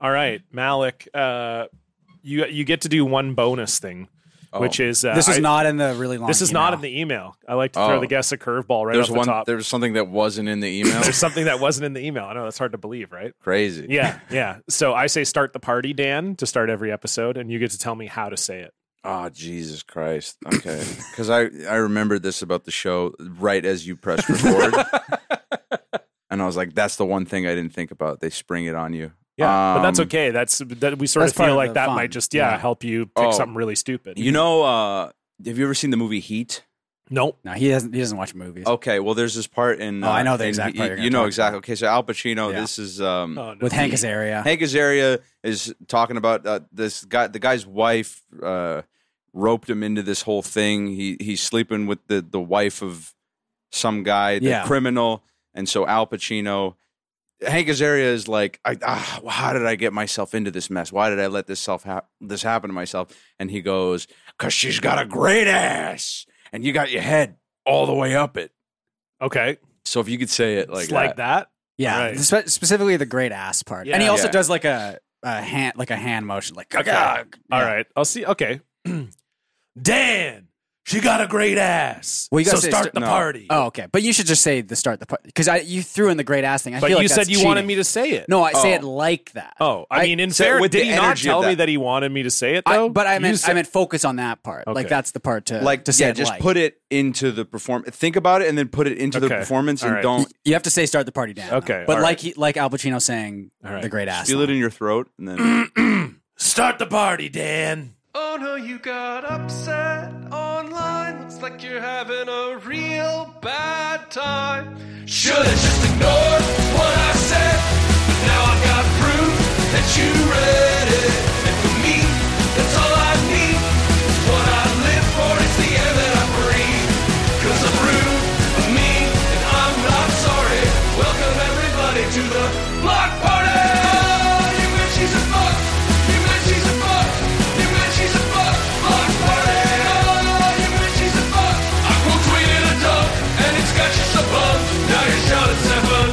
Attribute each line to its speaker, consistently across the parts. Speaker 1: All right, Malik. Uh, you you get to do one bonus thing,
Speaker 2: Oh.
Speaker 1: which is uh,
Speaker 3: This is
Speaker 1: I-
Speaker 3: not in the really long.
Speaker 1: this is not in
Speaker 3: email.
Speaker 1: the email. I like to throw
Speaker 2: Oh.
Speaker 1: the guest a curveball right
Speaker 2: there's
Speaker 1: off the
Speaker 2: one.
Speaker 1: top.
Speaker 2: There's something that wasn't in the email.
Speaker 1: There's something that wasn't in the email. I know that's hard to believe, right?
Speaker 2: Crazy.
Speaker 1: Yeah, yeah. So I say start the party, Dan, to start every episode, and you get to tell me how to say it.
Speaker 2: Oh Jesus Christ. Okay. Because I I remembered this about the show right as you pressed record, and I was like, that's the one thing I didn't think about. They spring it on you.
Speaker 1: Yeah, but that's
Speaker 2: Um,
Speaker 1: okay. That's that we sort
Speaker 3: That's
Speaker 1: of
Speaker 3: part
Speaker 1: feel
Speaker 3: of
Speaker 1: like
Speaker 3: the
Speaker 1: that
Speaker 3: fun.
Speaker 1: might just yeah,
Speaker 3: Yeah.
Speaker 1: help you pick
Speaker 2: Oh.
Speaker 1: something really stupid.
Speaker 2: You know, uh, have you ever seen the movie Heat?
Speaker 1: nope.
Speaker 3: No, he doesn't. He doesn't watch movies.
Speaker 1: Oh,
Speaker 2: Okay, well, there's this part in. uh,
Speaker 3: Oh, I know the
Speaker 2: in
Speaker 3: exact part
Speaker 2: Heat-
Speaker 3: you're gonna
Speaker 2: You know
Speaker 3: talk
Speaker 2: exactly. Okay, so Al Pacino.
Speaker 3: Yeah.
Speaker 2: This is um,
Speaker 1: Oh, no.
Speaker 3: with Hank Azaria.
Speaker 2: Hank Azaria is talking about uh, this guy. The guy's wife uh, roped him into this whole thing. He he's sleeping with the the wife of some guy, the
Speaker 3: Yeah.
Speaker 2: criminal, and so Al Pacino. Hank Azaria is like, I, ah, how did I get myself into this mess? Why did I let this self hap this happen to myself? And he goes, "Cause she's got a great ass, and you got your head all the way up it."
Speaker 1: Okay,
Speaker 2: So if you could say it like
Speaker 1: like, like that.
Speaker 3: Yeah,
Speaker 1: Right.
Speaker 3: spe- specifically the great ass part. And he
Speaker 1: Yeah.
Speaker 3: also
Speaker 2: Yeah.
Speaker 3: does like a, a hand, like a hand motion, like
Speaker 1: Okay. All right, I'll see. Okay, Dan, she got a great ass.
Speaker 3: Well, you
Speaker 1: so
Speaker 3: gotta
Speaker 1: start
Speaker 3: say st-
Speaker 1: the
Speaker 2: no.
Speaker 1: party.
Speaker 3: Oh, okay. But you should just say the start the part because I you threw in the great ass thing. I
Speaker 1: but
Speaker 3: feel
Speaker 1: you
Speaker 3: like
Speaker 1: said
Speaker 3: that's
Speaker 1: you wanted
Speaker 3: cheating.
Speaker 1: me to say it.
Speaker 3: No, I say
Speaker 2: Oh.
Speaker 3: it like that.
Speaker 1: Oh, I,
Speaker 3: I-
Speaker 1: mean, in
Speaker 2: so
Speaker 1: fair,
Speaker 2: with
Speaker 1: did
Speaker 2: the
Speaker 1: he not
Speaker 2: energy of
Speaker 1: tell me
Speaker 2: that-
Speaker 1: that he wanted me to say it
Speaker 3: I-
Speaker 1: though?
Speaker 3: but I
Speaker 1: You
Speaker 3: meant
Speaker 1: said-
Speaker 3: I meant focus on that part.
Speaker 1: Okay.
Speaker 3: Like that's the part to
Speaker 2: like
Speaker 3: to say
Speaker 2: yeah,
Speaker 3: it
Speaker 2: just
Speaker 3: like.
Speaker 2: put it into the perform. Think about it and then put it into the
Speaker 1: Okay.
Speaker 2: performance and
Speaker 1: All right.
Speaker 3: Y-
Speaker 2: don't
Speaker 3: You have to say start the party down. though.
Speaker 1: Okay,
Speaker 3: but
Speaker 1: all
Speaker 3: like he, like Al Pacino saying
Speaker 1: All right.
Speaker 3: the great ass.
Speaker 2: feel it
Speaker 3: line.
Speaker 2: in your throat and then
Speaker 1: start the party, Dan.
Speaker 4: Oh no, you got upset online. Looks like you're having a real bad time. Should've just ignored what I said, but now I got proof that you read it. And for me, that's all I need. It's what I live for, it's the air that I breathe. Cause I'm rude, I'm mean, and I'm not sorry. Welcome everybody to the block party! You and she's a fuck, you and she's a fuck, you and she's a fuck, block party! Oh, you and she's a fuck. I quote tweeted a dog, and it's got you so bummed. Now you shout at seven.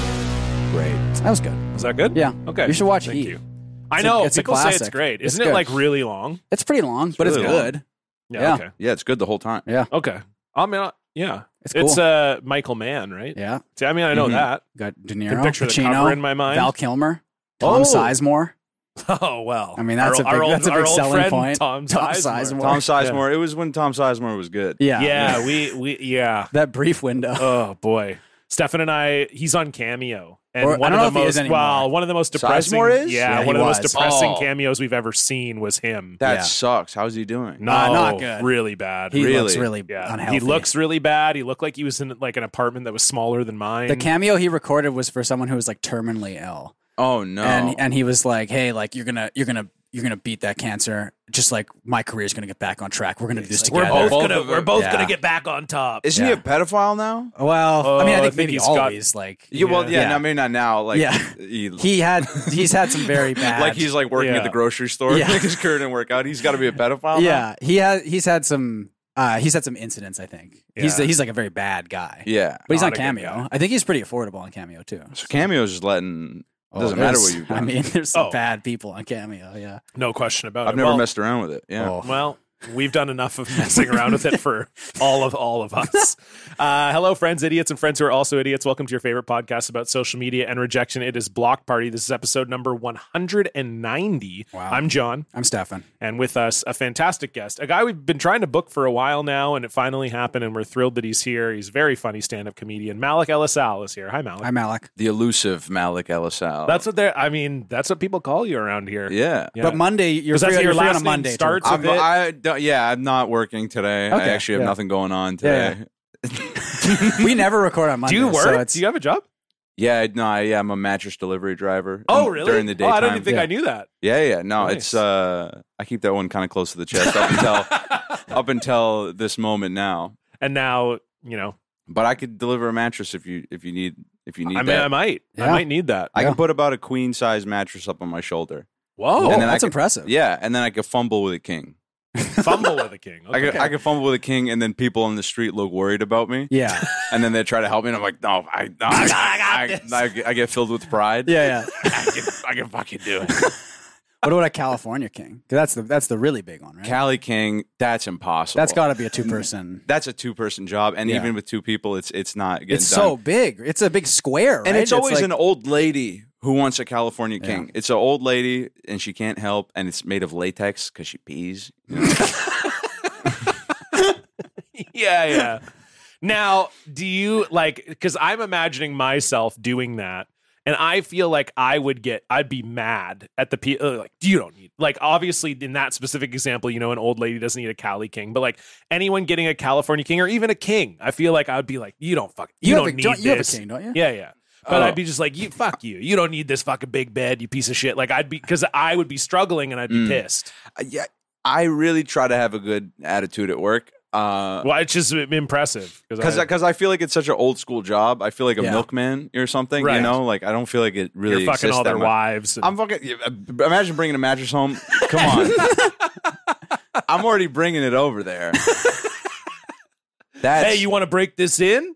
Speaker 2: great.
Speaker 3: That was good.
Speaker 1: Is that good?
Speaker 3: Yeah.
Speaker 1: Okay.
Speaker 3: You should watch
Speaker 1: Thank
Speaker 3: Heat.
Speaker 1: you. I
Speaker 3: It's a-
Speaker 1: know
Speaker 3: it's a
Speaker 1: people say it's
Speaker 3: classic.
Speaker 1: great.
Speaker 3: It's
Speaker 1: Isn't it
Speaker 3: good.
Speaker 1: like really long?
Speaker 3: It's pretty long, but
Speaker 2: really
Speaker 3: it's
Speaker 2: long.
Speaker 3: good.
Speaker 1: Yeah.
Speaker 3: Yeah.
Speaker 1: Okay.
Speaker 2: Yeah, it's good the whole time.
Speaker 3: Yeah.
Speaker 1: Okay. I mean, I- yeah.
Speaker 3: It's cool.
Speaker 1: It's uh Michael Mann, right?
Speaker 3: yeah. Mm-hmm.
Speaker 1: See, I mean, I know
Speaker 2: Mhm.
Speaker 1: that.
Speaker 3: Got De
Speaker 1: Can
Speaker 3: Niro,
Speaker 1: picture the
Speaker 3: Pacino,
Speaker 1: cover in my mind.
Speaker 3: Val Kilmer, Tom
Speaker 1: Oh.
Speaker 3: Sizemore.
Speaker 1: oh well.
Speaker 3: I mean, that's
Speaker 1: Our-
Speaker 3: a big-
Speaker 1: our old-
Speaker 3: that's a big
Speaker 1: our old
Speaker 3: selling
Speaker 1: friend,
Speaker 3: point.
Speaker 1: Tom,
Speaker 3: Tom
Speaker 1: Sizemore.
Speaker 3: Sizemore.
Speaker 2: Tom Sizemore. It was when Tom Sizemore was good.
Speaker 3: Yeah.
Speaker 1: Yeah. We we yeah.
Speaker 3: That brief window.
Speaker 1: Oh boy. Stefan and I. He's on cameo. And
Speaker 3: Or- I
Speaker 1: one
Speaker 3: don't
Speaker 1: of the
Speaker 3: know if he is
Speaker 1: most
Speaker 3: anymore.
Speaker 1: well, one of the most depressing.
Speaker 2: Sizemore is?
Speaker 1: Yeah, one
Speaker 3: Yeah, he
Speaker 1: of the most
Speaker 3: was.
Speaker 1: depressing
Speaker 2: Oh.
Speaker 1: cameos we've ever seen was him.
Speaker 2: That
Speaker 3: Yeah.
Speaker 2: sucks. How's he doing?
Speaker 1: no,
Speaker 3: Ah, not good.
Speaker 1: really bad.
Speaker 3: he
Speaker 2: really?
Speaker 3: looks really
Speaker 1: yeah,
Speaker 3: unhealthy.
Speaker 1: he looks really bad. He looked like he was in like an apartment that was smaller than mine.
Speaker 3: The cameo he recorded was for someone who was like terminally ill,
Speaker 2: Oh no.
Speaker 3: and and he was like, "Hey, like you're gonna you're gonna you're gonna beat that cancer. Just like my career's gonna get back on track. We're gonna do this
Speaker 1: we're
Speaker 3: together."
Speaker 1: both,
Speaker 2: Both
Speaker 1: gonna
Speaker 2: of
Speaker 1: we're
Speaker 2: them.
Speaker 1: both
Speaker 3: Yeah.
Speaker 1: gonna get back on top.
Speaker 2: Isn't he
Speaker 3: yeah.
Speaker 2: a pedophile now?
Speaker 3: well, I mean,
Speaker 1: Oh,
Speaker 3: I
Speaker 1: I
Speaker 3: think
Speaker 1: think
Speaker 3: maybe
Speaker 1: he's got-
Speaker 3: always like
Speaker 2: Yeah. Well, yeah.
Speaker 3: Yeah.
Speaker 2: No, maybe not now. Like
Speaker 3: Yeah.
Speaker 2: he,
Speaker 3: he had he's had some very bad
Speaker 2: like he's like working
Speaker 1: Yeah.
Speaker 2: at the grocery store.
Speaker 3: Yeah.
Speaker 2: Like his career didn't work out. He's got to be a pedophile. now?
Speaker 3: yeah he has he's had some uh he's had some incidents. I think he's
Speaker 1: Yeah.
Speaker 3: he's like a very bad guy.
Speaker 2: Yeah.
Speaker 3: But he's
Speaker 1: Not
Speaker 3: on
Speaker 1: a good guy.
Speaker 3: Cameo. I think he's pretty affordable on Cameo too.
Speaker 2: So cameo's just letting.
Speaker 3: Oh,
Speaker 2: doesn't matter
Speaker 3: there's-
Speaker 2: what you've done.
Speaker 3: I mean, there's some
Speaker 1: Oh.
Speaker 3: bad people on Cameo. Yeah.
Speaker 1: No question about it.
Speaker 2: I've never
Speaker 1: Well,
Speaker 2: messed around with it. Yeah.
Speaker 3: Oh.
Speaker 1: Well, we've done enough of messing around with it for all of all of us. Uh, hello, friends, idiots, and friends who are also idiots. Welcome to your favorite podcast about social media and rejection. It is Block Party. This is episode number one hundred and ninety.
Speaker 3: Wow.
Speaker 1: I'm John,
Speaker 3: I'm Stefan.
Speaker 1: and with us a fantastic guest, a guy we've been trying to book for a while now, and it finally happened. And we're thrilled that he's here. He's a very funny stand-up comedian. Malik Elisal is here. Hi, Malik.
Speaker 3: I'm Alec.
Speaker 2: The elusive Malik El Asal.
Speaker 1: that's what they're. I mean, that's what people call you around here.
Speaker 2: yeah.
Speaker 1: Yeah.
Speaker 3: But Monday, you're
Speaker 1: Because that's
Speaker 3: free,
Speaker 1: how your
Speaker 3: you're free
Speaker 1: last
Speaker 3: on a
Speaker 1: name
Speaker 3: Monday. to
Speaker 1: starts
Speaker 3: record.
Speaker 1: with-
Speaker 2: I'm,
Speaker 1: it.
Speaker 2: I don't, yeah, I'm not working today. I
Speaker 3: Okay,
Speaker 2: actually have
Speaker 3: yeah.
Speaker 2: nothing going on
Speaker 3: Yeah,
Speaker 2: today. Yeah,
Speaker 3: we never record on Monday.
Speaker 1: Do you work?
Speaker 3: So it's,
Speaker 1: Do you have a job?
Speaker 2: I- no, I, yeah, I'm a mattress delivery driver.
Speaker 1: Oh,
Speaker 2: in-
Speaker 1: really?
Speaker 2: During the
Speaker 1: Oh,
Speaker 2: daytime.
Speaker 1: I don't even think
Speaker 3: Yeah.
Speaker 1: I knew that.
Speaker 2: yeah, yeah. No,
Speaker 1: Nice.
Speaker 2: it's uh, I keep that one kind of close to the chest up until up until this moment now.
Speaker 1: And now, you know,
Speaker 2: But I could deliver a mattress if you if you need if you need
Speaker 1: I mean,
Speaker 2: that.
Speaker 1: I might, I
Speaker 3: Yeah.
Speaker 1: might need that.
Speaker 2: I
Speaker 3: Yeah.
Speaker 2: can put about a queen size mattress up on my shoulder.
Speaker 3: oh,
Speaker 1: Whoa,
Speaker 2: And then I
Speaker 3: that's
Speaker 2: could-
Speaker 3: impressive.
Speaker 2: Yeah, and then I could fumble with a king.
Speaker 1: fumble with a king.
Speaker 2: I could I could fumble with a king, and then people on the street look worried about me,
Speaker 3: Yeah.
Speaker 2: and then they try to help me, and I'm like, no, I no, I, I, I, I get filled with pride.
Speaker 3: Yeah. yeah.
Speaker 2: I can, I can fucking do it.
Speaker 3: What about a California king? 'Cause That's the that's the really big one, right?
Speaker 2: Cali King, that's impossible.
Speaker 3: that's got to be a two person.
Speaker 2: that's a two person job, and
Speaker 3: Yeah.
Speaker 2: even with two people, it's it's not getting
Speaker 3: It's
Speaker 2: done.
Speaker 3: so big. It's a big square,
Speaker 2: and
Speaker 3: right?
Speaker 2: it's always
Speaker 3: like-
Speaker 2: an old lady who wants a California
Speaker 3: Yeah.
Speaker 2: King. It's an old lady, and she can't help, and it's made of latex because she pees.
Speaker 1: yeah, yeah. Now, do you like cuz I'm imagining myself doing that and I feel like I would get I'd be mad at the people like you don't need like obviously in that specific example, you know, an old lady doesn't need a Cali king, but like anyone getting a California king or even a king, I feel like I'd be like you don't fuck you,
Speaker 3: you, have
Speaker 1: don't
Speaker 3: a,
Speaker 1: need
Speaker 3: don't-
Speaker 1: this.
Speaker 3: you have a king, don't you?
Speaker 1: Yeah, yeah. But
Speaker 2: Oh.
Speaker 1: I'd be just like, you fuck you. You don't need this fucking big bed, you piece of shit. Like I'd be because I would be struggling and I'd be
Speaker 2: Mm.
Speaker 1: pissed.
Speaker 2: Uh, Yeah, I really try to have a good attitude at work. Uh,
Speaker 1: Well, it's just impressive
Speaker 2: because
Speaker 1: I-
Speaker 2: because I feel like it's such an old school job. I feel like a
Speaker 3: Yeah.
Speaker 2: milkman or something.
Speaker 1: Right.
Speaker 2: You know, like I don't feel like it really.
Speaker 1: you're fucking
Speaker 2: exists
Speaker 1: all
Speaker 2: that
Speaker 1: their
Speaker 2: much.
Speaker 1: wives. and-
Speaker 2: I'm fucking. yeah, uh, Imagine bringing a mattress home. Come on. I'm already bringing it over there. That's,
Speaker 1: hey, you want to break this in?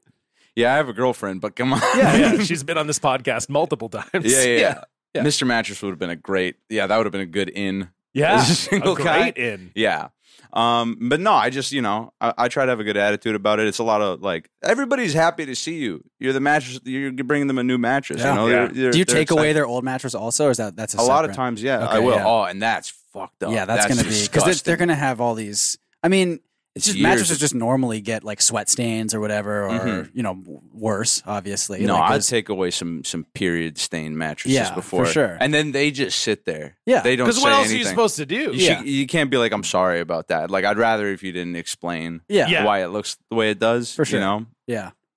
Speaker 2: yeah, I have a girlfriend, but come on.
Speaker 1: Yeah, she's been on this podcast multiple times.
Speaker 2: yeah, yeah, yeah.
Speaker 1: Yeah.
Speaker 2: Mr. Mattress would have been a great. Yeah, that would have been a good in.
Speaker 1: yeah.
Speaker 2: As a single
Speaker 1: a great
Speaker 2: guy.
Speaker 1: in.
Speaker 2: Yeah. Um, but no, I just, you know, I, I try to have a good attitude about it. It's a lot of like, everybody's happy to see you. You're the mattress, you're bringing them a new mattress.
Speaker 3: Yeah.
Speaker 2: You know,
Speaker 1: Yeah.
Speaker 2: They're- they're-
Speaker 3: Do you
Speaker 2: they're
Speaker 3: take away
Speaker 2: excited.
Speaker 3: their old mattress also, or is that that's a
Speaker 2: a lot of
Speaker 3: separate-
Speaker 2: times? Yeah,
Speaker 3: Okay,
Speaker 2: I will.
Speaker 3: yeah.
Speaker 2: Oh, and that's fucked up.
Speaker 3: Yeah, that's, gonna be because they're,
Speaker 2: disgusting.
Speaker 3: they're gonna have all these. I mean,
Speaker 2: It's
Speaker 3: just
Speaker 2: years
Speaker 3: mattresses
Speaker 2: of-
Speaker 3: just normally get like sweat stains or whatever, or
Speaker 2: Mhm.
Speaker 3: you know, w- worse. Obviously,
Speaker 2: No,
Speaker 3: Like,
Speaker 2: I'd
Speaker 3: those-
Speaker 2: take away some some period stained mattresses
Speaker 3: Yeah, for
Speaker 2: before,
Speaker 3: sure.
Speaker 2: and then they just sit there.
Speaker 3: Yeah.
Speaker 2: they don't.
Speaker 1: Because
Speaker 2: say
Speaker 1: what else
Speaker 2: anything.
Speaker 1: are you supposed to do?
Speaker 2: You,
Speaker 3: Yeah.
Speaker 2: should- you can't be like, I'm sorry about that. Like, I'd rather if you didn't explain
Speaker 3: yeah,
Speaker 1: Yeah.
Speaker 3: yeah.
Speaker 2: why it looks the way it does.
Speaker 3: For sure.
Speaker 2: You know,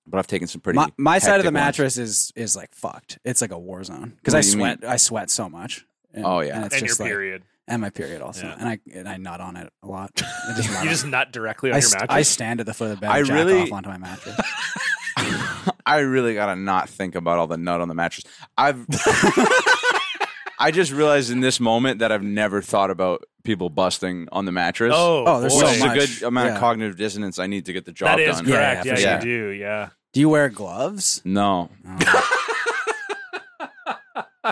Speaker 2: but I've taken some pretty.
Speaker 3: My, my side of the
Speaker 2: hectic ones.
Speaker 3: mattress is is like fucked. It's like a war zone because
Speaker 2: What
Speaker 3: I
Speaker 2: do you
Speaker 3: sweat. I sweat so much. And,
Speaker 2: Oh, yeah.
Speaker 3: and it's
Speaker 1: and your
Speaker 3: just like,
Speaker 1: period.
Speaker 3: and my period also,
Speaker 1: Yeah.
Speaker 3: and I and I nut on it a lot. I just nut
Speaker 1: You
Speaker 3: on
Speaker 1: just
Speaker 3: it.
Speaker 1: nut directly on
Speaker 3: I,
Speaker 1: your
Speaker 3: st-
Speaker 1: mattress.
Speaker 3: I stand at the foot of the bed.
Speaker 2: I
Speaker 3: and jack
Speaker 2: really-
Speaker 3: off onto my mattress.
Speaker 2: I really gotta not think about all the nut on the mattress. I've. I just realized in this moment that I've never thought about people busting on the mattress.
Speaker 1: oh,
Speaker 3: Oh, there's
Speaker 2: which
Speaker 1: boy.
Speaker 3: so
Speaker 2: is
Speaker 3: much.
Speaker 2: a good amount of
Speaker 3: Yeah.
Speaker 2: cognitive dissonance I need to get the job
Speaker 1: That is
Speaker 2: done.
Speaker 3: Yeah,
Speaker 1: correct.
Speaker 3: yeah,
Speaker 1: Yeah,
Speaker 3: for
Speaker 1: you
Speaker 2: sure.
Speaker 1: do. Yeah.
Speaker 3: Do you wear gloves?
Speaker 2: No,
Speaker 3: Oh.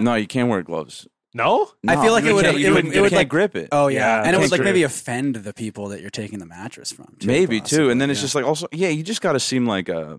Speaker 2: no, you can't wear gloves.
Speaker 1: No?
Speaker 3: I
Speaker 2: No,
Speaker 3: feel like it
Speaker 2: you
Speaker 3: would-
Speaker 2: can't-
Speaker 3: it
Speaker 2: you
Speaker 3: would-
Speaker 2: wouldn't-
Speaker 3: it would,
Speaker 2: can't
Speaker 3: like-
Speaker 2: grip it.
Speaker 3: Oh yeah,
Speaker 1: Yeah,
Speaker 3: and it would
Speaker 1: that's
Speaker 3: like
Speaker 1: true.
Speaker 3: maybe offend the people that you're taking the mattress from. too,
Speaker 2: maybe too
Speaker 3: possibly,
Speaker 2: and then it's
Speaker 3: yeah.
Speaker 2: just like also yeah you just gotta seem like a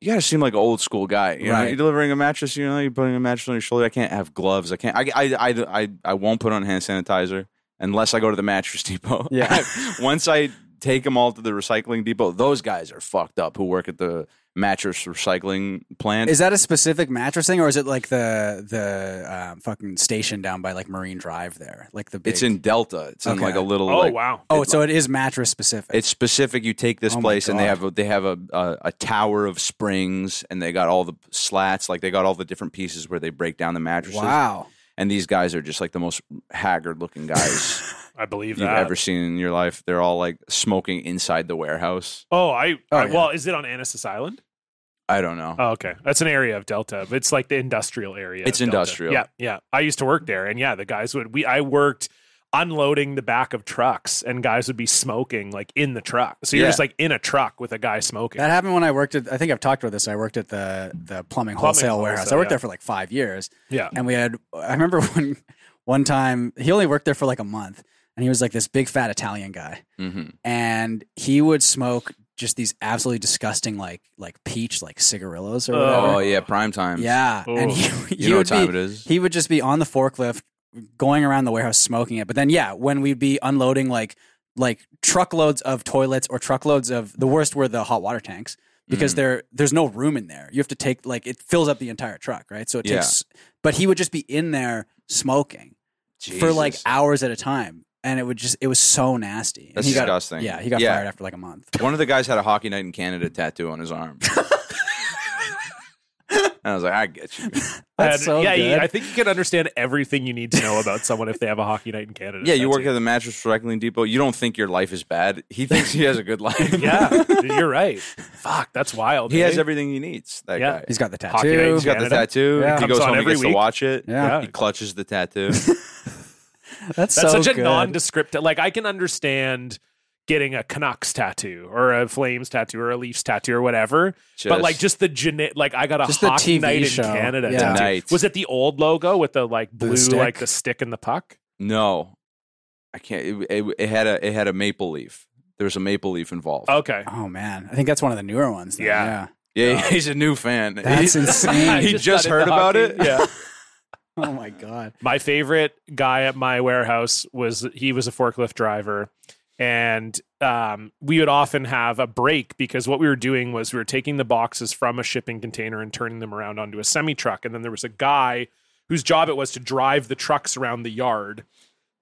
Speaker 2: you gotta seem like an old school guy you know
Speaker 3: Right.
Speaker 2: you're delivering a mattress you know you're putting a mattress on your shoulder i can't have gloves i can't i i i, I, I won't put on hand sanitizer unless i go to the mattress depot
Speaker 3: Yeah.
Speaker 2: once i take them all to the recycling depot those guys are fucked up who work at the mattress recycling plant
Speaker 3: Is that a specific mattress thing, or is it like the the um, fucking station down by like Marine Drive there, like the big?
Speaker 2: it's in delta it's in
Speaker 3: Okay.
Speaker 2: like a little
Speaker 1: Oh,
Speaker 2: like,
Speaker 1: wow.
Speaker 3: Oh, so it is mattress specific.
Speaker 2: It's specific. You take this
Speaker 3: Oh my
Speaker 2: place, and they
Speaker 3: God.
Speaker 2: have a, they have a, a a tower of springs, and they got all the slats. Like they got all the different pieces where they break down the mattresses.
Speaker 3: wow.
Speaker 2: And these guys are just like the most haggard looking guys
Speaker 1: I believe
Speaker 2: you've
Speaker 1: that.
Speaker 2: ever seen in your life. They're all like smoking inside the warehouse.
Speaker 1: oh, I,
Speaker 3: Oh,
Speaker 1: I-
Speaker 3: yeah.
Speaker 1: well, is it on Anasis Island?
Speaker 2: I don't know.
Speaker 3: Uh,
Speaker 1: Oh, okay. That's an area of Delta. but It's like the industrial area. of
Speaker 2: It's
Speaker 1: Delta.
Speaker 2: industrial.
Speaker 1: Yeah, yeah. I used to work there, and yeah, the guys would we. I worked unloading the back of trucks, and guys would be smoking like in the truck. So you're
Speaker 2: Yeah.
Speaker 1: just like in a truck with a guy smoking.
Speaker 3: That happened when I worked at. I think I've talked about this. I worked at the the plumbing, wholesale
Speaker 1: wholesale,
Speaker 3: warehouse. I worked
Speaker 1: yeah.
Speaker 3: there for like five years,
Speaker 1: yeah.
Speaker 3: and we had. I remember one one time he only worked there for like a month, and he was like this big fat Italian guy,
Speaker 2: hmm
Speaker 3: and he would smoke just these absolutely disgusting like like peach like cigarillos or whatever.
Speaker 2: Oh yeah, prime time.
Speaker 3: uh, Yeah, and
Speaker 1: Oh.
Speaker 3: he,
Speaker 2: you
Speaker 3: he
Speaker 2: know what
Speaker 3: would
Speaker 2: time
Speaker 3: be,
Speaker 2: it is.
Speaker 3: he would just be on the forklift, going around the warehouse smoking it. But then, yeah, when we'd be unloading like like truckloads of toilets or truckloads of the worst were the hot water tanks
Speaker 2: Mm-hmm.
Speaker 3: because there there's no room in there. You have to take like it fills up the entire truck, right? So it
Speaker 2: Yeah.
Speaker 3: takes. But he would just be in there smoking for like
Speaker 2: Jesus.
Speaker 3: hours at a time, and it would just it was so nasty. And
Speaker 2: That's
Speaker 3: he got,
Speaker 2: disgusting.
Speaker 3: Yeah, he got
Speaker 2: Yeah.
Speaker 3: fired after like a month.
Speaker 2: One of the guys had a hockey night in Canada tattoo on his arm. and I was like, I get you.
Speaker 3: That's
Speaker 1: And,
Speaker 3: so
Speaker 1: yeah, you-
Speaker 3: good.
Speaker 1: I think you can understand everything you need to know about someone if they have a hockey night in Canada.
Speaker 2: Yeah, you
Speaker 1: That's
Speaker 2: work at the mattress recycling depot. You don't think your life is bad. He thinks he has a good life.
Speaker 1: it. Yeah, you're right. Fuck, that's wild.
Speaker 2: he
Speaker 1: eh?
Speaker 2: has everything he needs. That
Speaker 1: Yeah.
Speaker 2: guy.
Speaker 3: He's got the
Speaker 1: Hockey night,
Speaker 3: tattoo.
Speaker 2: He's got the
Speaker 1: Canada.
Speaker 2: tattoo.
Speaker 3: Yeah.
Speaker 2: He
Speaker 1: Comes
Speaker 2: goes
Speaker 1: on
Speaker 2: home and
Speaker 1: every
Speaker 2: gets
Speaker 1: week.
Speaker 2: to watch it.
Speaker 3: Yeah.
Speaker 2: He clutches the tattoo.
Speaker 3: That's,
Speaker 1: That's
Speaker 3: so
Speaker 1: such a
Speaker 3: good.
Speaker 1: nondescript. Like I can understand getting a Canucks tattoo or a Flames tattoo or a Leafs tattoo or whatever, but like just the genet. Like I got a
Speaker 3: Just the
Speaker 1: hockey
Speaker 3: TV
Speaker 1: night in
Speaker 3: show.
Speaker 1: Canada.
Speaker 3: Yeah.
Speaker 1: tattoo.
Speaker 2: Tonight.
Speaker 1: Was it the old logo with the like
Speaker 3: The
Speaker 1: blue, like
Speaker 3: stick.
Speaker 1: the stick and the puck?
Speaker 2: No, I can't. It, it, it had a it had a maple leaf. There was a maple leaf involved.
Speaker 1: Okay.
Speaker 3: Oh man, I think that's one of the newer ones. then,
Speaker 1: Yeah.
Speaker 2: yeah, he's a new fan.
Speaker 3: That's
Speaker 2: He-
Speaker 3: insane.
Speaker 2: He
Speaker 1: Just
Speaker 2: just,
Speaker 1: got into
Speaker 2: heard about
Speaker 1: hockey.
Speaker 2: it.
Speaker 1: Yeah.
Speaker 3: yeah. Oh my god.
Speaker 1: My favorite guy at my warehouse was he was a forklift driver. And um, we would often have a break because what we were doing was we were taking the boxes from a shipping container and turning them around onto a semi truck. And then there was a guy whose job it was to drive the trucks around the yard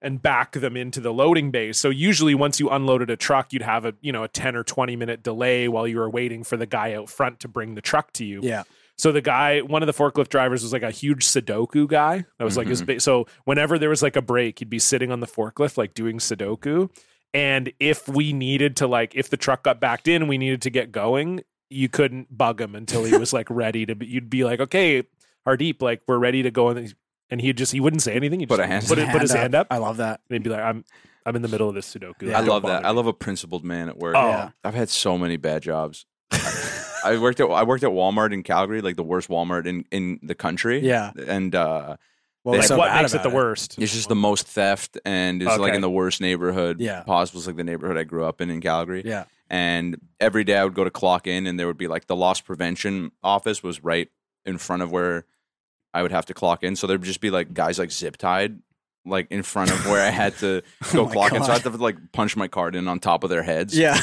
Speaker 1: and back them into the loading bay. So usually once you unloaded a truck, you'd have a, you know, a 10 or 20 minute delay while you were waiting for the guy out front to bring the truck to you.
Speaker 3: Yeah.
Speaker 1: So the guy, one of the forklift drivers, was like a huge Sudoku guy. That was like his.
Speaker 2: Mm-hmm.
Speaker 1: Ba- so whenever there was like a break, he'd be sitting on the forklift like doing Sudoku. And if we needed to, like, if the truck got backed in, and we needed to get going. You couldn't bug him until he was like ready to. Be, you'd be like, okay, Hardeep, like we're ready to go, and and he'd just he wouldn't say anything. He
Speaker 2: Put
Speaker 1: just
Speaker 2: a hand-
Speaker 1: put, it, put his hand up,
Speaker 3: I love that.
Speaker 1: and he'd be like, I'm I'm in the middle of this Sudoku.
Speaker 3: Yeah.
Speaker 2: I
Speaker 1: Don't
Speaker 2: love that.
Speaker 1: bother
Speaker 2: I
Speaker 1: me."
Speaker 2: love a principled man at work.
Speaker 1: Oh,
Speaker 3: Yeah.
Speaker 2: I've had so many bad jobs. I worked at I worked at Walmart in Calgary, like the worst Walmart in in the country.
Speaker 3: Yeah.
Speaker 2: and uh,
Speaker 3: Well,
Speaker 2: Like,
Speaker 3: so
Speaker 1: what
Speaker 3: bad
Speaker 1: makes it
Speaker 3: about
Speaker 1: the worst?
Speaker 2: it's just the most theft, and it's like
Speaker 1: Okay.
Speaker 2: in the worst neighborhood.
Speaker 3: Yeah.
Speaker 2: possible. It's like the neighborhood I grew up in in Calgary.
Speaker 3: Yeah.
Speaker 2: and every day I would go to clock in, and there would be like the loss prevention office was right in front of where I would have to clock in. So there'd just be like guys like zip tied, like in front of where I had to go
Speaker 3: Oh my
Speaker 2: clock in. So I
Speaker 3: God.
Speaker 2: had to like punch my card in on top of their heads.
Speaker 3: Yeah.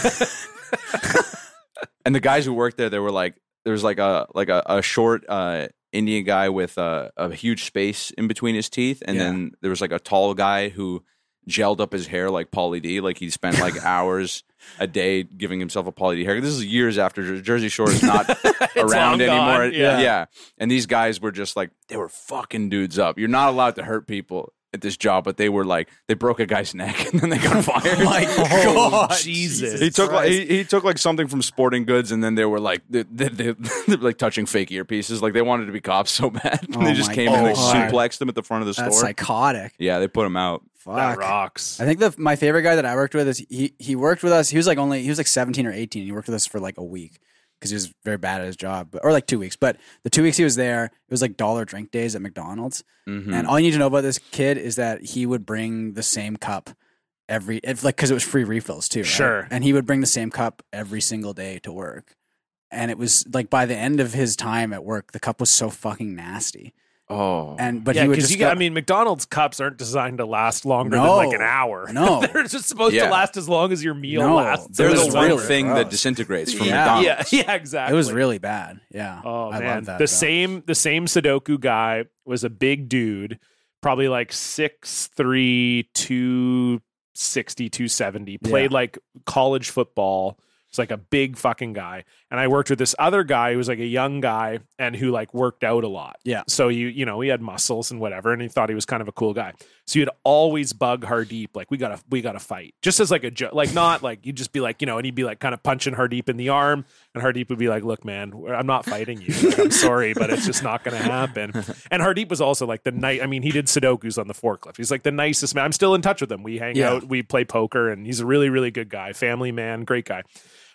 Speaker 2: and the guys who worked there, they were like, there was like a like a, a short uh, Indian guy with a, a huge space in between his teeth, and
Speaker 3: Yeah.
Speaker 2: then there was like a tall guy who gelled up his hair like Pauly D, like he spent like hours a day giving himself a Pauly D haircut. This is years after Jer- Jersey Shore is not
Speaker 1: long
Speaker 2: around
Speaker 1: gone,
Speaker 2: anymore.
Speaker 1: yeah.
Speaker 2: and these guys were just like they were fucking dudes up. You're not allowed to hurt people. At this job, but they were like they broke a guy's neck and then they got fired.
Speaker 3: my God.
Speaker 1: Jesus.
Speaker 2: He took like he, he took like something from Sporting Goods, and then they were like they, they, they, they were, like touching fake earpieces. Like they wanted to be cops so bad, and
Speaker 3: Oh
Speaker 2: they just
Speaker 3: my
Speaker 2: came and they
Speaker 3: God.
Speaker 2: suplexed him at the front of the
Speaker 3: That's
Speaker 2: store.
Speaker 3: psychotic.
Speaker 2: yeah, they put him out.
Speaker 1: that
Speaker 3: Fuck.
Speaker 1: rocks.
Speaker 3: I think the my favorite guy that I worked with is he he worked with us. He was like only he was like 17 or 18. He worked with us for like a week because he was very bad at his job, but, or like two weeks. But the two weeks he was there, it was like dollar drink days at McDonald's. And all you need to know about this kid is that he would bring the same cup every if like because it was free refills too. right?
Speaker 1: Sure.
Speaker 3: And he would bring the same cup every single day to work. And it was like by the end of his time at work, the cup was so fucking nasty.
Speaker 2: Oh,
Speaker 3: And but
Speaker 1: yeah,
Speaker 3: he would
Speaker 1: because
Speaker 3: just
Speaker 1: you got,
Speaker 3: go-
Speaker 1: I mean, McDonald's cups aren't designed to last longer
Speaker 3: No.
Speaker 1: than like an hour.
Speaker 3: No.
Speaker 1: they're just supposed to
Speaker 2: Yeah.
Speaker 1: last as long as your meal
Speaker 3: No,
Speaker 1: lasts.
Speaker 2: they're
Speaker 3: it
Speaker 2: the
Speaker 3: was
Speaker 2: one
Speaker 3: really
Speaker 2: thing that
Speaker 3: gross.
Speaker 2: disintegrates from
Speaker 3: Yeah.
Speaker 1: yeah,
Speaker 2: McDonald's.
Speaker 1: yeah, exactly.
Speaker 3: it was really bad. Yeah.
Speaker 1: Oh
Speaker 3: I
Speaker 1: man,
Speaker 3: love that.
Speaker 1: the
Speaker 3: though.
Speaker 1: same the same Sudoku guy was a big dude, probably like six three two sixty two seventy. Played like college football. It's like a big fucking guy. And I worked with this other guy who was like a young guy and who like worked out a lot.
Speaker 3: Yeah.
Speaker 1: So you you know he had muscles and whatever, and he thought he was kind of a cool guy. So you'd always bug Hardeep like we gotta we gotta fight, just as like a joke, like not like you'd just be like you know, and he'd be like kind of punching Hardeep in the arm, and Hardeep would be like, "Look, man, I'm not fighting you. Like, I'm sorry, but it's just not gonna happen." And Hardeep was also like the night. I mean, he did Sudoku's on the forklift. He's like the nicest man. I'm still in touch with him. We hang
Speaker 3: Yeah.
Speaker 1: out, we play poker, and he's a really really good guy, family man, great guy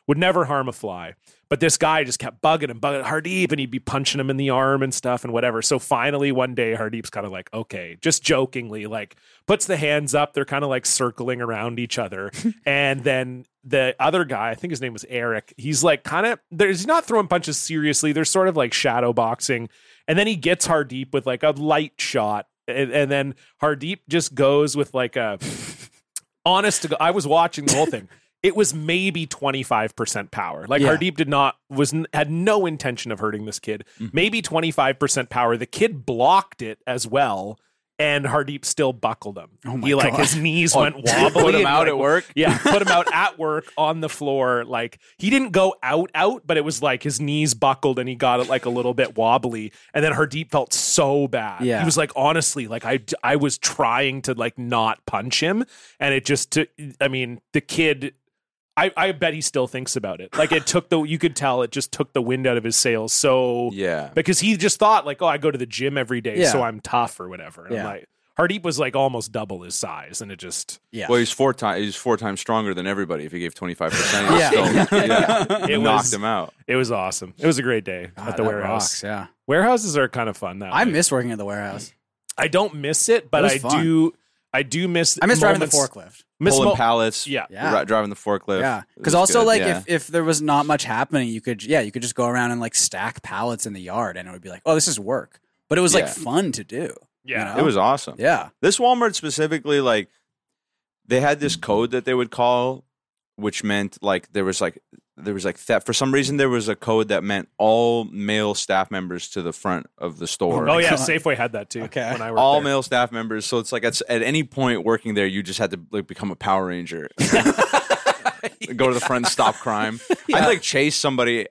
Speaker 1: would never harm a fly. But this guy just kept bugging him, bugging Hardeep, and he'd be punching him in the arm and stuff and whatever. So finally, one day, Hardeep's kind of like, okay, just jokingly, like puts the hands up. They're kind of like circling around each other. and then the other guy, I think his name was Eric, he's like kind of, there's he's not throwing punches seriously. They're sort of like shadow boxing. And then he gets Hardeep with like a light shot. And, and then Hardeep just goes with like a, honest to God, I was watching the whole thing. It was maybe 25% power. Like
Speaker 3: Yeah.
Speaker 1: Hardeep did not was n- had no intention of hurting this kid. Maybe 25% power. The kid blocked it as well and Hardeep still buckled him.
Speaker 3: Oh my
Speaker 1: he like
Speaker 3: God.
Speaker 1: his knees went wobbly.
Speaker 2: Put him
Speaker 1: and,
Speaker 2: out
Speaker 1: like,
Speaker 2: at work.
Speaker 1: yeah, put him out at work on the floor. Like he didn't go out out, but it was like his knees buckled and he got it like a little bit wobbly. And then Hardeep felt so bad.
Speaker 3: Yeah.
Speaker 1: he was like honestly, like I I was trying to like not punch him, and it just took. I mean, the kid. I, I bet he still thinks about it. Like it took the you could tell it just took the wind out of his sails. So
Speaker 2: Yeah,
Speaker 1: because he just thought like, oh, I go to the gym every day,
Speaker 3: Yeah.
Speaker 1: so I'm tough or whatever. And I'm
Speaker 3: Yeah.
Speaker 1: like, Hardeep was like almost double his size, and it just
Speaker 3: Yeah.
Speaker 2: well, he's four times he's four times stronger than everybody. If he gave twenty five percent,
Speaker 3: Yeah.
Speaker 2: yeah,
Speaker 1: It
Speaker 2: it
Speaker 1: was-
Speaker 2: knocked him out.
Speaker 1: It was awesome. It was a great day
Speaker 3: God,
Speaker 1: at the
Speaker 3: Ah, that
Speaker 1: warehouse.
Speaker 3: rocks, yeah.
Speaker 1: Warehouses are kind of fun. That
Speaker 3: I
Speaker 1: way.
Speaker 3: miss working at the warehouse.
Speaker 1: I don't miss it, but
Speaker 3: It was
Speaker 1: I
Speaker 3: fun.
Speaker 1: do. I do miss.
Speaker 3: I miss driving the
Speaker 1: moments-
Speaker 3: forklift.
Speaker 1: Miss
Speaker 2: pulling
Speaker 1: mo-
Speaker 2: pallets.
Speaker 1: Yeah.
Speaker 3: Yeah.
Speaker 2: Ri- driving the forklift.
Speaker 3: Yeah,
Speaker 2: It
Speaker 3: because
Speaker 2: was
Speaker 3: also
Speaker 2: good,
Speaker 3: like
Speaker 2: yeah.
Speaker 3: if, if there was not much happening, you could yeah you could just go around and like stack pallets in the yard, and it would be like oh this is work, but it was like
Speaker 2: Yeah.
Speaker 3: fun to do.
Speaker 1: yeah.
Speaker 3: you
Speaker 2: it was awesome.
Speaker 3: Yeah,
Speaker 2: This Walmart specifically, like they had this code that they would call, which meant like there was like there was like theft. For some reason, there was a code that meant all male staff members to the front of the store.
Speaker 1: Oh yeah,
Speaker 3: God.
Speaker 1: Safeway had that too.
Speaker 3: Okay.
Speaker 1: When I worked
Speaker 2: All
Speaker 1: there.
Speaker 2: male staff members, so it's like at, at any point working there, you just had to like become a Power Ranger, go to the front, and stop crime. I'd like chase somebody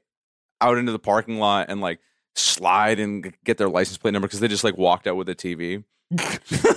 Speaker 2: out into the parking lot and like slide and g- get their license plate number because they just like walked out with a TV.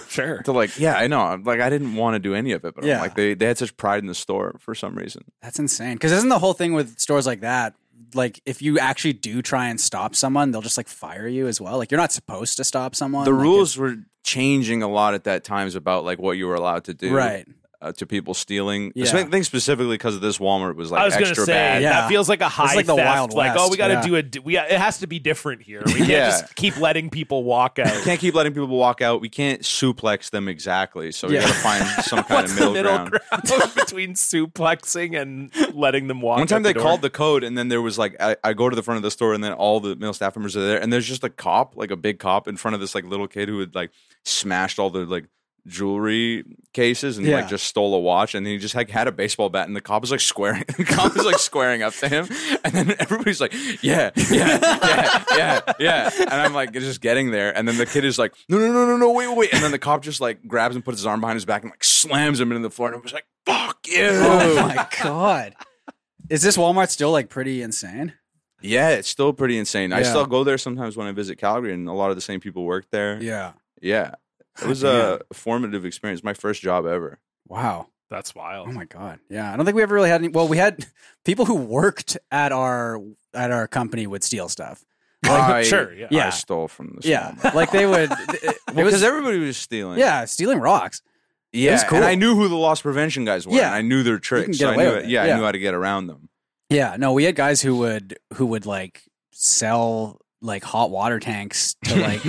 Speaker 1: sure.
Speaker 2: to like yeah i know I'm like i didn't want to do any of it but I'm
Speaker 3: Yeah.
Speaker 2: like they, they had such pride in the store for some reason
Speaker 3: that's insane. Because isn't the whole thing with stores like that like if you actually do try and stop someone, they'll just like fire you as well. Like you're not supposed to stop someone.
Speaker 2: the
Speaker 3: Like,
Speaker 2: rules were changing a lot at that times about like what you were allowed to
Speaker 3: it-
Speaker 2: do
Speaker 3: right?
Speaker 2: uh, to people stealing
Speaker 3: Yeah.
Speaker 2: i think specifically because of this walmart was like
Speaker 1: I was gonna
Speaker 2: extra
Speaker 1: say
Speaker 2: bad
Speaker 3: yeah.
Speaker 1: that feels like a high
Speaker 3: like the
Speaker 1: theft.
Speaker 3: Wild
Speaker 1: like oh,
Speaker 3: West,
Speaker 1: we got to
Speaker 3: yeah.
Speaker 1: do a d- we got, it has to be different here. We can't
Speaker 2: Yeah.
Speaker 1: just keep letting people walk out.
Speaker 2: can't keep letting people walk out we can't suplex them exactly so we
Speaker 3: Yeah.
Speaker 2: gotta find some kind
Speaker 1: What's
Speaker 2: of
Speaker 1: the
Speaker 2: middle,
Speaker 1: middle
Speaker 2: ground.
Speaker 1: ground, between suplexing and letting them walk?
Speaker 2: One time
Speaker 1: out
Speaker 2: they
Speaker 1: the door?
Speaker 2: called the code, and then there was like, I, I go to the front of the store, and then all the male staff members are there, and there's just a cop, like a big cop, in front of this like little kid who had like smashed all the like jewelry cases and like
Speaker 3: Yeah.
Speaker 2: just stole a watch, and he just like had a baseball bat, and the cop was like squaring, the cop was like squaring up to him, and then everybody's like, yeah, yeah, yeah, yeah, yeah, and I'm like just getting there, and then the kid is like, no, no, no, no, no, wait, wait, and then the cop just like grabs and puts his arm behind his back and like slams him into the floor, and I was like, fuck you.
Speaker 3: Oh my god, is this Walmart still like pretty insane?
Speaker 2: Yeah, it's still pretty insane. I
Speaker 3: Yeah.
Speaker 2: still go there sometimes when I visit Calgary, and a lot of the same people work there.
Speaker 3: Yeah.
Speaker 2: Yeah. It was
Speaker 3: Man.
Speaker 2: a formative experience. My first job ever.
Speaker 3: Wow.
Speaker 1: That's wild.
Speaker 3: Oh my god. Yeah. I don't think we ever really had any well, we had people who worked at our at our company would steal stuff.
Speaker 2: I,
Speaker 1: sure, yeah.
Speaker 2: I
Speaker 3: Yeah.
Speaker 2: stole from the
Speaker 3: Yeah.
Speaker 2: Walmart.
Speaker 3: like they would it
Speaker 2: Well,
Speaker 3: was
Speaker 2: because everybody was stealing.
Speaker 3: Yeah, stealing rocks.
Speaker 2: yeah.
Speaker 3: was cool.
Speaker 2: And I knew who the loss prevention guys were.
Speaker 3: Yeah.
Speaker 2: and I knew their tricks.
Speaker 3: get
Speaker 2: so I
Speaker 3: away
Speaker 2: knew
Speaker 3: with it.
Speaker 2: Yeah, I
Speaker 3: Yeah.
Speaker 2: knew how to get around them.
Speaker 3: Yeah. No, we had guys who would who would like sell like hot water tanks to like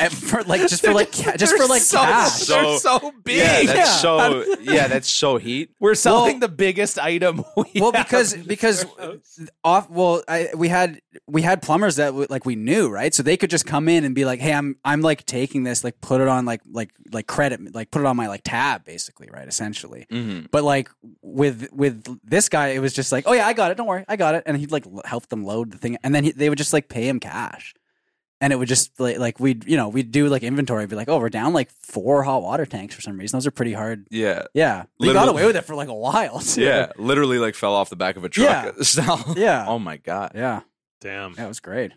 Speaker 3: at- for like just for like ca- just for like cash.
Speaker 2: so- they're
Speaker 1: big.
Speaker 2: yeah, that's
Speaker 3: Yeah.
Speaker 2: so. Yeah, that's so heat.
Speaker 1: We're selling the biggest item. We
Speaker 3: well
Speaker 1: have.
Speaker 3: because because
Speaker 1: Oh,
Speaker 3: off well I, we had we had plumbers that w- like we knew right so they could just come in and be like hey i'm i'm like taking this like put it on like like like credit like put it on my like tab basically right essentially
Speaker 2: Mhm.
Speaker 3: but like with with this guy it was just like oh yeah i got it don't worry i got it and he'd like l- help them load the thing and then he, they would just like pay him cash and it would just like, like we'd you know we'd do like inventory and be like oh we're down like four hot water tanks for some reason those are pretty hard
Speaker 2: Yeah.
Speaker 3: yeah we got
Speaker 2: Literally-
Speaker 3: away with it for like a while too.
Speaker 2: Yeah, literally like fell off the back of a truck. style.
Speaker 3: Yeah.
Speaker 2: Oh my god.
Speaker 3: yeah
Speaker 1: damn,
Speaker 3: that was great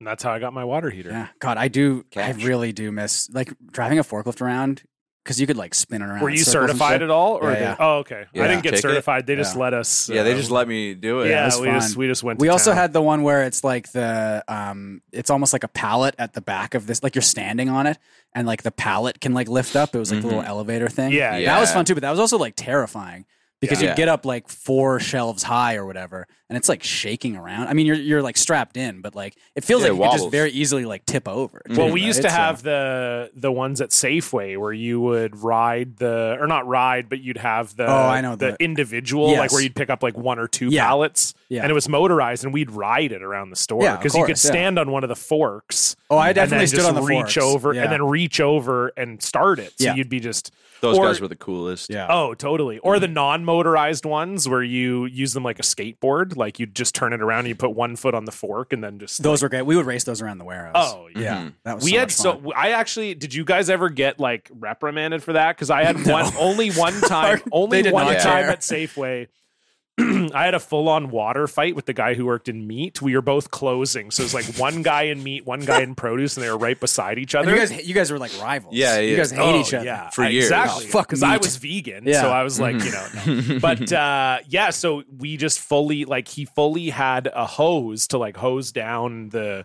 Speaker 1: And that's how I got my water heater.
Speaker 3: Yeah, God, I do.
Speaker 2: Cash.
Speaker 3: I really do miss like driving a forklift around because you could like spin it around.
Speaker 1: Were
Speaker 3: in
Speaker 1: you
Speaker 3: circles and
Speaker 1: certified
Speaker 3: shit.
Speaker 1: at all? Or
Speaker 3: Yeah,
Speaker 1: did-
Speaker 3: yeah.
Speaker 1: oh, okay. I
Speaker 2: Yeah.
Speaker 1: didn't get
Speaker 2: Ticket?
Speaker 1: certified. They just
Speaker 3: Yeah.
Speaker 1: let us.
Speaker 2: Yeah, they
Speaker 1: uh,
Speaker 2: just let me do it.
Speaker 1: Yeah,
Speaker 3: was
Speaker 1: we
Speaker 3: fine.
Speaker 1: just we just went.
Speaker 3: We
Speaker 1: to
Speaker 3: also
Speaker 1: town.
Speaker 3: had the one where it's like the um, it's almost like a pallet at the back of this. Like you're standing on it, and like the pallet can like lift up. It was like a little elevator thing.
Speaker 1: Mm-hmm. Yeah,
Speaker 3: that
Speaker 1: yeah.
Speaker 3: was fun too. But that was also like terrifying because
Speaker 2: Yeah.
Speaker 3: you get up like four shelves high or whatever, and it's like shaking around. I mean, you're you're like strapped in, but like it feels
Speaker 2: Yeah, it
Speaker 3: like you could just
Speaker 2: wobbles.
Speaker 3: very easily like tip over. too,
Speaker 1: Mm-hmm. Well, we used to
Speaker 3: right? So-
Speaker 1: have the the ones at Safeway where you would ride the or not ride, but you'd have the
Speaker 3: Oh, I know
Speaker 1: the
Speaker 3: that.
Speaker 1: individual like
Speaker 3: Yes.
Speaker 1: where you'd pick up like one or two
Speaker 3: Yeah.
Speaker 1: pallets,
Speaker 3: Yeah.
Speaker 1: and it was motorized, and we'd ride it around the store
Speaker 3: Yeah, of
Speaker 1: because you could
Speaker 3: course, yeah.
Speaker 1: stand on one of the forks.
Speaker 3: Oh, I
Speaker 1: and
Speaker 3: definitely
Speaker 1: then
Speaker 3: stood
Speaker 1: just
Speaker 3: on the
Speaker 1: reach
Speaker 3: forks.
Speaker 1: over
Speaker 3: Yeah.
Speaker 1: and then reach over and start it. So
Speaker 3: Yeah.
Speaker 1: you'd be just
Speaker 2: Those
Speaker 1: Or-
Speaker 2: guys were the coolest.
Speaker 3: yeah.
Speaker 1: Oh, totally. Or the non-motorized ones where you use them like a skateboard, like you just turn it around and you put one foot on the fork and then just
Speaker 3: Those were great. We would race those around the warehouse.
Speaker 1: Oh, yeah.
Speaker 3: yeah, that was
Speaker 1: we
Speaker 3: so
Speaker 1: had
Speaker 3: much fun.
Speaker 1: so I actually did you guys ever get like reprimanded for that because I had one only one time
Speaker 3: They
Speaker 1: only
Speaker 3: did
Speaker 1: one
Speaker 3: not
Speaker 1: time
Speaker 3: care.
Speaker 1: at Safeway. I had a full on water fight with the guy who worked in meat. We were both closing, so it was like one guy in meat, one guy in produce, and they were right beside each
Speaker 3: And
Speaker 1: other.
Speaker 3: you guys, you guys were like rivals.
Speaker 2: Yeah, yeah.
Speaker 3: You guys hate
Speaker 1: Oh,
Speaker 3: each other.
Speaker 1: Yeah,
Speaker 2: for
Speaker 1: I-
Speaker 2: years.
Speaker 1: Exactly.
Speaker 3: Oh, fuck
Speaker 1: Because I
Speaker 3: meat.
Speaker 1: was vegan,
Speaker 3: Yeah.
Speaker 1: so I was like, you know.
Speaker 2: Mm-hmm.
Speaker 1: no. But uh, yeah, so we just fully like he fully had a hose to like hose down the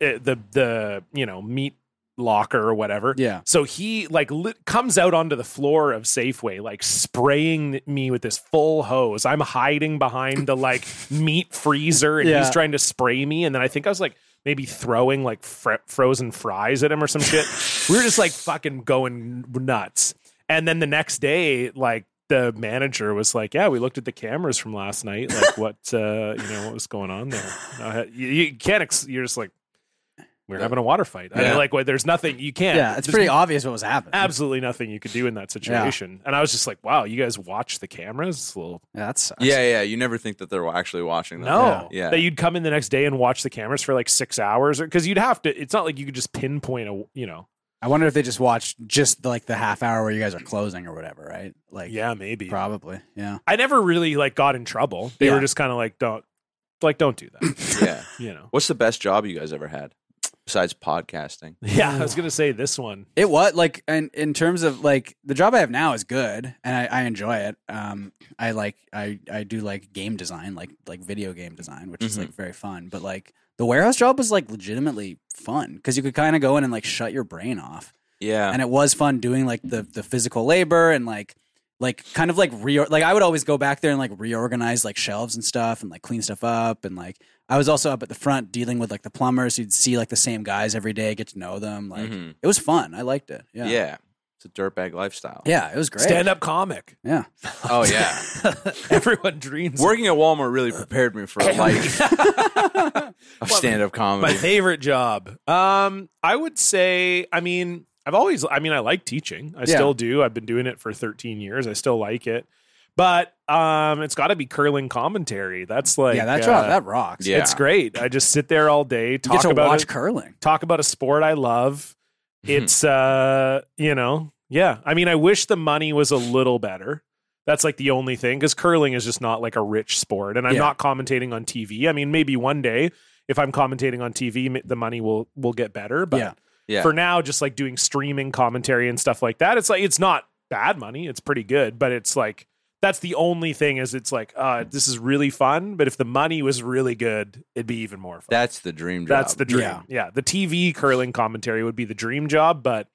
Speaker 1: uh, the the you know meat locker or whatever.
Speaker 3: Yeah.
Speaker 1: So he like lit, comes out onto the floor of Safeway like spraying me with this full hose. I'm hiding behind the like meat freezer and he's
Speaker 3: Yeah.
Speaker 1: trying to spray me and then I think I was like maybe throwing like fr- frozen fries at him or some shit. we were just like fucking going nuts. And then the next day, like the manager was like, "Yeah, we looked at the cameras from last night. Like, what uh, you know, what was going on there? Uh, you, you can't. Ex- you're just like, we're having a water fight. I
Speaker 2: Yeah.
Speaker 1: mean, like, well, there's nothing you can't.
Speaker 3: yeah, it's
Speaker 1: There's
Speaker 3: pretty obvious what was happening.
Speaker 1: absolutely nothing you could do in that situation. And I was just like, wow, you guys watch the cameras? It's a little
Speaker 3: Yeah, that sucks.
Speaker 2: Yeah, yeah. You never think that they're actually watching that.
Speaker 1: no,
Speaker 2: Yeah.
Speaker 1: that you'd come in the next day and watch the cameras for like six hours, because you'd have to. It's not like you could just pinpoint a, you know,
Speaker 3: I wonder if they just watched just like the half hour where you guys are closing or whatever, right? Like,
Speaker 1: yeah, maybe.
Speaker 3: probably. Yeah.
Speaker 1: I never really like got in trouble. They
Speaker 3: Yeah.
Speaker 1: were just kind of like, don't, like, don't do that,
Speaker 2: Yeah.
Speaker 1: you know.
Speaker 2: What's the best job you guys ever had besides podcasting?
Speaker 1: Yeah, I was gonna say this one.
Speaker 3: It was like, and in terms of like the job I have now is good, and I, I enjoy it. Um, I like I I do like game design, like like video game design, which is
Speaker 2: Mhm.
Speaker 3: like very fun. But like the warehouse job was like legitimately fun because you could kind of go in and like shut your brain off,
Speaker 2: Yeah.
Speaker 3: and it was fun doing like the the physical labor and like like kind of like re like I would always go back there and like reorganize like shelves and stuff and like clean stuff up and like I was also up at the front dealing with like the plumbers. You'd see like the same guys every day, get to know them, like.
Speaker 2: Mhm.
Speaker 3: It was fun. I liked it. Yeah.
Speaker 2: yeah. It's a dirtbag lifestyle.
Speaker 3: Yeah, it was great.
Speaker 1: Stand up comic.
Speaker 3: Yeah.
Speaker 2: Oh yeah.
Speaker 1: Everyone dreams. of
Speaker 2: Working at Walmart really prepared me for a life of stand-up
Speaker 1: my
Speaker 2: comedy.
Speaker 1: favorite job. Um, I would say, I mean, I've always, I mean, I like teaching. I still do. I've been doing it for 13 years. I still like it, but um, it's got to be curling commentary. That's like,
Speaker 3: yeah, that
Speaker 1: uh,
Speaker 3: job that rocks.
Speaker 2: Yeah.
Speaker 1: it's great. I just sit there all day,
Speaker 3: You get
Speaker 1: talk
Speaker 3: to
Speaker 1: about
Speaker 3: watch Mm-hmm.
Speaker 1: it,
Speaker 3: curling.
Speaker 1: talk about a sport I love. It's uh, you know, yeah. I mean, I wish the money was a little better. That's like the only thing because curling is just not like a rich sport, and I'm
Speaker 3: Yeah.
Speaker 1: not commentating on TV. I mean, maybe one day if I'm commentating on TV, m- the money will will get better. But
Speaker 3: Yeah.
Speaker 2: Yeah.
Speaker 1: for now, just like doing streaming commentary and stuff like that, it's like it's not bad money. It's pretty good, but it's like that's the only thing is it's like uh, this is really fun. But if the money was really good, it'd be even more fun.
Speaker 2: That's the dream job.
Speaker 1: That's the dream.
Speaker 3: Yeah.
Speaker 1: Yeah. The TV curling commentary would be the dream job. But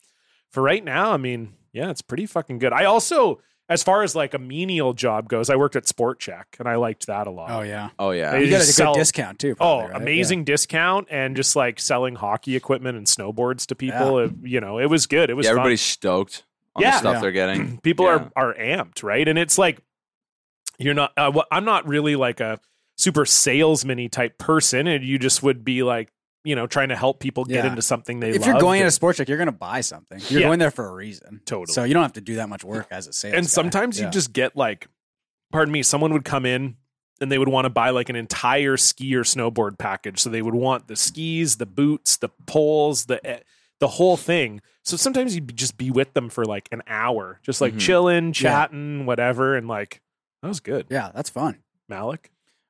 Speaker 1: for right now, I mean, yeah, it's pretty fucking good. I also, as far as like a menial job goes, I worked at Sport Check and I liked that a lot.
Speaker 3: Oh yeah.
Speaker 2: Oh yeah.
Speaker 1: They
Speaker 3: You got a good
Speaker 1: just sell-
Speaker 3: discount too.
Speaker 1: Oh,
Speaker 3: probably, right?
Speaker 1: amazing discount and just like selling hockey equipment and snowboards to people. It- you know, it was good. It was
Speaker 2: yeah,
Speaker 1: fun.
Speaker 2: everybody's stoked on the
Speaker 1: Yeah.
Speaker 2: stuff
Speaker 3: Yeah.
Speaker 2: they're getting.
Speaker 1: people
Speaker 2: Yeah.
Speaker 1: are are amped right and it's like you're not uh, wh- i'm not really like a super salesman type person and you just would be like you know trying to help people get
Speaker 3: Yeah.
Speaker 1: into something they
Speaker 3: Yeah. If
Speaker 1: love
Speaker 3: you're going in a
Speaker 1: and,
Speaker 3: sport check, you're going to buy something. You're
Speaker 1: Yeah.
Speaker 3: going there for a reason.
Speaker 1: Totally.
Speaker 3: So you don't have to do that much work as a sales.
Speaker 1: and
Speaker 3: guy.
Speaker 1: sometimes
Speaker 3: Yeah.
Speaker 1: you just get like pardon me someone would come in and they would want to buy like an entire ski or snowboard package so they would want the skis the boots the poles the eh, the whole thing so sometimes you'd be- just be with them for like an hour just like
Speaker 3: Mm-hmm.
Speaker 2: Mhm.
Speaker 1: chilling chatting whatever and like that was good
Speaker 3: yeah, that's fun.
Speaker 1: malik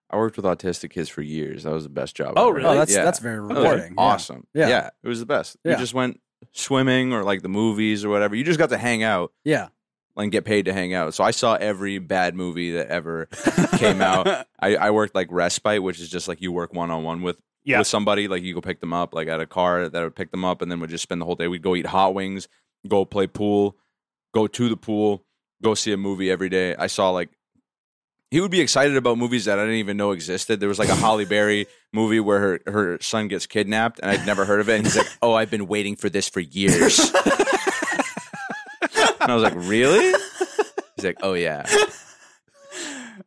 Speaker 2: I worked with autistic kids for years. That was the best job.
Speaker 1: Oh,
Speaker 2: I ever
Speaker 1: really?
Speaker 2: had.
Speaker 3: Oh, that's
Speaker 2: yeah.
Speaker 3: that's very
Speaker 2: That was
Speaker 3: rewarding. Yeah.
Speaker 2: Awesome.
Speaker 3: Yeah.
Speaker 2: Yeah. It was the best.
Speaker 3: Yeah.
Speaker 2: We just went swimming or like the movies or whatever. You just got to hang out
Speaker 3: Yeah.
Speaker 2: and get paid to hang out. So I saw every bad movie that ever came out. I, I worked like respite, which is just like you work one on one with
Speaker 1: Yeah.
Speaker 2: with somebody. Like you go pick them up, like at a car that would pick them up, and then would just spend the whole day. We'd go eat hot wings, go play pool, go to the pool, go see a movie every day. I saw like he would be excited about movies that I didn't even know existed. There was like a Holly Berry movie where her, her son gets kidnapped, and I'd never heard of it. And he's like, "Oh, I've been waiting for this for years." and I was like, "Really?" He's like, "Oh yeah."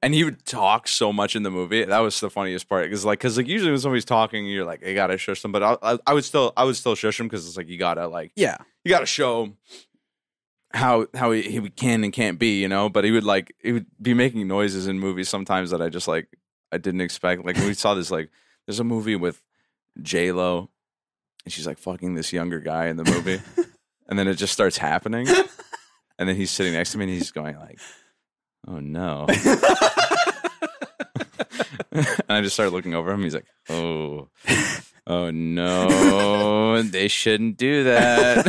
Speaker 2: And he would talk so much in the movie. That was the funniest part because, like, because like usually when somebody's talking, you're like, "You gotta shush them," but I, I, I would still, I would still shush him because it's like you gotta like
Speaker 3: Yeah.
Speaker 2: you got to show how how he, he can and can't be, you know. But he would like he would be making noises in movies sometimes that I just like I didn't expect. Like we saw this like there's a movie with J Lo, and she's like fucking this younger guy in the movie, and then it just starts happening, and then he's sitting next to me and he's going like, "Oh no." and I just started looking over him. He's like, "Oh, oh no, they shouldn't do that."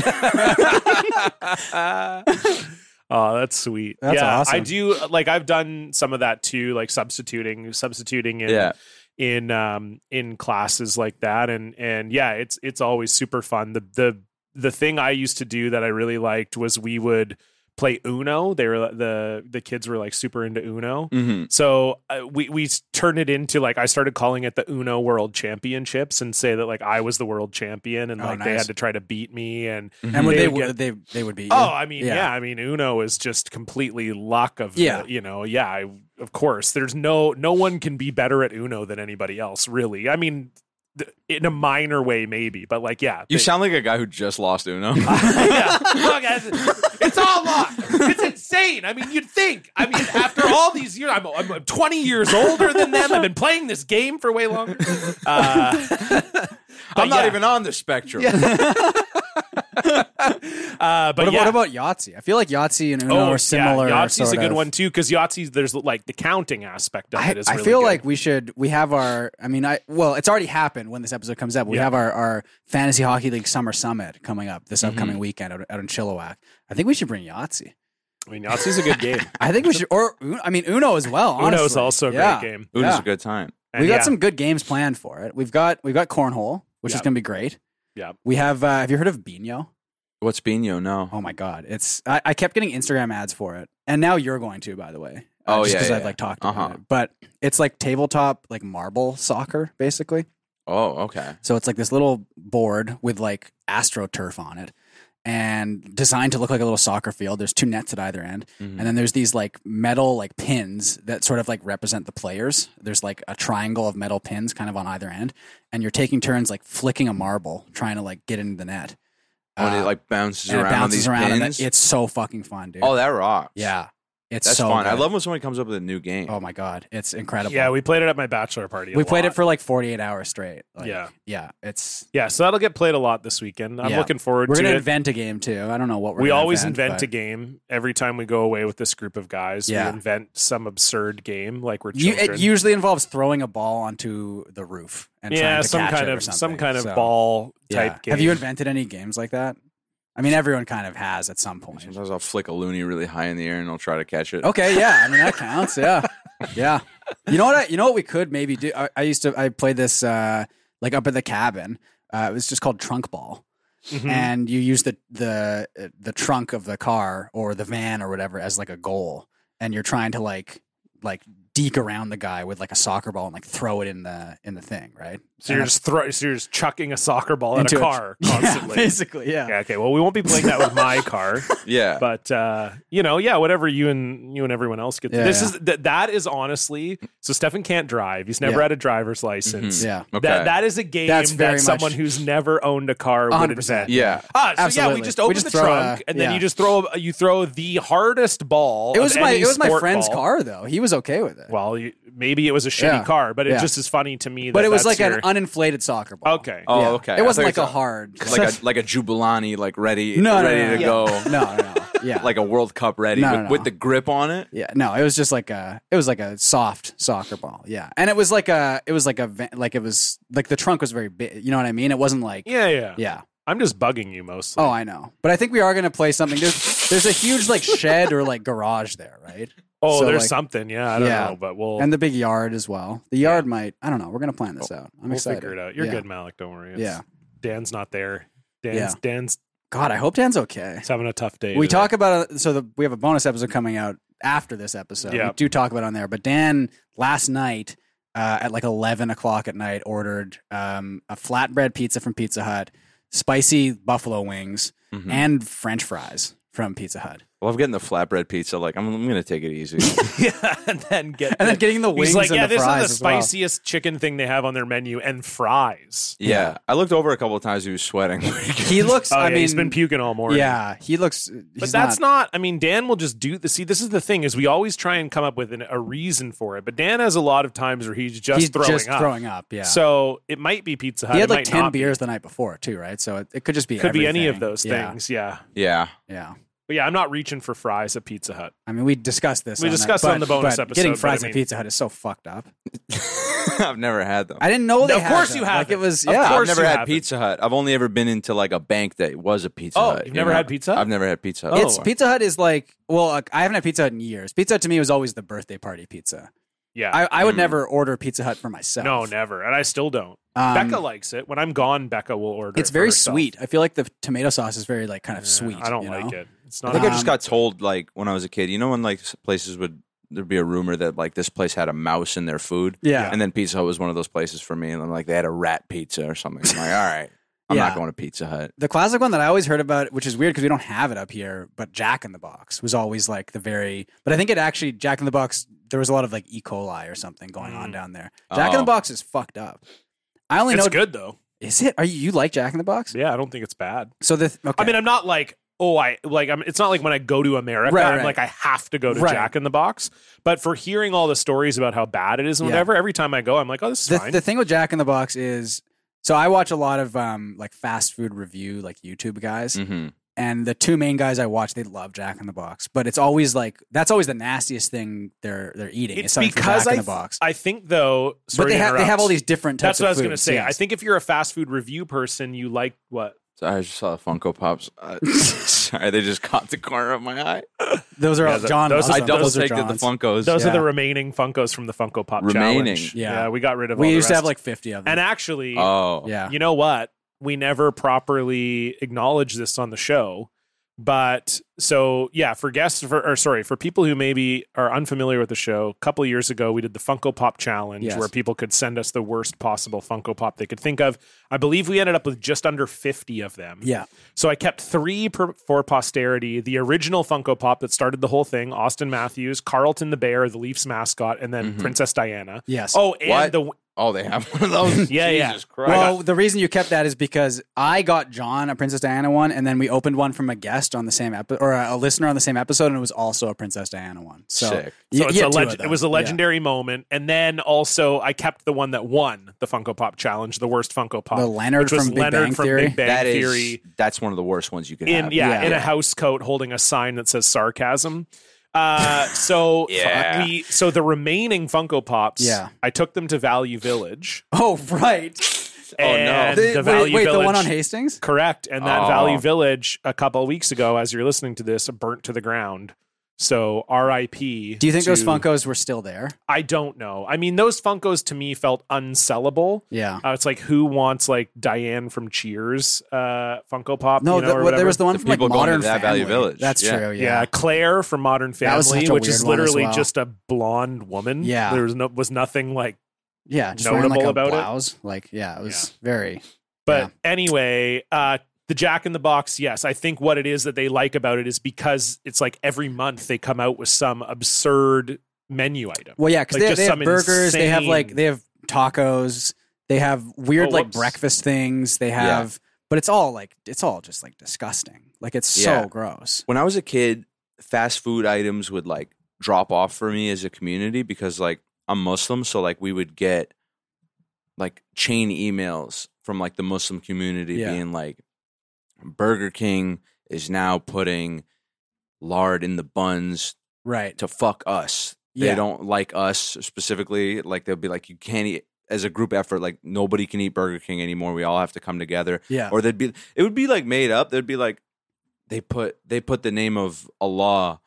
Speaker 1: Oh, that's sweet.
Speaker 3: That's
Speaker 1: yeah,
Speaker 3: awesome.
Speaker 1: I do uh, like I've done some of that too, like substituting, substituting in
Speaker 2: yeah,
Speaker 1: in um in classes like that, and and yeah, it's it's always super fun. The the the thing I used to do that I really liked was we would play Uno. They were the the kids were like super into Uno.
Speaker 3: Mm.
Speaker 2: Mm-hmm.
Speaker 1: So uh, we we s- turned it into like I started calling it the Uno World Championships and say that like I was the world champion and
Speaker 3: Oh,
Speaker 1: like they
Speaker 3: nice.
Speaker 1: had to try to beat me and
Speaker 3: and would
Speaker 1: They
Speaker 3: they
Speaker 1: would
Speaker 3: would they they would be
Speaker 1: oh I mean yeah.
Speaker 3: Yeah.
Speaker 1: I mean Uno is just completely luck of the-
Speaker 3: Yeah.
Speaker 1: you know yeah I, of course there's no no one can be better at Uno than anybody else really I mean th- in a minor way maybe but like yeah
Speaker 2: You
Speaker 1: they-
Speaker 2: sound like a guy who just lost Uno.
Speaker 1: yeah. Look, it's- it's all luck. It's insane. I mean, you'd think. I mean, after all these years, I'm, I'm 20 years older than them. I've been playing this game for way longer. Uh,
Speaker 2: I'm not
Speaker 1: yeah.
Speaker 2: even on the spectrum.
Speaker 1: uh, but
Speaker 3: What,
Speaker 1: yeah. Oh,
Speaker 3: about what about Yahtzee? I feel like Yahtzee and Uno are similar.
Speaker 1: Yeah. Yahtzee's
Speaker 3: sort
Speaker 1: a good
Speaker 3: of.
Speaker 1: one too because Yahtzee, there's like the counting aspect of
Speaker 3: I,
Speaker 1: it. Is
Speaker 3: I
Speaker 1: really
Speaker 3: feel
Speaker 1: good.
Speaker 3: like we should we have our I mean I well it's already happened when this episode comes up we
Speaker 1: Yeah.
Speaker 3: have our, our fantasy hockey league summer summit coming up
Speaker 1: Mm-hmm.
Speaker 3: this upcoming weekend out, out in Chilliwack I think we should bring Yahtzee
Speaker 1: I mean Yahtzee's a good game.
Speaker 3: I think we should or Un- I mean Uno as well honestly.
Speaker 1: Uno's also a great
Speaker 3: Yeah.
Speaker 1: game.
Speaker 2: Uno's
Speaker 3: Yeah.
Speaker 2: a good time.
Speaker 1: And
Speaker 3: we got
Speaker 1: yeah,
Speaker 3: some good games planned for it we've got we've got cornhole which is
Speaker 1: Yeah.
Speaker 3: going to be great
Speaker 1: Yeah.
Speaker 3: we have uh, have you heard of Bino
Speaker 2: What's Bino? No.
Speaker 3: oh my god it's I, I kept getting Instagram ads for it and now you're going to by the way uh,
Speaker 2: Oh,
Speaker 3: just
Speaker 2: yeah,
Speaker 3: because
Speaker 2: yeah,
Speaker 3: I've
Speaker 2: yeah.
Speaker 3: like talked
Speaker 2: Uh-huh.
Speaker 3: about it but it's like tabletop like marble soccer basically.
Speaker 2: Oh, okay.
Speaker 3: So it's like this little board with like astroturf on it and designed to look like a little soccer field. There's two nets at either end.
Speaker 2: Mm-hmm.
Speaker 3: And then there's these like metal like pins that sort of like represent the players. There's like a triangle of metal pins kind of on either end. And you're taking turns like flicking a marble trying to like get into the net.
Speaker 2: Oh, and
Speaker 3: Uh,
Speaker 2: it like bounces
Speaker 3: and
Speaker 2: around
Speaker 3: it bounces
Speaker 2: on
Speaker 3: around.
Speaker 2: these
Speaker 3: And
Speaker 2: pins.
Speaker 3: that- it's so fucking fun, dude.
Speaker 2: oh, that rocks.
Speaker 3: yeah. It's
Speaker 2: That's
Speaker 3: so
Speaker 2: fun. I
Speaker 3: good.
Speaker 2: love when somebody comes up with a new game.
Speaker 3: Oh my God. It's incredible.
Speaker 1: Yeah, we played it at my bachelor party. a
Speaker 3: we played
Speaker 1: lot.
Speaker 3: it for like 48 hours straight. Like,
Speaker 1: Yeah.
Speaker 3: Yeah. It's.
Speaker 1: yeah, so that'll get played a lot this weekend. I'm
Speaker 3: Yeah.
Speaker 1: looking forward
Speaker 3: We're
Speaker 1: to
Speaker 3: gonna
Speaker 1: it.
Speaker 3: invent a game too. I don't know what we're
Speaker 1: we
Speaker 3: gonna
Speaker 1: always
Speaker 3: invent,
Speaker 1: invent
Speaker 3: but-
Speaker 1: a game every time we go away with this group of guys.
Speaker 3: Yeah.
Speaker 1: We invent some absurd game like we're
Speaker 3: You,
Speaker 1: children.
Speaker 3: it usually involves throwing a ball onto the roof and
Speaker 1: yeah,
Speaker 3: trying to
Speaker 1: some
Speaker 3: catch
Speaker 1: kind
Speaker 3: it or
Speaker 1: of some
Speaker 3: something.
Speaker 1: kind of
Speaker 3: So,
Speaker 1: ball
Speaker 3: yeah.
Speaker 1: type game.
Speaker 3: Have you invented any games like that? I mean, everyone kind of has at some point.
Speaker 2: Sometimes I'll flick a loony really high in the air and I'll try to catch it.
Speaker 3: Okay, yeah, I mean that counts. Yeah, yeah. You know what? I, you know what we could maybe do. I, I used to I played this uh, like up at the cabin. Uh, it was just called trunk ball,
Speaker 1: Mhm.
Speaker 3: and you use the the uh, the trunk of the car or the van or whatever as like a goal, and you're trying to like like deke around the guy with like a soccer ball and like throw it in the in the thing, right?
Speaker 1: so you're
Speaker 3: And
Speaker 1: just throw, so you're just chucking a soccer ball at
Speaker 3: into
Speaker 1: a
Speaker 3: it.
Speaker 1: car constantly.
Speaker 3: Yeah, basically, yeah.
Speaker 1: Okay, okay, well, we won't be playing that with my car,
Speaker 2: Yeah.
Speaker 1: but uh, you know, yeah, whatever you and you and everyone else get.
Speaker 3: Yeah,
Speaker 1: this
Speaker 3: yeah.
Speaker 1: is th- that is honestly. So Stefan can't drive. He's never
Speaker 3: Yeah. Mm-hmm.
Speaker 1: had a driver's license.
Speaker 2: Mhm.
Speaker 3: Yeah.
Speaker 2: okay.
Speaker 1: That that is a game
Speaker 3: That's very
Speaker 1: that someone
Speaker 3: much-
Speaker 1: who's never owned a car would
Speaker 3: 100%.
Speaker 1: invent.
Speaker 2: yeah.
Speaker 1: Ah, so yeah, we
Speaker 3: Absolutely.
Speaker 1: just
Speaker 3: We
Speaker 1: open
Speaker 3: just
Speaker 1: the
Speaker 3: throw
Speaker 1: trunk,
Speaker 3: a-
Speaker 1: and then
Speaker 3: yeah.
Speaker 1: you just throw you throw the hardest ball.
Speaker 3: It
Speaker 1: of
Speaker 3: was my
Speaker 1: any
Speaker 3: it was my
Speaker 1: sport
Speaker 3: friend's
Speaker 1: ball.
Speaker 3: car though. He was okay with it.
Speaker 1: Well, you, maybe it was a shitty
Speaker 3: Yeah.
Speaker 1: car, but it
Speaker 3: Yeah.
Speaker 1: just is funny to me. That
Speaker 3: but it was
Speaker 1: that's
Speaker 3: like
Speaker 1: your-
Speaker 3: an uninflated soccer ball.
Speaker 1: okay.
Speaker 2: Oh,
Speaker 3: Yeah.
Speaker 2: okay. I
Speaker 3: It wasn't
Speaker 2: thought
Speaker 3: like
Speaker 2: you
Speaker 3: a
Speaker 2: were
Speaker 3: hard.
Speaker 2: talking- like a like a jubilani, like ready,
Speaker 3: No, no,
Speaker 2: ready
Speaker 3: no,
Speaker 2: to
Speaker 3: no.
Speaker 2: go,
Speaker 3: no, no, no. yeah,
Speaker 2: like a World Cup ready
Speaker 3: No,
Speaker 2: with,
Speaker 3: no, no.
Speaker 2: with the grip on it.
Speaker 3: yeah, no. It was just like a, it was like a soft soccer ball. Yeah, and it was like a, it was like a, va- like it was like the trunk was very big. You know what I mean? It wasn't like,
Speaker 1: yeah, yeah,
Speaker 3: yeah.
Speaker 1: I'm just bugging you mostly.
Speaker 3: Oh, I know. But I think we are gonna play something. There's, there's a huge like shed or like garage there, right?
Speaker 1: Oh,
Speaker 3: So,
Speaker 1: there's
Speaker 3: like-
Speaker 1: something. Yeah, I don't
Speaker 3: Yeah.
Speaker 1: know, but we'll
Speaker 3: And the big yard as well. The yard might, I don't know. We're gonna plan this out. I'm
Speaker 1: we'll
Speaker 3: excited.
Speaker 1: figure it out. You're
Speaker 3: Yeah.
Speaker 1: good, Malik. Don't worry. It's-
Speaker 3: Yeah.
Speaker 1: Dan's not there. Dan's
Speaker 3: Yeah.
Speaker 1: Dan's
Speaker 3: God, I hope Dan's okay.
Speaker 1: having a tough day.
Speaker 3: we
Speaker 1: today.
Speaker 3: talk about it. So the, we have a bonus episode coming out after this episode.
Speaker 1: Yeah.
Speaker 3: We do talk about it on there. But Dan last night uh, at like eleven o'clock at night ordered um, a flatbread pizza from Pizza Hut, spicy buffalo wings,
Speaker 1: Mm-hmm.
Speaker 2: Mhm.
Speaker 3: and French fries from Pizza Hut,
Speaker 2: Well, I'm getting the flatbread pizza. Like I'm, I'm gonna take it easy.
Speaker 1: yeah, and then get
Speaker 3: and then getting the wings
Speaker 1: He's like,
Speaker 3: and
Speaker 1: yeah,
Speaker 3: the
Speaker 1: this
Speaker 3: fries
Speaker 1: is the
Speaker 3: as well.
Speaker 1: spiciest chicken thing they have on their menu, and fries.
Speaker 2: yeah. I looked over a couple of times. He was sweating.
Speaker 3: He looks.
Speaker 1: Oh,
Speaker 3: I
Speaker 1: yeah,
Speaker 3: mean,
Speaker 1: he's been puking all morning.
Speaker 3: Yeah, he looks.
Speaker 1: But that's not, I mean, Dan will just do the. See, this is the thing is we always try and come up with an, a reason for it, but Dan has a lot of times where he's just
Speaker 3: he's
Speaker 1: throwing
Speaker 3: just
Speaker 1: up.
Speaker 3: throwing up. Yeah.
Speaker 1: So it might be Pizza Hut.
Speaker 3: he
Speaker 1: it
Speaker 3: had like
Speaker 1: might
Speaker 3: ten
Speaker 1: not be.
Speaker 3: beers the night before too, right? So it, it could just be
Speaker 1: Could be any of
Speaker 3: everything.
Speaker 1: those
Speaker 3: Yeah,
Speaker 1: things. Yeah.
Speaker 2: yeah.
Speaker 3: Yeah.
Speaker 1: But yeah, I'm not reaching for fries at Pizza Hut.
Speaker 3: I mean, we discussed this.
Speaker 1: We
Speaker 3: on that,
Speaker 1: discussed it on
Speaker 3: but-
Speaker 1: the bonus
Speaker 3: but
Speaker 1: episode,
Speaker 3: Getting
Speaker 1: but
Speaker 3: fries
Speaker 1: I mean-
Speaker 3: at Pizza Hut is so fucked up.
Speaker 2: I've never had them.
Speaker 3: I didn't know they.
Speaker 1: Of
Speaker 3: had
Speaker 1: course
Speaker 3: them.
Speaker 1: you have
Speaker 3: Like it
Speaker 1: them.
Speaker 3: was.
Speaker 1: Of
Speaker 3: Yeah.
Speaker 1: course
Speaker 2: I've never
Speaker 1: you
Speaker 2: had
Speaker 1: haven't.
Speaker 2: Pizza Hut. I've only ever been into like a bank that was a Pizza
Speaker 1: Oh,
Speaker 2: Hut.
Speaker 1: you've never had Pizza Hut?
Speaker 2: I've never had
Speaker 1: Oh.
Speaker 2: Pizza Hut.
Speaker 3: It's Pizza Hut is like well, like, I haven't had Pizza Hut in years. Pizza Hut to me was always the birthday party pizza.
Speaker 1: Yeah.
Speaker 3: I, I would
Speaker 2: Mm.
Speaker 3: never order Pizza Hut for myself.
Speaker 1: no, never. And I still don't.
Speaker 3: Um,
Speaker 1: Becca likes it. When I'm gone, Becca will order.
Speaker 3: It's
Speaker 1: it for
Speaker 3: very
Speaker 1: herself.
Speaker 3: sweet. I feel like the tomato sauce is very like kind of
Speaker 1: Yeah,
Speaker 3: sweet.
Speaker 1: I don't
Speaker 3: you
Speaker 1: like
Speaker 3: know?
Speaker 1: it. It's It's
Speaker 2: I
Speaker 1: not.
Speaker 2: think I
Speaker 1: A,
Speaker 2: just got told like when I was a kid. You know when like s- places would there'd be a rumor that like this place had a mouse in their food.
Speaker 3: Yeah.
Speaker 2: And then Pizza Hut was one of those places for me, and I'm like they had a rat pizza or something. I'm like, all right, I'm
Speaker 3: Yeah.
Speaker 2: not going to Pizza Hut.
Speaker 3: The classic one that I always heard about, which is weird because we don't have it up here, but Jack in the Box was always like the very. But I think it actually Jack in the Box. There was a lot of like E. coli or something going on down there. Jack in
Speaker 2: Oh.
Speaker 3: the Box is fucked up. I only
Speaker 1: Mm. it's
Speaker 3: know.
Speaker 1: good though.
Speaker 3: Is it? Are you, you like Jack in the Box?
Speaker 1: Yeah, I don't think it's bad.
Speaker 3: So the okay.
Speaker 1: I mean, I'm not like oh, I like. I'm. It's not like when I go to America,
Speaker 3: Right,
Speaker 1: I'm
Speaker 3: right.
Speaker 1: like I have to go to
Speaker 3: Right.
Speaker 1: Jack in the Box. But for hearing all the stories about how bad it is and
Speaker 3: Yeah.
Speaker 1: whatever, every time I go, I'm like, oh, this is
Speaker 3: the,
Speaker 1: fine.
Speaker 3: the thing with Jack in the Box is so I watch a lot of um like fast food review like YouTube guys,
Speaker 1: Mm.
Speaker 2: Mm-hmm.
Speaker 3: and the two main guys I watch they love Jack in the Box, but it's always like that's always the nastiest thing they're they're eating. It's,
Speaker 1: it's
Speaker 3: something from
Speaker 1: because
Speaker 3: Jack
Speaker 1: I,
Speaker 3: in the Box,
Speaker 1: I think though,
Speaker 3: but
Speaker 1: sorry
Speaker 3: they
Speaker 1: to
Speaker 3: have they have
Speaker 1: interrupt.
Speaker 3: all these different types.
Speaker 1: That's what I
Speaker 3: of
Speaker 1: was going to
Speaker 3: foods,
Speaker 1: say. I
Speaker 3: yes.
Speaker 1: think if you're a fast food review person, you like what?
Speaker 2: So I just saw the Funko Pops. Uh, sorry, they just caught the corner of my eye.
Speaker 3: those are
Speaker 1: Yeah,
Speaker 3: all
Speaker 1: th-
Speaker 3: John.
Speaker 1: those-
Speaker 3: loves
Speaker 2: I
Speaker 3: them.
Speaker 2: double
Speaker 3: Those are
Speaker 2: take the
Speaker 3: John's.
Speaker 2: Funkos.
Speaker 1: Those are
Speaker 3: Yeah.
Speaker 1: the remaining Funkos from the Funko Pop
Speaker 2: Remaining.
Speaker 1: challenge.
Speaker 3: Yeah.
Speaker 1: we got rid of. all
Speaker 3: We
Speaker 1: the
Speaker 3: used to have
Speaker 1: rest.
Speaker 3: like fifty of them.
Speaker 1: and actually,
Speaker 2: oh
Speaker 3: yeah,
Speaker 1: you know what? We never properly acknowledged this on the show. But so yeah, for guests for or sorry, for people who maybe are unfamiliar with the show, a couple of years ago we did the Funko Pop challenge
Speaker 3: Yes.
Speaker 1: where people could send us the worst possible Funko Pop they could think of. I believe we ended up with just under 50 of them.
Speaker 3: yeah.
Speaker 1: So I kept three per, for posterity: the original Funko Pop that started the whole thing, Austin Matthews, Carlton the Bear, the Leafs mascot, and then
Speaker 2: Mhm.
Speaker 1: Princess Diana.
Speaker 3: Mm-hmm. Yes.
Speaker 1: Oh, and
Speaker 2: What?
Speaker 1: the
Speaker 2: Oh, they have one of those.
Speaker 1: Yeah, yeah.
Speaker 2: Jesus Christ.
Speaker 3: Well, the reason you kept that is because I got John a Princess Diana one, and then we opened one from a guest on the same episode or a, a listener on the same episode, and it was also a Princess Diana one. So,
Speaker 2: Sick.
Speaker 3: you-
Speaker 1: so it's
Speaker 3: you
Speaker 1: a
Speaker 3: had two
Speaker 1: leg-
Speaker 3: of
Speaker 1: it
Speaker 3: them.
Speaker 1: was a
Speaker 3: Yeah.
Speaker 1: legendary moment, and then also I kept the one that won the Funko Pop challenge, the worst Funko Pop,
Speaker 3: The Leonard
Speaker 1: which was
Speaker 3: from Big
Speaker 1: Leonard
Speaker 3: Bang
Speaker 1: from
Speaker 3: Theory.
Speaker 1: Big Bang
Speaker 2: That is-
Speaker 1: Theory.
Speaker 2: that's one of the worst ones you can
Speaker 1: in
Speaker 2: have.
Speaker 1: yeah,
Speaker 3: Yeah.
Speaker 1: in a house coat holding a sign that says sarcasm. Uh, so
Speaker 2: Yeah.
Speaker 1: we so the remaining Funko Pops,
Speaker 3: Yeah.
Speaker 1: I took them to Value Village.
Speaker 3: Oh right.
Speaker 1: Oh and
Speaker 3: The-
Speaker 1: the, Value
Speaker 3: wait, wait,
Speaker 1: Village,
Speaker 3: the one on Hastings.
Speaker 1: correct, and that
Speaker 2: Oh.
Speaker 1: Value Village a couple of weeks ago, as you're listening to this, burnt to the ground. So R.I.P.
Speaker 3: Do you think
Speaker 1: to-
Speaker 3: those Funkos were still there?
Speaker 1: I don't know. I mean, those Funkos to me felt unsellable.
Speaker 3: Yeah.
Speaker 1: Uh, it's like who wants like Diane from Cheers, uh, Funko Pop?
Speaker 3: No,
Speaker 1: you know,
Speaker 3: the-
Speaker 1: or
Speaker 3: well,
Speaker 1: whatever.
Speaker 3: there was the one
Speaker 2: The
Speaker 3: from like
Speaker 2: people going to
Speaker 3: Modern
Speaker 2: that
Speaker 3: Family.
Speaker 2: Value Village.
Speaker 3: That's
Speaker 2: Yeah.
Speaker 3: true.
Speaker 1: yeah.
Speaker 3: Yeah.
Speaker 1: Claire from Modern
Speaker 3: That was
Speaker 1: Family,
Speaker 3: such a
Speaker 1: which is
Speaker 3: weird one as
Speaker 1: literally
Speaker 3: well.
Speaker 1: just a blonde woman.
Speaker 3: Yeah.
Speaker 1: there was no was nothing like.
Speaker 3: Yeah. Just wearing like
Speaker 1: Notable
Speaker 3: a
Speaker 1: about it?
Speaker 3: blouse. Like yeah, it was very.
Speaker 1: But anyway, uh, the Jack in the Box. Yes, I think what it is that they like about it is because it's like every month they come out with some absurd menu item.
Speaker 3: Well, yeah, because
Speaker 1: Like,
Speaker 3: they,
Speaker 1: just
Speaker 3: they have
Speaker 1: some
Speaker 3: burgers. They have like
Speaker 1: insane-
Speaker 3: they have tacos. They have weird
Speaker 1: Oh,
Speaker 3: like
Speaker 1: whoops.
Speaker 3: breakfast things. They
Speaker 2: Yeah.
Speaker 3: have, but it's all like it's all just like disgusting. Like it's
Speaker 2: Yeah.
Speaker 3: so gross.
Speaker 2: when I was a kid, fast food items would like drop off for me as a community because like I'm Muslim, so like we would get like chain emails from like the Muslim community
Speaker 3: Yeah.
Speaker 2: being like Burger King is now putting lard in the buns
Speaker 3: Right.
Speaker 2: to fuck us. They
Speaker 3: Yeah.
Speaker 2: don't like us specifically. Like they'll be like, you can't eat as a group effort. Like nobody can eat Burger King anymore. We all have to come together
Speaker 3: Yeah.
Speaker 2: or they'd be it would be like made up they'd be like they put they put the name of allah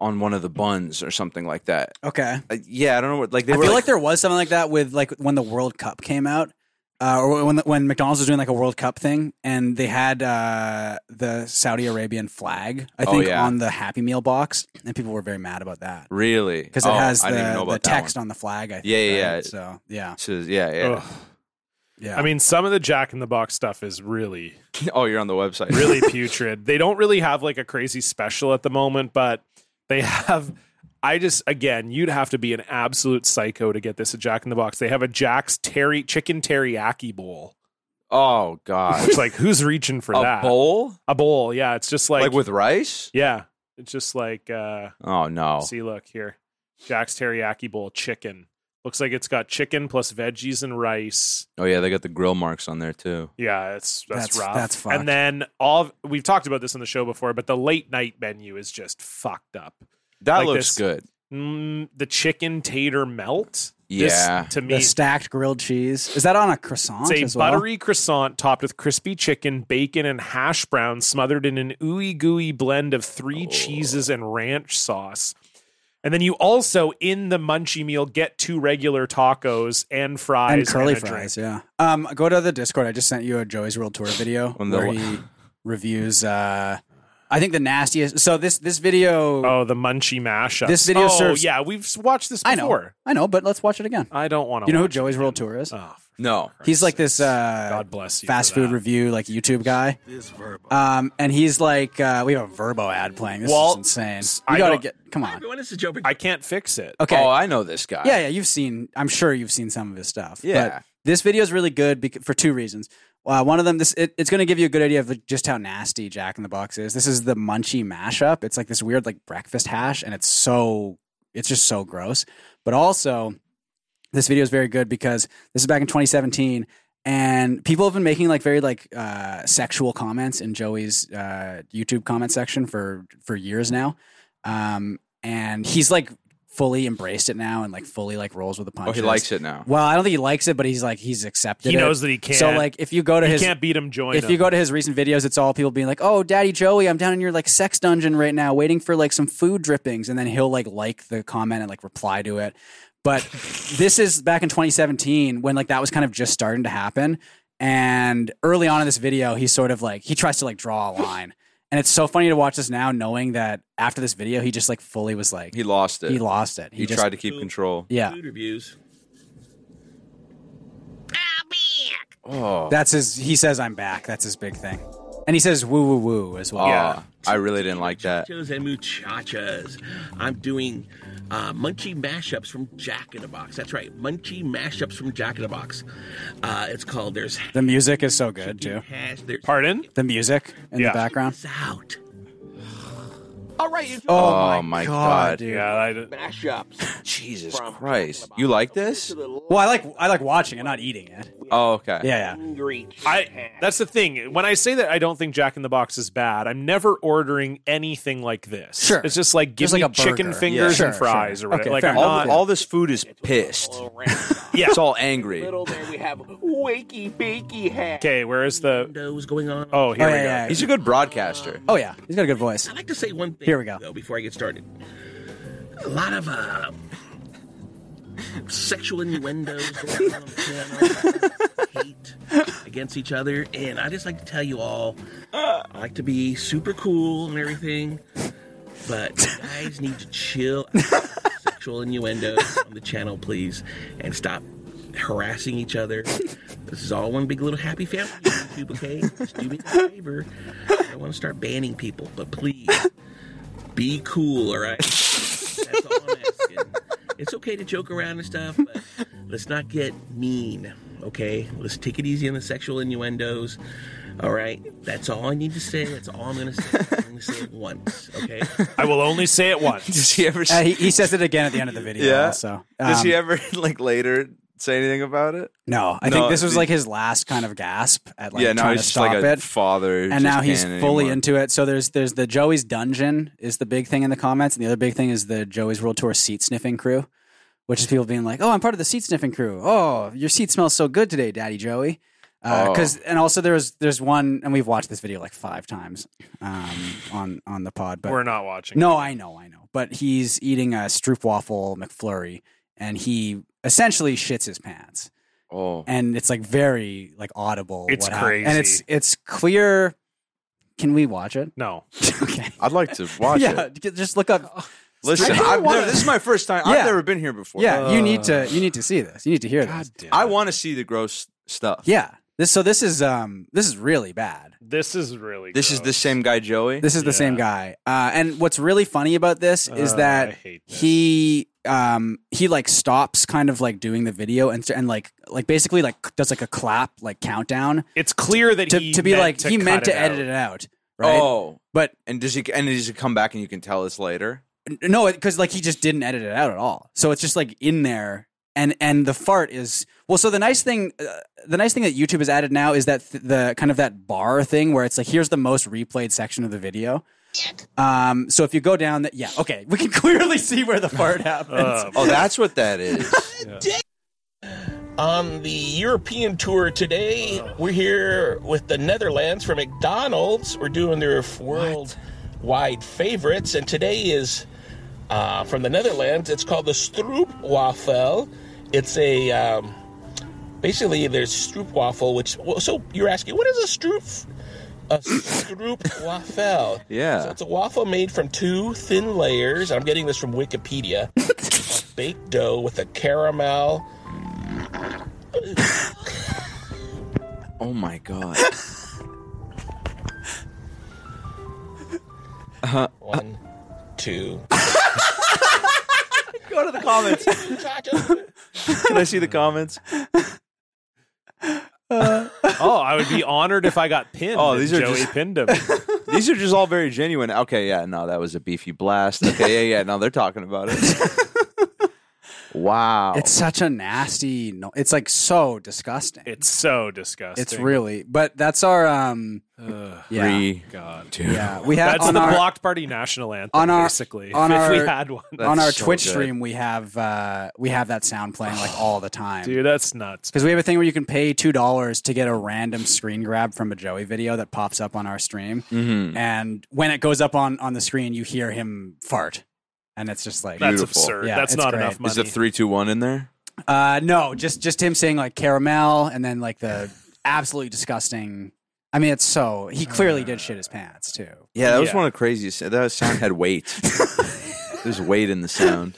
Speaker 2: on one of the buns or something like that
Speaker 3: okay.
Speaker 2: Uh, yeah i don't know what like they
Speaker 3: I
Speaker 2: were
Speaker 3: feel like, there was something like that with like when the World Cup came out, uh, or when the, when McDonald's was doing like a World Cup thing, and they had uh, the Saudi Arabian flag, I
Speaker 2: Oh,
Speaker 3: think,
Speaker 2: yeah.
Speaker 3: on the Happy Meal box, and people were very mad about that
Speaker 2: really
Speaker 3: because it
Speaker 2: Oh,
Speaker 3: has
Speaker 2: I didn't even know
Speaker 3: the, the
Speaker 2: about that
Speaker 3: text
Speaker 2: one.
Speaker 3: on the flag. I think,
Speaker 2: Yeah, yeah,
Speaker 3: right?
Speaker 2: yeah.
Speaker 3: So yeah,
Speaker 2: It says- yeah yeah
Speaker 1: Ugh.
Speaker 3: yeah.
Speaker 1: I mean, some of the Jack in the Box stuff is really
Speaker 2: oh you're on the website
Speaker 1: really putrid. They don't really have like a crazy special at the moment, but they have. I just again, you'd have to be an absolute psycho to get this at Jack in the Box. They have a Jack's terry chicken teriyaki bowl.
Speaker 2: oh god
Speaker 1: It's like who's reaching for
Speaker 2: a
Speaker 1: that?
Speaker 2: bowl
Speaker 1: A bowl, yeah. It's just like,
Speaker 2: like, with rice
Speaker 1: yeah. It's just like uh
Speaker 2: oh no
Speaker 1: see, look here, Jack's teriyaki bowl chicken. Looks like it's got chicken plus veggies and rice.
Speaker 2: oh yeah they got the grill marks on there too
Speaker 1: Yeah, it's that's,
Speaker 3: That's-
Speaker 1: rough.
Speaker 3: that's fucked.
Speaker 1: And then all of- we've talked about this on the show before, but the late night menu is just fucked up.
Speaker 2: that
Speaker 1: Like
Speaker 2: looks
Speaker 1: this.
Speaker 2: good
Speaker 1: Mm, the chicken tater melt.
Speaker 2: Yeah.
Speaker 1: this, to me,
Speaker 3: the stacked grilled cheese is that on a croissant
Speaker 1: it's
Speaker 3: as
Speaker 1: a
Speaker 3: well?
Speaker 1: buttery croissant topped with crispy chicken, bacon, and hash browns, smothered in an ooey gooey blend of
Speaker 3: Oh.
Speaker 1: three cheeses and ranch sauce. And then you also in the munchie meal get two regular tacos and fries
Speaker 3: and curly
Speaker 1: a drink.
Speaker 3: fries. Yeah. Um, go to the Discord. I just sent you a Joey's World Tour video
Speaker 2: On the
Speaker 3: where
Speaker 2: li-
Speaker 3: he reviews uh, I think the nastiest. So this this video,
Speaker 1: Oh, the Munchie mashup.
Speaker 3: This video
Speaker 1: oh,
Speaker 3: serves-
Speaker 1: yeah, we've s- watched this
Speaker 3: I know,
Speaker 1: before. Uh,
Speaker 3: I know, but let's watch it again.
Speaker 1: I don't want to.
Speaker 3: You know who Joey's World Tour is?
Speaker 1: Oh, for
Speaker 2: No.
Speaker 3: he's like this uh,
Speaker 1: God bless you.
Speaker 3: fast
Speaker 1: for
Speaker 3: food
Speaker 1: that.
Speaker 3: review, like YouTube guy. Um, and he's like, uh, we have a Verbo ad playing. This
Speaker 1: Walt,
Speaker 3: is insane.
Speaker 1: I
Speaker 3: You gotta
Speaker 1: don't-
Speaker 3: get. Come on.
Speaker 1: I can't fix it.
Speaker 3: Okay.
Speaker 2: Oh, I know this guy.
Speaker 3: Yeah, yeah, you've seen. I'm sure you've seen some of his stuff.
Speaker 2: Yeah.
Speaker 3: this video is really good bec- for two reasons. Uh, one of them, this it, it's going to give you a good idea of like, just how nasty Jack in the Box is. This is the Munchie mashup. It's like this weird like breakfast hash, and it's so it's just so gross. But also, this video is very good because this is back in 2017. And people have been making like very like uh, sexual comments in Joey's uh, YouTube comment section for for years now, um, and he's like fully embraced it now and like fully like rolls with the
Speaker 2: Oh,
Speaker 3: punches.
Speaker 2: he likes it now.
Speaker 3: Well, I don't think he likes it, but he's like he's accepted.
Speaker 1: He
Speaker 3: it.
Speaker 1: knows that he can't.
Speaker 3: So like, if you go to
Speaker 1: You
Speaker 3: his,
Speaker 1: can't beat him. Join
Speaker 3: if you go to his recent videos, it's all people being like, "Oh, Daddy Joey, I'm down in your like sex dungeon right now, waiting for like some food drippings," and then he'll like like the comment and like reply to it. But this is back in 2017 when like that was kind of just starting to happen, and early on in this video, he sort of like he tries to like draw a line, and it's so funny to watch this now, knowing that after this video, he just like fully was like
Speaker 2: He
Speaker 3: he,
Speaker 2: lost it.
Speaker 3: lost it.
Speaker 2: He,
Speaker 3: just-
Speaker 2: tried to keep control.
Speaker 3: yeah.
Speaker 5: reviews.
Speaker 2: Oh,
Speaker 3: That's his. He says, "I'm back." That's his big thing, and he says, "Woo woo woo" as well.
Speaker 1: Yeah.
Speaker 2: Oh, I really didn't like that.
Speaker 5: Muchachos and muchachas. I'm doing uh, Munchie mashups from Jack in the Box. That's right, Munchie mashups from Jack in the Box. Uh, it's called There's
Speaker 3: The music is so good too.
Speaker 5: Hash. There's
Speaker 1: Pardon?
Speaker 3: The music in
Speaker 1: Yeah.
Speaker 3: the background.
Speaker 5: It's out.
Speaker 2: Oh, my God.
Speaker 3: dude.
Speaker 1: Yeah, I, d-
Speaker 5: Mashups.
Speaker 2: Jesus Christ. You like this?
Speaker 3: Well, I like I like watching it, not eating it.
Speaker 2: Oh, okay.
Speaker 3: Yeah, yeah.
Speaker 5: Hungry.
Speaker 1: I. That's the thing. When I say that I don't think Jack in the Box is bad, I'm never ordering anything like this.
Speaker 3: Sure.
Speaker 1: It's just like give
Speaker 3: Just like
Speaker 1: me
Speaker 3: a
Speaker 1: chicken
Speaker 3: burger.
Speaker 1: fingers
Speaker 3: Yeah.
Speaker 1: and
Speaker 3: Sure,
Speaker 1: fries
Speaker 3: sure.
Speaker 1: or whatever.
Speaker 3: Okay,
Speaker 1: like
Speaker 3: fair
Speaker 1: I'm
Speaker 2: All,
Speaker 1: not.
Speaker 2: all this food is pissed.
Speaker 1: yeah.
Speaker 2: It's all angry.
Speaker 5: Middle there we have wakey bakey hash.
Speaker 1: Okay. Where is the?
Speaker 5: Windows going on.
Speaker 1: Oh, here
Speaker 3: Oh,
Speaker 1: we
Speaker 3: yeah,
Speaker 1: go.
Speaker 3: yeah,
Speaker 2: He's a good broadcaster.
Speaker 3: Oh yeah, he's got a good voice.
Speaker 5: I'd like to say one thing.
Speaker 3: Here we go.
Speaker 5: Though, before I get started, a lot of uh, sexual innuendos going on on the channel, hate against each other, and I just like to tell you all, I like to be super cool and everything, but you guys need to chill. out. sexual innuendos on the channel, please, and stop harassing each other. This is all one big little happy family. YouTube, okay? Just do me a favor. I don't want to start banning people, but please be cool, all right? That's all I'm asking. It's okay to joke around and stuff, but let's not get mean, okay? Let's take it easy on the sexual innuendos, all right? That's all I need to say. That's all I'm going to say. I'm going to say it once, okay?
Speaker 1: I will only say it once.
Speaker 2: Does he ever?
Speaker 3: Uh, he, he says it again at the end of the video.
Speaker 2: Yeah.
Speaker 3: Also,
Speaker 2: does
Speaker 3: Um,
Speaker 2: he ever like later say anything about it?
Speaker 3: No, I
Speaker 2: No,
Speaker 3: think this was
Speaker 2: the-
Speaker 3: like his last kind of gasp at like
Speaker 2: yeah, now
Speaker 3: trying
Speaker 2: he's
Speaker 3: to
Speaker 2: just
Speaker 3: stop
Speaker 2: like a
Speaker 3: it.
Speaker 2: father, who
Speaker 3: and
Speaker 2: just
Speaker 3: now he's
Speaker 2: can't
Speaker 3: fully
Speaker 2: anymore.
Speaker 3: into it. So there's there's the Joey's Dungeon is the big thing in the comments, and the other big thing is the Joey's World Tour seat sniffing crew, which is people being like, "Oh, I'm part of the seat sniffing crew. Oh, your seat smells so good today, Daddy Joey."
Speaker 2: Oh.
Speaker 3: Because and also there was there's one, and we've watched this video like five times um, on on the pod, but
Speaker 1: We're not watching.
Speaker 3: no, I know, I know. But he's eating a stroopwafel McFlurry, and he essentially shits his pants
Speaker 2: Oh,
Speaker 3: and it's like very like audible.
Speaker 1: It's
Speaker 3: happened. and it's
Speaker 1: crazy.
Speaker 3: it's clear. Can we watch it?
Speaker 1: No.
Speaker 3: okay,
Speaker 2: I'd like to watch
Speaker 3: yeah,
Speaker 2: it.
Speaker 3: j- just look up.
Speaker 2: Listen,
Speaker 3: I don't
Speaker 2: I've
Speaker 3: wanna-
Speaker 2: never, this is my first time.
Speaker 3: Yeah.
Speaker 2: I've never been here before.
Speaker 3: Yeah, you need to you need to see this. You need to hear
Speaker 1: God
Speaker 3: this.
Speaker 1: damn.
Speaker 2: I want to see the gross stuff.
Speaker 3: Yeah, this so this is um this is really bad.
Speaker 1: This is really.
Speaker 2: this is the
Speaker 1: gross.
Speaker 2: same guy, Joey.
Speaker 3: This is the
Speaker 1: Yeah.
Speaker 3: same guy. Uh, and what's really funny about this is
Speaker 1: Uh, I
Speaker 3: that
Speaker 1: hate this.
Speaker 3: he um he like stops kind of like doing the video and and like like basically like does like a clap like countdown
Speaker 1: It's clear that
Speaker 3: to
Speaker 1: he
Speaker 3: to be
Speaker 1: meant
Speaker 3: like
Speaker 1: to
Speaker 3: he
Speaker 1: cut
Speaker 3: meant to
Speaker 1: it
Speaker 3: edit
Speaker 1: out.
Speaker 3: it out right.
Speaker 2: Oh,
Speaker 3: But
Speaker 2: and does he? And does he come back and you can tell us later?
Speaker 3: No, because like he just didn't edit it out at all. So it's just like in there, and and the fart is well. So the nice thing, uh, the nice thing that YouTube has added now is that th- the kind of that bar thing where it's like here's the most replayed section of the video. Um, so if you go down that, yeah, okay, we can clearly see where the fart happens.
Speaker 2: Oh, that's what that is.
Speaker 5: on the European tour today. We're here with the Netherlands for McDonald's. We're doing their worldwide favorites, and today is uh, from the Netherlands. It's called the Stroopwafel. It's a um, basically there's stroopwafel, which well, so you're asking what is a stroop? a Stroop waffle.
Speaker 2: Yeah.
Speaker 5: So it's a waffle made from two thin layers. I'm getting this from Wikipedia. of baked dough with a caramel.
Speaker 2: Oh my god.
Speaker 5: One, two.
Speaker 2: Go to the comments. Can I see the comments?
Speaker 1: Oh, I would be honored if I got pinned.
Speaker 2: Oh, these
Speaker 1: and
Speaker 2: are
Speaker 1: Joey
Speaker 2: just-
Speaker 1: pinned him.
Speaker 2: These are just all very genuine. Okay, yeah, no, that was a beefy blast. Okay, yeah, yeah, no, they're talking about it. wow.
Speaker 3: It's such a nasty. No, it's like so disgusting.
Speaker 1: It's so disgusting.
Speaker 3: It's really, but that's our um. yeah,
Speaker 2: Three,
Speaker 1: God.
Speaker 2: two.
Speaker 3: yeah. We have
Speaker 1: That's
Speaker 3: on
Speaker 1: the
Speaker 3: our
Speaker 1: blocked party national anthem,
Speaker 3: on our-
Speaker 1: basically.
Speaker 3: on
Speaker 1: if we
Speaker 3: our-
Speaker 1: had one,
Speaker 3: on
Speaker 2: That's
Speaker 3: our
Speaker 2: so
Speaker 3: Twitch
Speaker 2: good.
Speaker 3: stream. We have uh we have that sound playing like all the time.
Speaker 1: dude, that's nuts.
Speaker 3: Because we have a thing where you can pay two dollars to get a random screen grab from a Joey video that pops up on our stream,
Speaker 1: Mm.
Speaker 2: Mm-hmm.
Speaker 3: and when it goes up on on the screen, you hear him fart, and it's just like
Speaker 1: That's
Speaker 2: Beautiful.
Speaker 1: absurd.
Speaker 3: Yeah,
Speaker 1: that's
Speaker 3: it's
Speaker 1: not
Speaker 3: great.
Speaker 1: enough money.
Speaker 2: Is the three, two, one in there?
Speaker 3: uh, no, just just him saying like caramel, and then like the absolutely disgusting. I mean, it's so he clearly did shit his pants too.
Speaker 2: Yeah, that was
Speaker 1: Yeah.
Speaker 2: one of the craziest. That sound had weight. There's weight in the sound.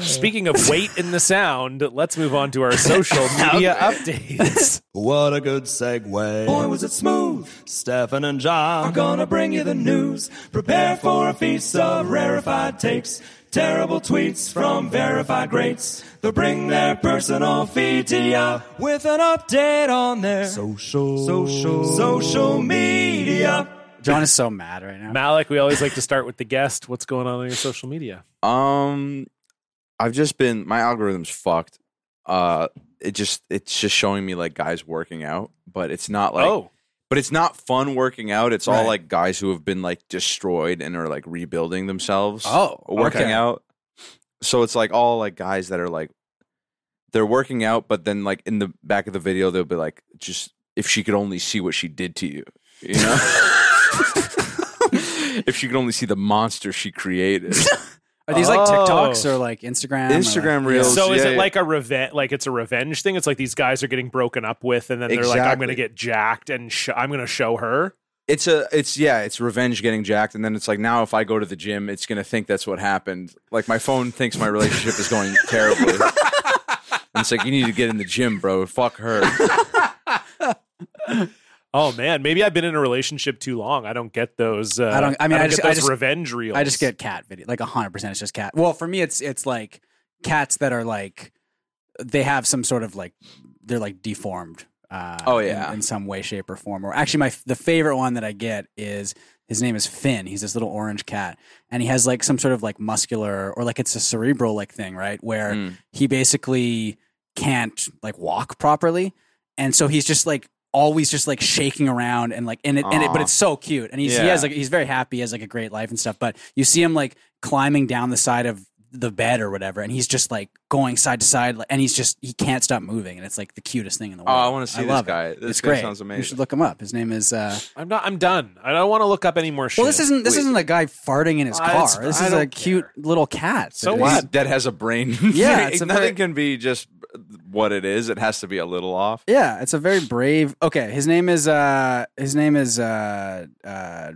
Speaker 1: Speaking of weight in the sound, let's move on to our social media updates.
Speaker 6: What a good segue. Boy, was it smooth. Stefan and John are gonna bring you the news. Prepare for a feast of rarefied takes. Terrible tweets from verified greats. They'll bring their personal feed to ya with an update on their social, social, social media.
Speaker 3: John is so mad right now.
Speaker 1: Malik, we always like to start with the guest. What's going on on your social media?
Speaker 2: Um, I've just been my algorithm's fucked. Uh, it just it's just showing me like guys working out, but it's not like
Speaker 1: oh,
Speaker 2: but it's not fun working out. It's all
Speaker 3: Right.
Speaker 2: like guys who have been like destroyed and are like rebuilding themselves.
Speaker 3: Oh,
Speaker 2: working
Speaker 3: okay.
Speaker 2: out. So it's like all like guys that are like they're working out, but then like in the back of the video they'll be like, just if she could only see what she did to you, you know. if she could only see the monster she created.
Speaker 3: Are these like
Speaker 1: Oh.
Speaker 3: TikToks or like Instagram? or, like-
Speaker 2: Instagram reels.
Speaker 1: so is
Speaker 2: yeah,
Speaker 1: it
Speaker 2: yeah.
Speaker 1: like a revenge? Like it's a revenge thing? It's like these guys are getting broken up with, and then they're like, "I'm going to
Speaker 2: Exactly.
Speaker 1: get jacked, and sh- I'm going to show her."
Speaker 2: it's a it's yeah it's revenge getting jacked and then it's like now if i go to the gym it's gonna think that's what happened like my phone thinks my relationship is going terribly and it's like you need to get in the gym bro fuck her
Speaker 1: Oh man, maybe I've been in a relationship too long. I don't get those. Uh,
Speaker 3: I don't- I mean, I
Speaker 1: get
Speaker 3: just- I
Speaker 1: those
Speaker 3: just-
Speaker 1: revenge reels.
Speaker 3: I just get cat video, like hundred percent. It's just cat. Well, for me, it's it's like cats that are like they have some sort of like they're like deformed. Uh,
Speaker 2: Oh,
Speaker 3: in-
Speaker 2: yeah.
Speaker 3: in, some way, shape, or form. Or actually, my the favorite one that I get is his name is Finn. He's this little orange cat, and he has like some sort of like muscular or like it's a cerebral like thing, right? Where
Speaker 2: Mm.
Speaker 3: he basically can't like walk properly, and so he's just like always just like shaking around and like and it, and it but
Speaker 2: Aw.
Speaker 3: it's so cute and he's he
Speaker 2: Yeah.
Speaker 3: has like he's very happy he has like a great life and stuff but you see him like climbing down the side of the bed or whatever and he's just like going side to side like, and he's just he can't stop moving and it's like the cutest thing in the
Speaker 2: oh
Speaker 3: world
Speaker 2: i want to see this
Speaker 3: love it.
Speaker 2: guy this
Speaker 3: it's
Speaker 2: guy
Speaker 3: great
Speaker 2: sounds
Speaker 3: you should
Speaker 2: amazing
Speaker 3: look him up his name is uh
Speaker 1: I'm not. I'm done. I don't want to look up any more shit.
Speaker 3: well this isn't this isn't a guy farting in his
Speaker 1: I-
Speaker 3: car
Speaker 1: it's-
Speaker 3: this
Speaker 1: I
Speaker 3: is a
Speaker 1: don't
Speaker 3: cute little cat that
Speaker 1: So
Speaker 3: is-
Speaker 1: what?
Speaker 2: that has a brain
Speaker 3: Yeah, it's a
Speaker 2: nothing
Speaker 3: very-
Speaker 2: can be just what it is it has to be a little off
Speaker 3: yeah it's a very brave okay his name is uh his name is uh uh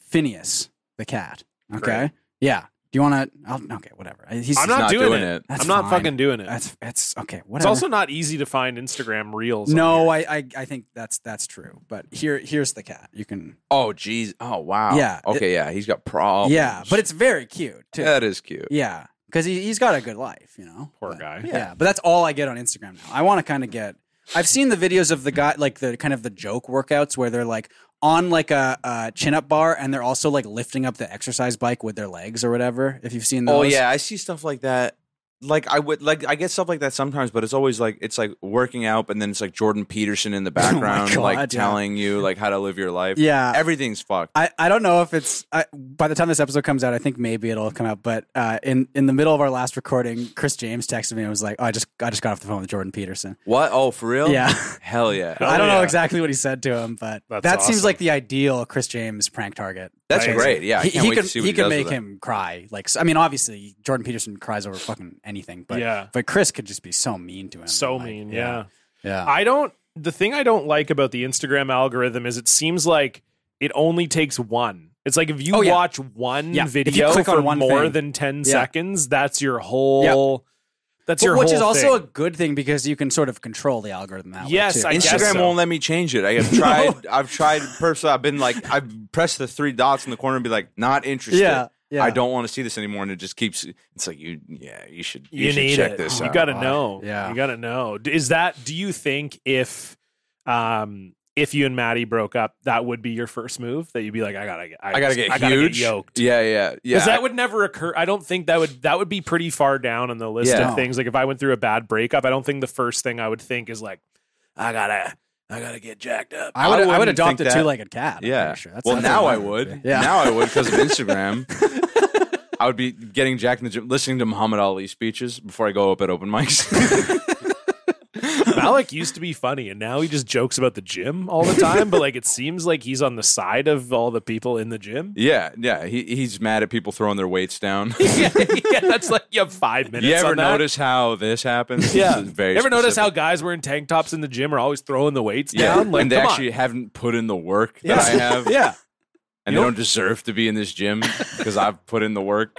Speaker 3: phineas the cat okay
Speaker 2: Great.
Speaker 3: yeah do you want to okay whatever he's
Speaker 1: I'm not,
Speaker 2: not
Speaker 1: doing,
Speaker 2: doing
Speaker 1: it.
Speaker 2: it.
Speaker 3: That's
Speaker 1: I'm not
Speaker 3: fine.
Speaker 1: fucking doing it.
Speaker 3: That's that's okay.
Speaker 1: it's
Speaker 3: Whatever.
Speaker 1: also not easy to find Instagram reels. on
Speaker 3: no,
Speaker 1: there.
Speaker 3: I, I I think that's that's true. But here here's the cat. You can
Speaker 2: oh jeez oh wow
Speaker 3: Yeah.
Speaker 2: okay yeah he's got
Speaker 1: Oh,
Speaker 2: problems
Speaker 3: yeah, but it's very cute too.
Speaker 2: that is cute
Speaker 3: Yeah, because he he's got a good life, you know.
Speaker 1: Poor
Speaker 3: But-
Speaker 1: guy.
Speaker 3: Yeah. but that's all I get on Instagram now. I want to kind of get. I've seen the videos of the guy like the kind of the joke workouts where they're like on like a, a chin up bar and they're also like lifting up the exercise bike with their legs or whatever. If you've seen those.
Speaker 2: Oh yeah, I see stuff like that. Like I would like I get stuff like that sometimes, but it's always like it's like working out, and then it's like Jordan Peterson in the
Speaker 1: Oh
Speaker 2: background, like
Speaker 3: God, yeah.
Speaker 2: telling you like how to live your life.
Speaker 3: Yeah.
Speaker 2: everything's fucked.
Speaker 3: I, I don't know if it's I, by the time this episode comes out. I think maybe it'll come out. But uh, in in the middle of our last recording, Chris James texted me and was like, oh, "I just I just got off the phone with Jordan Peterson."
Speaker 2: What? Oh, for real?
Speaker 3: Yeah.
Speaker 2: hell yeah.
Speaker 1: Oh,
Speaker 3: I don't know
Speaker 1: yeah.
Speaker 3: exactly what he said to him, but
Speaker 1: That's
Speaker 3: that seems
Speaker 1: awesome.
Speaker 3: like the ideal Chris James prank target.
Speaker 2: That's
Speaker 1: Right.
Speaker 2: great. Yeah, I
Speaker 3: he,
Speaker 2: can't
Speaker 3: he
Speaker 2: wait
Speaker 3: could
Speaker 2: to see what
Speaker 3: he
Speaker 2: he,
Speaker 3: could
Speaker 2: does
Speaker 3: make
Speaker 2: with it.
Speaker 3: him cry. Like so- I mean, obviously Jordan Peterson cries over fucking anything, but
Speaker 1: Yeah.
Speaker 3: but Chris could just be so mean to him.
Speaker 1: so
Speaker 3: Like,
Speaker 1: mean. Yeah.
Speaker 3: yeah.
Speaker 1: I don't. the thing I don't like about the Instagram algorithm is it seems like it only takes one. It's like if you
Speaker 3: Oh, yeah.
Speaker 1: watch one
Speaker 3: Yeah. If you
Speaker 1: video
Speaker 3: click on
Speaker 1: for
Speaker 3: one
Speaker 1: more
Speaker 3: thing.
Speaker 1: than ten
Speaker 3: Yeah.
Speaker 1: seconds, that's your whole. That's your
Speaker 3: which
Speaker 1: whole
Speaker 3: is also
Speaker 1: thing.
Speaker 3: a good thing because you can sort of control the algorithm that
Speaker 1: Yes,
Speaker 3: way. too.
Speaker 1: I guess
Speaker 2: Instagram
Speaker 1: so.
Speaker 2: won't let me change it. I have tried. I've tried personally. I've been like, I've pressed the three dots in the corner and be like, not interested.
Speaker 3: Yeah, yeah.
Speaker 2: I don't want to see this anymore. And it just keeps. It's like you. Yeah, you should. You,
Speaker 1: you,
Speaker 2: should
Speaker 1: need
Speaker 2: check
Speaker 1: it.
Speaker 2: this.
Speaker 1: you
Speaker 2: out.
Speaker 1: gotta know
Speaker 3: Yeah.
Speaker 1: you gotta know D- is that do you think if um if you and maddie broke up that would be your first move that you'd be like i gotta i,
Speaker 2: I gotta get
Speaker 1: I gotta
Speaker 2: huge.
Speaker 1: get yoked
Speaker 2: Yeah, yeah, yeah.
Speaker 1: because that would never occur. I don't think that would that would be pretty far down on the list
Speaker 2: Yeah.
Speaker 1: of things. Like if I went through a bad breakup, I don't think the first thing I would think is like, I gotta, I gotta get jacked up.
Speaker 3: I would, I would
Speaker 2: wouldn't
Speaker 3: adopt a
Speaker 2: think that-
Speaker 3: two-legged cat. I'm
Speaker 2: yeah.
Speaker 3: pretty sure. That's
Speaker 2: well,
Speaker 3: that's
Speaker 2: now
Speaker 3: what
Speaker 2: I
Speaker 3: would do.
Speaker 2: would.
Speaker 3: Yeah.
Speaker 2: Now I would because of Instagram. I would be getting Jack in the gym, listening to Muhammad Ali speeches before I go up at open mics.
Speaker 1: Malik used to be funny, and now he just jokes about the gym all the time. but like, it seems like he's on the side of all the people in the gym.
Speaker 2: yeah, yeah. He, he's mad at people throwing their weights down.
Speaker 1: yeah, that's like you have five minutes.
Speaker 2: you ever
Speaker 1: on that.
Speaker 2: notice how this happens?
Speaker 1: Yeah.
Speaker 2: This is very
Speaker 1: ever notice how
Speaker 2: specific.
Speaker 1: guys wearing tank tops in the gym are always throwing the weights
Speaker 2: yeah,
Speaker 1: down? Like,
Speaker 2: and they
Speaker 1: come
Speaker 2: actually
Speaker 1: on.
Speaker 2: haven't put in the work that I have.
Speaker 1: yeah.
Speaker 2: and they don't deserve to be in this gym because I've put in the work.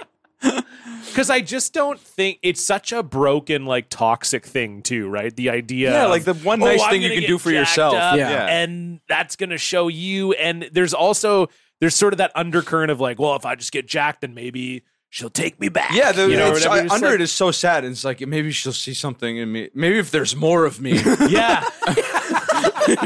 Speaker 1: Because I just don't think it's such a broken, like toxic thing, too, right? The idea,
Speaker 2: Yeah,
Speaker 1: of,
Speaker 2: like the one
Speaker 1: "Oh,
Speaker 2: nice
Speaker 1: I'm
Speaker 2: thing you
Speaker 1: gonna
Speaker 2: can
Speaker 1: get
Speaker 2: do for
Speaker 1: jacked
Speaker 2: yourself."
Speaker 1: up,
Speaker 3: Yeah.
Speaker 2: Yeah.
Speaker 1: and that's gonna show you. And there's also there's sort of that undercurrent of like, well, if I just get jacked, then maybe she'll take me back.
Speaker 2: Yeah, the,
Speaker 1: you know, or
Speaker 2: it's-
Speaker 1: whatever.
Speaker 2: I-
Speaker 1: Just
Speaker 2: under
Speaker 1: like-
Speaker 2: it is so sad. And it's like maybe she'll see something in me. Maybe if there's more of me,
Speaker 1: yeah,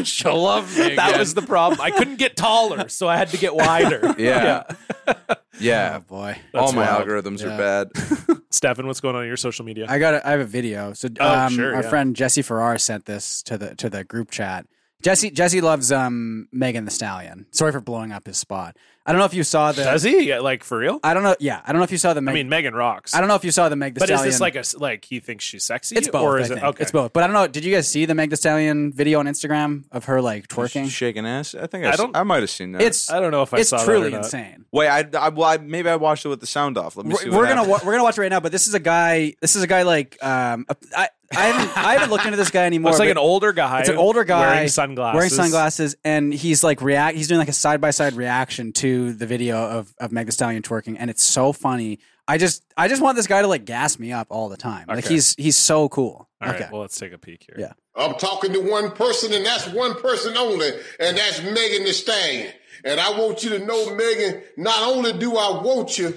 Speaker 2: she'll love me.
Speaker 1: that
Speaker 2: again.
Speaker 1: was the problem. I couldn't get taller, so I had to get wider.
Speaker 2: yeah, yeah.
Speaker 3: Oh boy.
Speaker 2: All my
Speaker 1: wild.
Speaker 2: algorithms
Speaker 3: Yeah.
Speaker 2: are bad.
Speaker 1: Stefan, what's going on in your social media?
Speaker 3: I got. A, I have a video. So,
Speaker 1: Oh,
Speaker 3: um,
Speaker 1: sure,
Speaker 3: our
Speaker 1: yeah.
Speaker 3: friend Jesse Farrar sent this to the to the group chat. Jesse Jesse loves um Megan the Stallion. Sorry for blowing up his spot. I don't know if you saw the.
Speaker 1: Does he? Yeah, like for real?
Speaker 3: I don't know. Yeah, I don't know if you saw the. Meg,
Speaker 1: I mean, Megan rocks.
Speaker 3: I don't know if you saw the Meg the
Speaker 1: But is
Speaker 3: Stallion.
Speaker 1: this like a s- like he thinks she's sexy?
Speaker 3: It's both.
Speaker 1: Or is
Speaker 3: I
Speaker 1: it
Speaker 3: think.
Speaker 1: okay?
Speaker 3: It's both. But I don't know. Did you guys see the Meg the Stallion video on Instagram of her like twerking?
Speaker 2: Shaking ass. I think
Speaker 1: I
Speaker 2: I,
Speaker 1: don't-
Speaker 2: don't. I might have seen that.
Speaker 3: It's
Speaker 1: I don't know if I
Speaker 3: it's
Speaker 1: saw that or
Speaker 3: truly
Speaker 1: not.
Speaker 3: insane.
Speaker 2: wait. I, I, well, I maybe I watched it with the sound off. Let me see.
Speaker 3: We're,
Speaker 2: What
Speaker 3: we're gonna
Speaker 2: happens.
Speaker 3: wa- we're gonna watch it right now. But this is a guy. This is a guy like um a- I I haven't I haven't looked into this guy anymore.
Speaker 1: It's like
Speaker 3: but-
Speaker 1: an older guy.
Speaker 3: It's an older guy
Speaker 1: wearing sunglasses.
Speaker 3: wearing sunglasses, and he's like react. He's doing like a side by side reaction to the video of of Meg Thee Stallion twerking, and it's so funny. I just I just want this guy to like gas me up all the time. Like
Speaker 1: Okay.
Speaker 3: he's he's so cool.
Speaker 1: All right,
Speaker 3: okay,
Speaker 1: well, let's take a peek here.
Speaker 3: Yeah.
Speaker 7: I'm talking to one person, and that's one person only, and that's Megan Thee Stallion. And I want you to know, Megan, not only do I want you,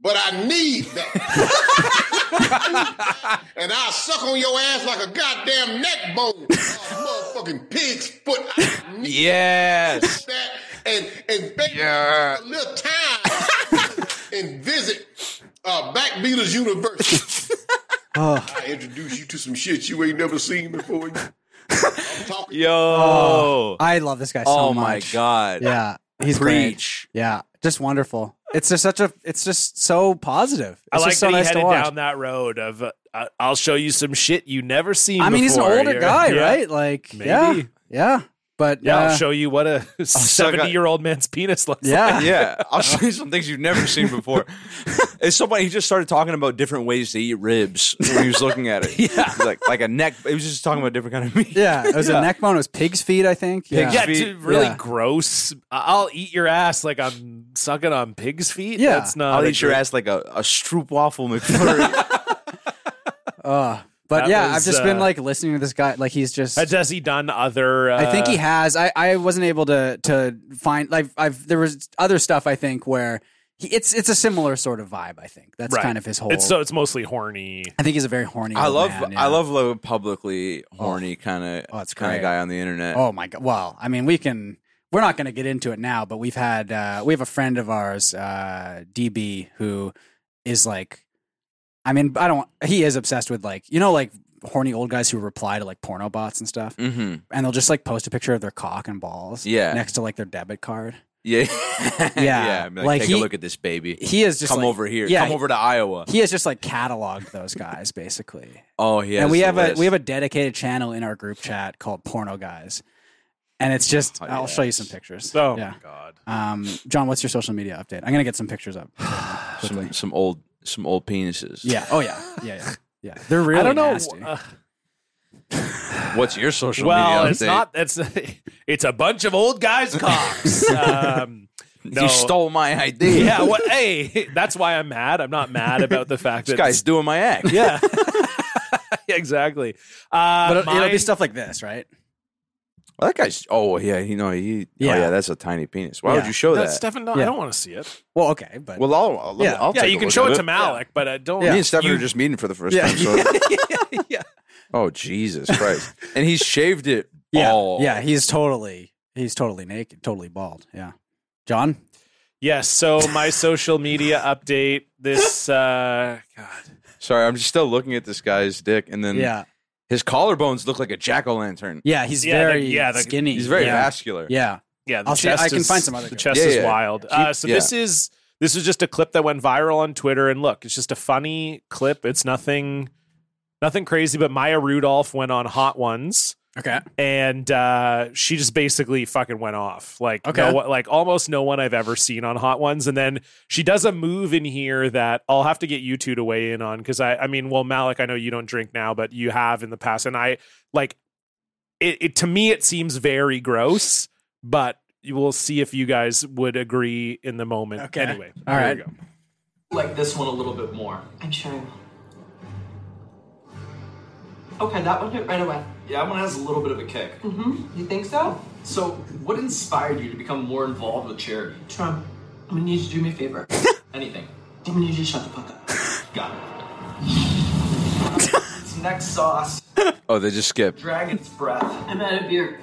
Speaker 7: but I need that. and I'll suck on your ass like a goddamn neck bone, uh, motherfucking pig's foot. I need
Speaker 2: Yes.
Speaker 7: that. And, and baby,
Speaker 2: Yeah.
Speaker 7: a little time and visit uh, Backbeaters University.
Speaker 2: Oh.
Speaker 7: I introduce you to some shit you ain't never seen before. I'm talking
Speaker 2: Yo.
Speaker 3: Oh, I love this guy so
Speaker 2: oh my
Speaker 3: much.
Speaker 2: god.
Speaker 3: Yeah, he's great.
Speaker 2: Preach.
Speaker 3: Yeah, just wonderful. It's just such a. It's just so positive. It's
Speaker 1: I like
Speaker 3: just so
Speaker 1: that
Speaker 3: nice
Speaker 1: he
Speaker 3: to
Speaker 1: headed
Speaker 3: watch.
Speaker 1: down that road of uh, I- I'll show you some shit you never seen.
Speaker 3: I mean, he's an
Speaker 1: before.
Speaker 3: older
Speaker 1: You're-
Speaker 3: guy,
Speaker 1: yeah.
Speaker 3: right? Like,
Speaker 1: Maybe.
Speaker 3: yeah, yeah. But
Speaker 1: Yeah,
Speaker 3: uh,
Speaker 1: I'll show you what a
Speaker 2: Oh, suck a-
Speaker 1: seventy-year-old man's penis looks like.
Speaker 3: yeah,
Speaker 2: yeah, I'll show you some things you've never seen before. It's somebody he just started talking about different ways to eat ribs when he was looking at it. yeah, like like a neck. He was just talking about different kind of meat.
Speaker 3: yeah. It was a neck bone. It was pig's feet, I think.
Speaker 2: Pig's
Speaker 1: Yeah,
Speaker 2: feet.
Speaker 1: dude, really
Speaker 3: Yeah.
Speaker 1: gross. I- I'll eat your ass like I'm sucking on pig's feet.
Speaker 3: Yeah.
Speaker 1: that's not.
Speaker 2: I'll
Speaker 1: a
Speaker 2: eat your
Speaker 1: good-
Speaker 2: ass like a, a stroop waffle
Speaker 3: Oh,
Speaker 2: McFlurry.
Speaker 3: Uh, but
Speaker 1: That
Speaker 3: yeah,
Speaker 1: was,
Speaker 3: I've just been
Speaker 1: uh,
Speaker 3: like listening to this guy. Like he's just.
Speaker 1: Has has he done other? Uh,
Speaker 3: I think he has. I, I wasn't able to to find. Like I've there was other stuff I think where he, it's it's a similar sort of vibe. I think that's
Speaker 1: Right.
Speaker 3: kind of his whole.
Speaker 1: It's so it's mostly horny.
Speaker 3: I think he's a very horny.
Speaker 2: I
Speaker 3: old
Speaker 2: love
Speaker 3: man, yeah.
Speaker 2: I love the publicly horny kind
Speaker 3: Oh,
Speaker 2: of
Speaker 3: it's
Speaker 2: kind
Speaker 3: great.
Speaker 2: of guy on the internet.
Speaker 3: Oh my god! Well, I mean, we can. We're not going to get into it now, but we've had uh, we have a friend of ours, uh, DB, who is like, I mean, I don't. He is obsessed with like you know like horny old guys who reply to like porno bots and stuff,
Speaker 2: hmm
Speaker 3: and they'll just like post a picture of their cock and balls,
Speaker 2: Yeah.
Speaker 3: next to like their debit card.
Speaker 2: Yeah,
Speaker 3: Yeah,
Speaker 2: I'd be Like,
Speaker 3: like
Speaker 2: take
Speaker 3: he-
Speaker 2: a look at this baby.
Speaker 3: He is just
Speaker 2: Come
Speaker 3: like-
Speaker 2: over here.
Speaker 3: Yeah,
Speaker 2: Come over to Iowa.
Speaker 3: He has just like cataloged those guys basically.
Speaker 2: Oh, yeah.
Speaker 3: and we have a we have a dedicated channel in our group chat called Porno Guys, and it's just
Speaker 2: Oh,
Speaker 3: I'll show you
Speaker 2: yes.
Speaker 3: some pictures.
Speaker 1: Oh
Speaker 3: yeah.
Speaker 1: my god.
Speaker 3: Um, John, what's your social media update? I'm gonna get some pictures up. quickly.
Speaker 2: some, some old some old penises.
Speaker 3: yeah. Oh yeah. Yeah. Yeah. Yeah. They're really
Speaker 1: I don't know.
Speaker 3: nasty.
Speaker 1: uh,
Speaker 2: What's your social
Speaker 1: Well,
Speaker 2: media update?
Speaker 1: it's not. It's it's a bunch of old guys cocks. Um, no.
Speaker 2: You stole my idea.
Speaker 1: Yeah. What? Hey, that's why I'm mad. I'm not mad about the fact
Speaker 2: This
Speaker 1: that
Speaker 2: guy's doing my act.
Speaker 1: Yeah. exactly. Uh,
Speaker 3: But it'll
Speaker 1: mine-
Speaker 3: be stuff like this, right?
Speaker 2: Well, that guy's. Oh yeah, you know he. Oh
Speaker 3: Yeah.
Speaker 2: yeah, that's a tiny penis. Why would
Speaker 3: Yeah.
Speaker 2: you show that?
Speaker 1: That's Stefan. No, I
Speaker 3: Yeah.
Speaker 1: don't want to see it.
Speaker 3: Well, okay, but
Speaker 2: well, I'll. I'll,
Speaker 3: Yeah.
Speaker 2: I'll
Speaker 1: yeah,
Speaker 2: take
Speaker 1: you
Speaker 2: a
Speaker 1: can
Speaker 2: look
Speaker 1: show
Speaker 2: at
Speaker 1: it to Malik, but I don't.
Speaker 2: Me
Speaker 3: Yeah.
Speaker 2: and Stefan
Speaker 1: you-
Speaker 2: are just meeting for the first
Speaker 3: Yeah.
Speaker 2: time. So.
Speaker 3: yeah,
Speaker 2: oh Jesus Christ! And he's shaved it
Speaker 3: yeah,
Speaker 2: all.
Speaker 3: yeah. He's totally, he's totally naked, totally bald. Yeah, John.
Speaker 1: Yes. So my social media update. This. Uh, God.
Speaker 2: Sorry, I'm just still looking at this guy's dick, and then
Speaker 3: Yeah,
Speaker 2: his collarbones look like a jack o' lantern.
Speaker 3: yeah. He's
Speaker 1: Yeah, the-
Speaker 3: very
Speaker 1: yeah, the-
Speaker 3: skinny.
Speaker 2: He's very
Speaker 3: yeah.
Speaker 2: vascular.
Speaker 3: Yeah,
Speaker 1: Yeah. The
Speaker 3: I'll see- I
Speaker 1: chest
Speaker 3: can
Speaker 1: is-
Speaker 3: find some other
Speaker 1: The
Speaker 3: good
Speaker 1: chest
Speaker 2: ones.
Speaker 1: is
Speaker 2: Yeah, yeah.
Speaker 1: wild.
Speaker 2: Keep-
Speaker 1: Uh, so
Speaker 2: yeah.
Speaker 1: this is this is just a clip that went viral on Twitter, and look, it's just a funny clip. It's nothing, nothing crazy. But Maya Rudolph went on Hot Ones.
Speaker 3: Okay.
Speaker 1: and uh, she just basically fucking went off. Like,
Speaker 3: Okay.
Speaker 1: no, like almost no one I've ever seen on Hot Ones. And then she does a move in here that I'll have to get you two to weigh in on because I, I mean, well, Malik, I know you don't drink now, but you have in the past, and I like it. it to me, it seems very gross, but you will see if you guys would agree in the moment.
Speaker 3: Okay.
Speaker 1: Anyway,
Speaker 3: All
Speaker 1: here
Speaker 3: right.
Speaker 1: we go.
Speaker 8: like this one a little bit more.
Speaker 9: I'm sure I will. Okay, that one hit right away. Mm-hmm.
Speaker 8: Yeah, that one has a little bit of a kick.
Speaker 9: You think so?
Speaker 8: So, what inspired you to become more involved with charity?
Speaker 9: Trump, I'm gonna need you to do me a favor.
Speaker 8: Anything?
Speaker 9: I'm gonna need you to shut the fuck up.
Speaker 8: Got it. Its next sauce,
Speaker 2: Oh, they just skip.
Speaker 8: dragon's breath,
Speaker 9: I'm out of beer.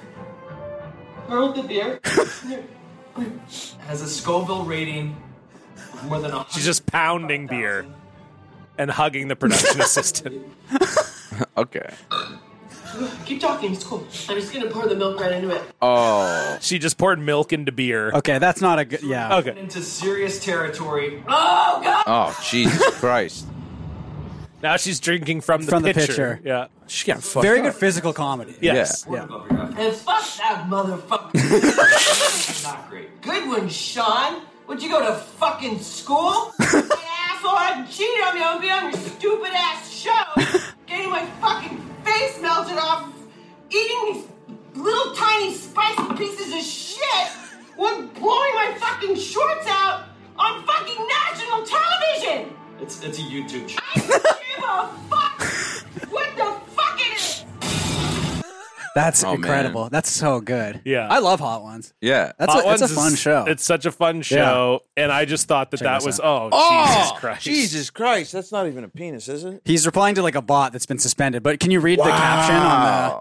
Speaker 9: Girl with the beer. Here.
Speaker 8: has a Scoville rating of more than a.
Speaker 1: She's just pounding beer and hugging the production assistant.
Speaker 2: Okay.
Speaker 9: Keep talking, it's cool. I'm just gonna pour the milk right into it.
Speaker 2: Oh,
Speaker 1: She just poured milk into beer.
Speaker 3: Okay, that's not a good. Yeah.
Speaker 1: Okay.
Speaker 8: Into serious territory.
Speaker 2: oh, Jesus Christ!
Speaker 1: Now she's drinking from the
Speaker 3: From the
Speaker 1: pitcher.
Speaker 3: pitcher.
Speaker 1: Yeah.
Speaker 2: She got fucked
Speaker 3: Very
Speaker 2: up.
Speaker 3: good physical comedy.
Speaker 1: Yes.
Speaker 3: Yeah.
Speaker 8: Above your effort.
Speaker 9: And fuck that motherfucker.
Speaker 8: Not great.
Speaker 9: Good one, Sean. Would you go to fucking school? that asshole had cheated on me. I would be on your stupid ass show, getting my fucking face melted off, eating these little tiny spicy pieces of shit, one blowing my fucking shorts out on fucking national television.
Speaker 8: It's it's a YouTube channel.
Speaker 9: I don't give a fuck what the fuck it is.
Speaker 3: That's
Speaker 2: Oh, man.
Speaker 3: incredible. That's so good.
Speaker 1: Yeah.
Speaker 3: I love Hot Ones.
Speaker 2: Yeah.
Speaker 3: That's
Speaker 1: Hot
Speaker 3: a, it's a
Speaker 1: Ones
Speaker 3: fun
Speaker 1: is-
Speaker 3: show.
Speaker 1: It's such a fun show, and I just thought that that
Speaker 3: this
Speaker 1: was oh,
Speaker 3: out.
Speaker 1: Jesus Christ,
Speaker 2: Jesus Christ! That's not even a penis, is it?
Speaker 3: He's replying to like a bot that's been suspended. But can you read the caption on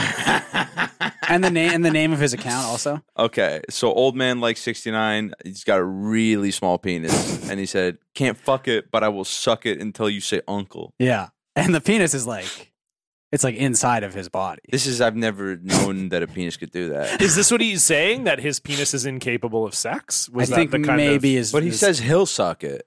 Speaker 3: the and the name and the name of his account also?
Speaker 2: Okay, so old man like 69, he's got a really small penis and he said, "Can't fuck it, but I will suck it until you say uncle."
Speaker 3: Yeah. And the penis is like it's like inside of his body.
Speaker 2: This is I've never known that a penis could do that.
Speaker 1: Is this what he's saying that his penis is incapable of sex?
Speaker 3: I
Speaker 1: Was that
Speaker 3: think
Speaker 1: the kind
Speaker 3: maybe
Speaker 1: of
Speaker 3: is
Speaker 2: But he
Speaker 3: is-
Speaker 2: says he'll suck it.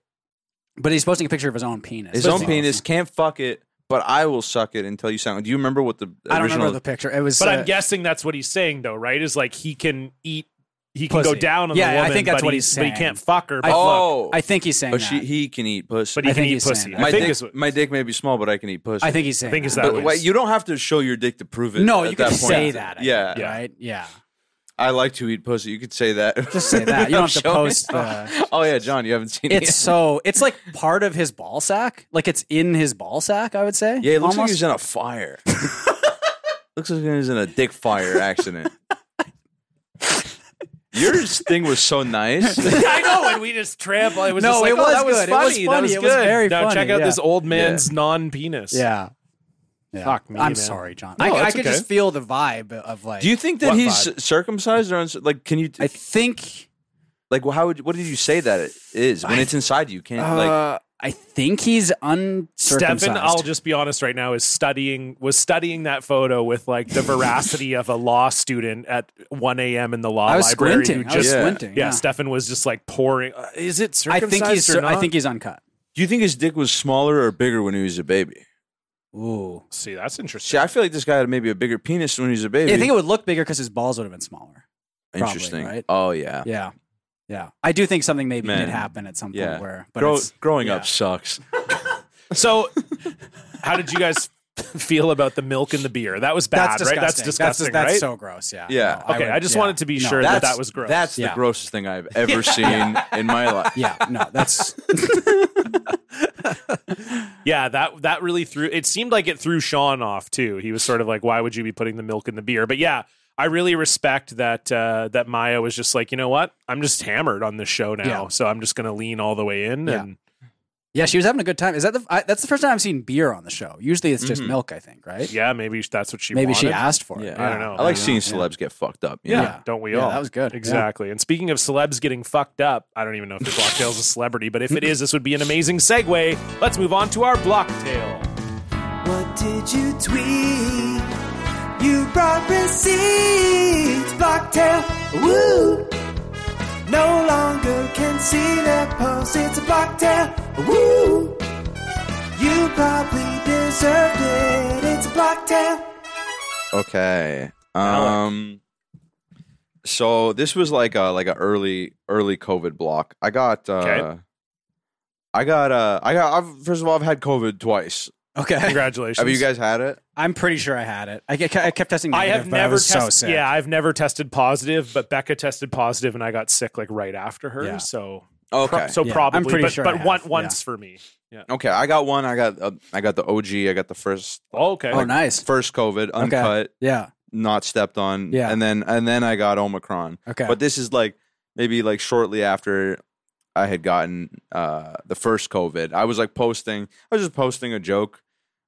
Speaker 3: But he's posting a picture of his own penis.
Speaker 2: His own penis can't fuck it, but I will suck it until you sound. Do you remember what the
Speaker 3: I don't
Speaker 2: original
Speaker 3: remember the picture. It was
Speaker 1: but
Speaker 3: uh,
Speaker 1: I'm guessing that's what he's saying though, right? Is like he can eat, he can go
Speaker 3: Pussy.
Speaker 1: down on
Speaker 3: Yeah,
Speaker 1: the
Speaker 3: I
Speaker 1: woman.
Speaker 3: think that's
Speaker 1: but
Speaker 3: what he's
Speaker 1: But he
Speaker 3: saying.
Speaker 1: can't fuck her. But
Speaker 3: I-
Speaker 1: look,
Speaker 2: Oh,
Speaker 3: I think he's saying
Speaker 2: but
Speaker 3: that.
Speaker 2: she, he can eat pussy.
Speaker 1: but he
Speaker 3: I
Speaker 1: can
Speaker 3: think
Speaker 1: eat
Speaker 3: he's saying
Speaker 1: pussy.
Speaker 3: that.
Speaker 1: I
Speaker 2: my
Speaker 1: think
Speaker 2: dick,
Speaker 1: is what
Speaker 2: my dick may be small, but I can eat pussy.
Speaker 3: I think he's saying
Speaker 1: I think is
Speaker 3: that.
Speaker 1: that.
Speaker 2: But
Speaker 1: what
Speaker 2: wait,
Speaker 1: he's-
Speaker 2: you don't have to show your dick to prove it.
Speaker 3: No,
Speaker 2: at
Speaker 3: you can
Speaker 2: that point.
Speaker 3: say that. I think,
Speaker 2: Yeah.
Speaker 3: Right? Yeah.
Speaker 2: I like to eat pussy. You could say that.
Speaker 3: Just say that. You don't have to
Speaker 2: Show me.
Speaker 3: post the-
Speaker 2: Oh yeah, John, you haven't seen it.
Speaker 3: It's so it's like part of his ball sack. Like it's in his ball sack, I would say.
Speaker 2: Yeah, it looks like
Speaker 3: almost.
Speaker 2: he was in a fire. looks like he was in a dick fire accident. Your thing was so nice.
Speaker 1: I know, and we just trample. It was
Speaker 3: No,
Speaker 1: just like,
Speaker 3: it
Speaker 1: oh, that
Speaker 3: was good. It
Speaker 1: funny.
Speaker 3: was
Speaker 1: That was
Speaker 3: funny. It was
Speaker 1: good.
Speaker 3: very
Speaker 1: now
Speaker 3: funny,
Speaker 1: check out
Speaker 3: yeah.
Speaker 1: this old man's non-penis.
Speaker 3: Yeah. Yeah.
Speaker 1: Fuck me,
Speaker 3: I'm
Speaker 1: man.
Speaker 3: sorry, John.
Speaker 1: No,
Speaker 3: I, I
Speaker 1: that's
Speaker 3: could
Speaker 1: okay.
Speaker 3: just feel the vibe of like.
Speaker 2: Do you think that
Speaker 3: What
Speaker 2: he's
Speaker 3: vibe?
Speaker 2: circumcised or uns- like? Can you
Speaker 3: I think.
Speaker 2: like? How would what did you say that it is when it's inside you? Can't like
Speaker 3: uh, I think he's uncircumcised.
Speaker 1: Stefan, I'll just be honest right now, is studying was studying that photo with like the veracity of a law student at 1 a.m. in the law
Speaker 3: I was
Speaker 1: library.
Speaker 3: squinting. I was
Speaker 2: Yeah.
Speaker 3: squinting.
Speaker 1: yeah,
Speaker 3: Yeah.
Speaker 1: Stefan was just like pouring. Uh, is it
Speaker 3: I
Speaker 1: circumcised
Speaker 3: think he's.
Speaker 1: or
Speaker 3: I
Speaker 1: not?
Speaker 3: think he's uncut.
Speaker 2: do you think his dick was smaller or bigger when he was a baby?
Speaker 3: Ooh.
Speaker 1: See, that's interesting.
Speaker 2: See, I feel like this guy had maybe a bigger penis when he was a baby.
Speaker 3: Yeah, I think it would look bigger because his balls would have been smaller. probably,
Speaker 2: interesting.
Speaker 3: right?
Speaker 2: Oh yeah,
Speaker 3: Yeah. Yeah. I do think something maybe
Speaker 2: Man.
Speaker 3: did happen at some point
Speaker 2: yeah.
Speaker 3: where. But
Speaker 2: Grow-
Speaker 3: it's-
Speaker 2: growing
Speaker 3: yeah.
Speaker 2: up sucks.
Speaker 1: So, how did you guys feel about the milk and the beer. That was bad,
Speaker 3: That's
Speaker 1: right?
Speaker 3: disgusting.
Speaker 1: That's disgusting,
Speaker 3: That's,
Speaker 1: right?
Speaker 3: so gross. Yeah.
Speaker 2: Yeah.
Speaker 3: No,
Speaker 1: okay, I,
Speaker 3: would-
Speaker 1: just
Speaker 3: yeah.
Speaker 1: wanted to be
Speaker 3: No,
Speaker 1: sure
Speaker 3: that-
Speaker 1: that
Speaker 2: That's-
Speaker 1: that was gross.
Speaker 2: That's the
Speaker 3: Yeah.
Speaker 2: grossest thing I've ever seen in my life.
Speaker 3: yeah. No, that's
Speaker 1: yeah, that that really threw. It seemed like it threw Sean off too. He was sort of like, "Why would you be putting the milk in the beer?" But yeah, I really respect that uh, that Maya was just like, you know what? I'm just hammered on this show now,
Speaker 3: Yeah.
Speaker 1: so I'm just going to lean all the way in.
Speaker 3: Yeah.
Speaker 1: And
Speaker 3: yeah. She was having a good time. Is that the? I, that's the first time I've seen beer on the show. Usually it's just milk. I think. Right.
Speaker 1: Mm-hmm. yeah, maybe that's what she
Speaker 3: Maybe she
Speaker 1: wanted.
Speaker 3: asked for it.
Speaker 1: I don't know.
Speaker 2: I like
Speaker 1: Yeah.
Speaker 2: seeing celebs get fucked up. you
Speaker 1: Yeah,
Speaker 2: know?
Speaker 1: don't we
Speaker 3: Yeah,
Speaker 1: all?
Speaker 3: that was good.
Speaker 1: Exactly. And speaking of celebs getting fucked up, I don't even know if the Blocktail's a celebrity, but if it is, this would be an amazing segue. Let's move on to our Blocktail.
Speaker 10: What did you tweet? You brought receipts, Blocktail. Woo! No longer can see their posts. It's a Blocktail. Woo! You probably deserved it. It's a Blocktail.
Speaker 2: Okay. Um. So this was like a like a early early COVID block. I got. Uh,
Speaker 1: Okay.
Speaker 2: I got. Uh. I got. I've, first of all, I've had COVID twice.
Speaker 3: Okay.
Speaker 1: Congratulations.
Speaker 2: Have you guys had it?
Speaker 3: I'm pretty sure I had it. I, ke- I kept testing.
Speaker 1: I
Speaker 3: Negative,
Speaker 1: have
Speaker 3: but
Speaker 1: never
Speaker 3: was so
Speaker 1: tested.
Speaker 3: sick.
Speaker 1: yeah, I've never tested positive, but Becca tested positive, and I got sick like right after her.
Speaker 3: Yeah.
Speaker 1: So, pro-
Speaker 2: Okay.
Speaker 1: so
Speaker 3: Yeah, I'm
Speaker 1: probably,
Speaker 3: pretty
Speaker 1: but,
Speaker 3: sure I
Speaker 1: but
Speaker 3: have,
Speaker 1: one,
Speaker 3: yeah.
Speaker 1: once for me.
Speaker 2: okay. I got one. I got. Uh, I got the OG. I got the first
Speaker 1: okay.
Speaker 3: Oh, nice.
Speaker 2: first COVID
Speaker 3: Okay.
Speaker 2: uncut,
Speaker 3: Yeah.
Speaker 2: not stepped on.
Speaker 3: Yeah.
Speaker 2: And then and then I got Omicron.
Speaker 3: Okay.
Speaker 2: But this is like maybe like shortly after I had gotten uh, the first COVID. I was like posting. I was just posting a joke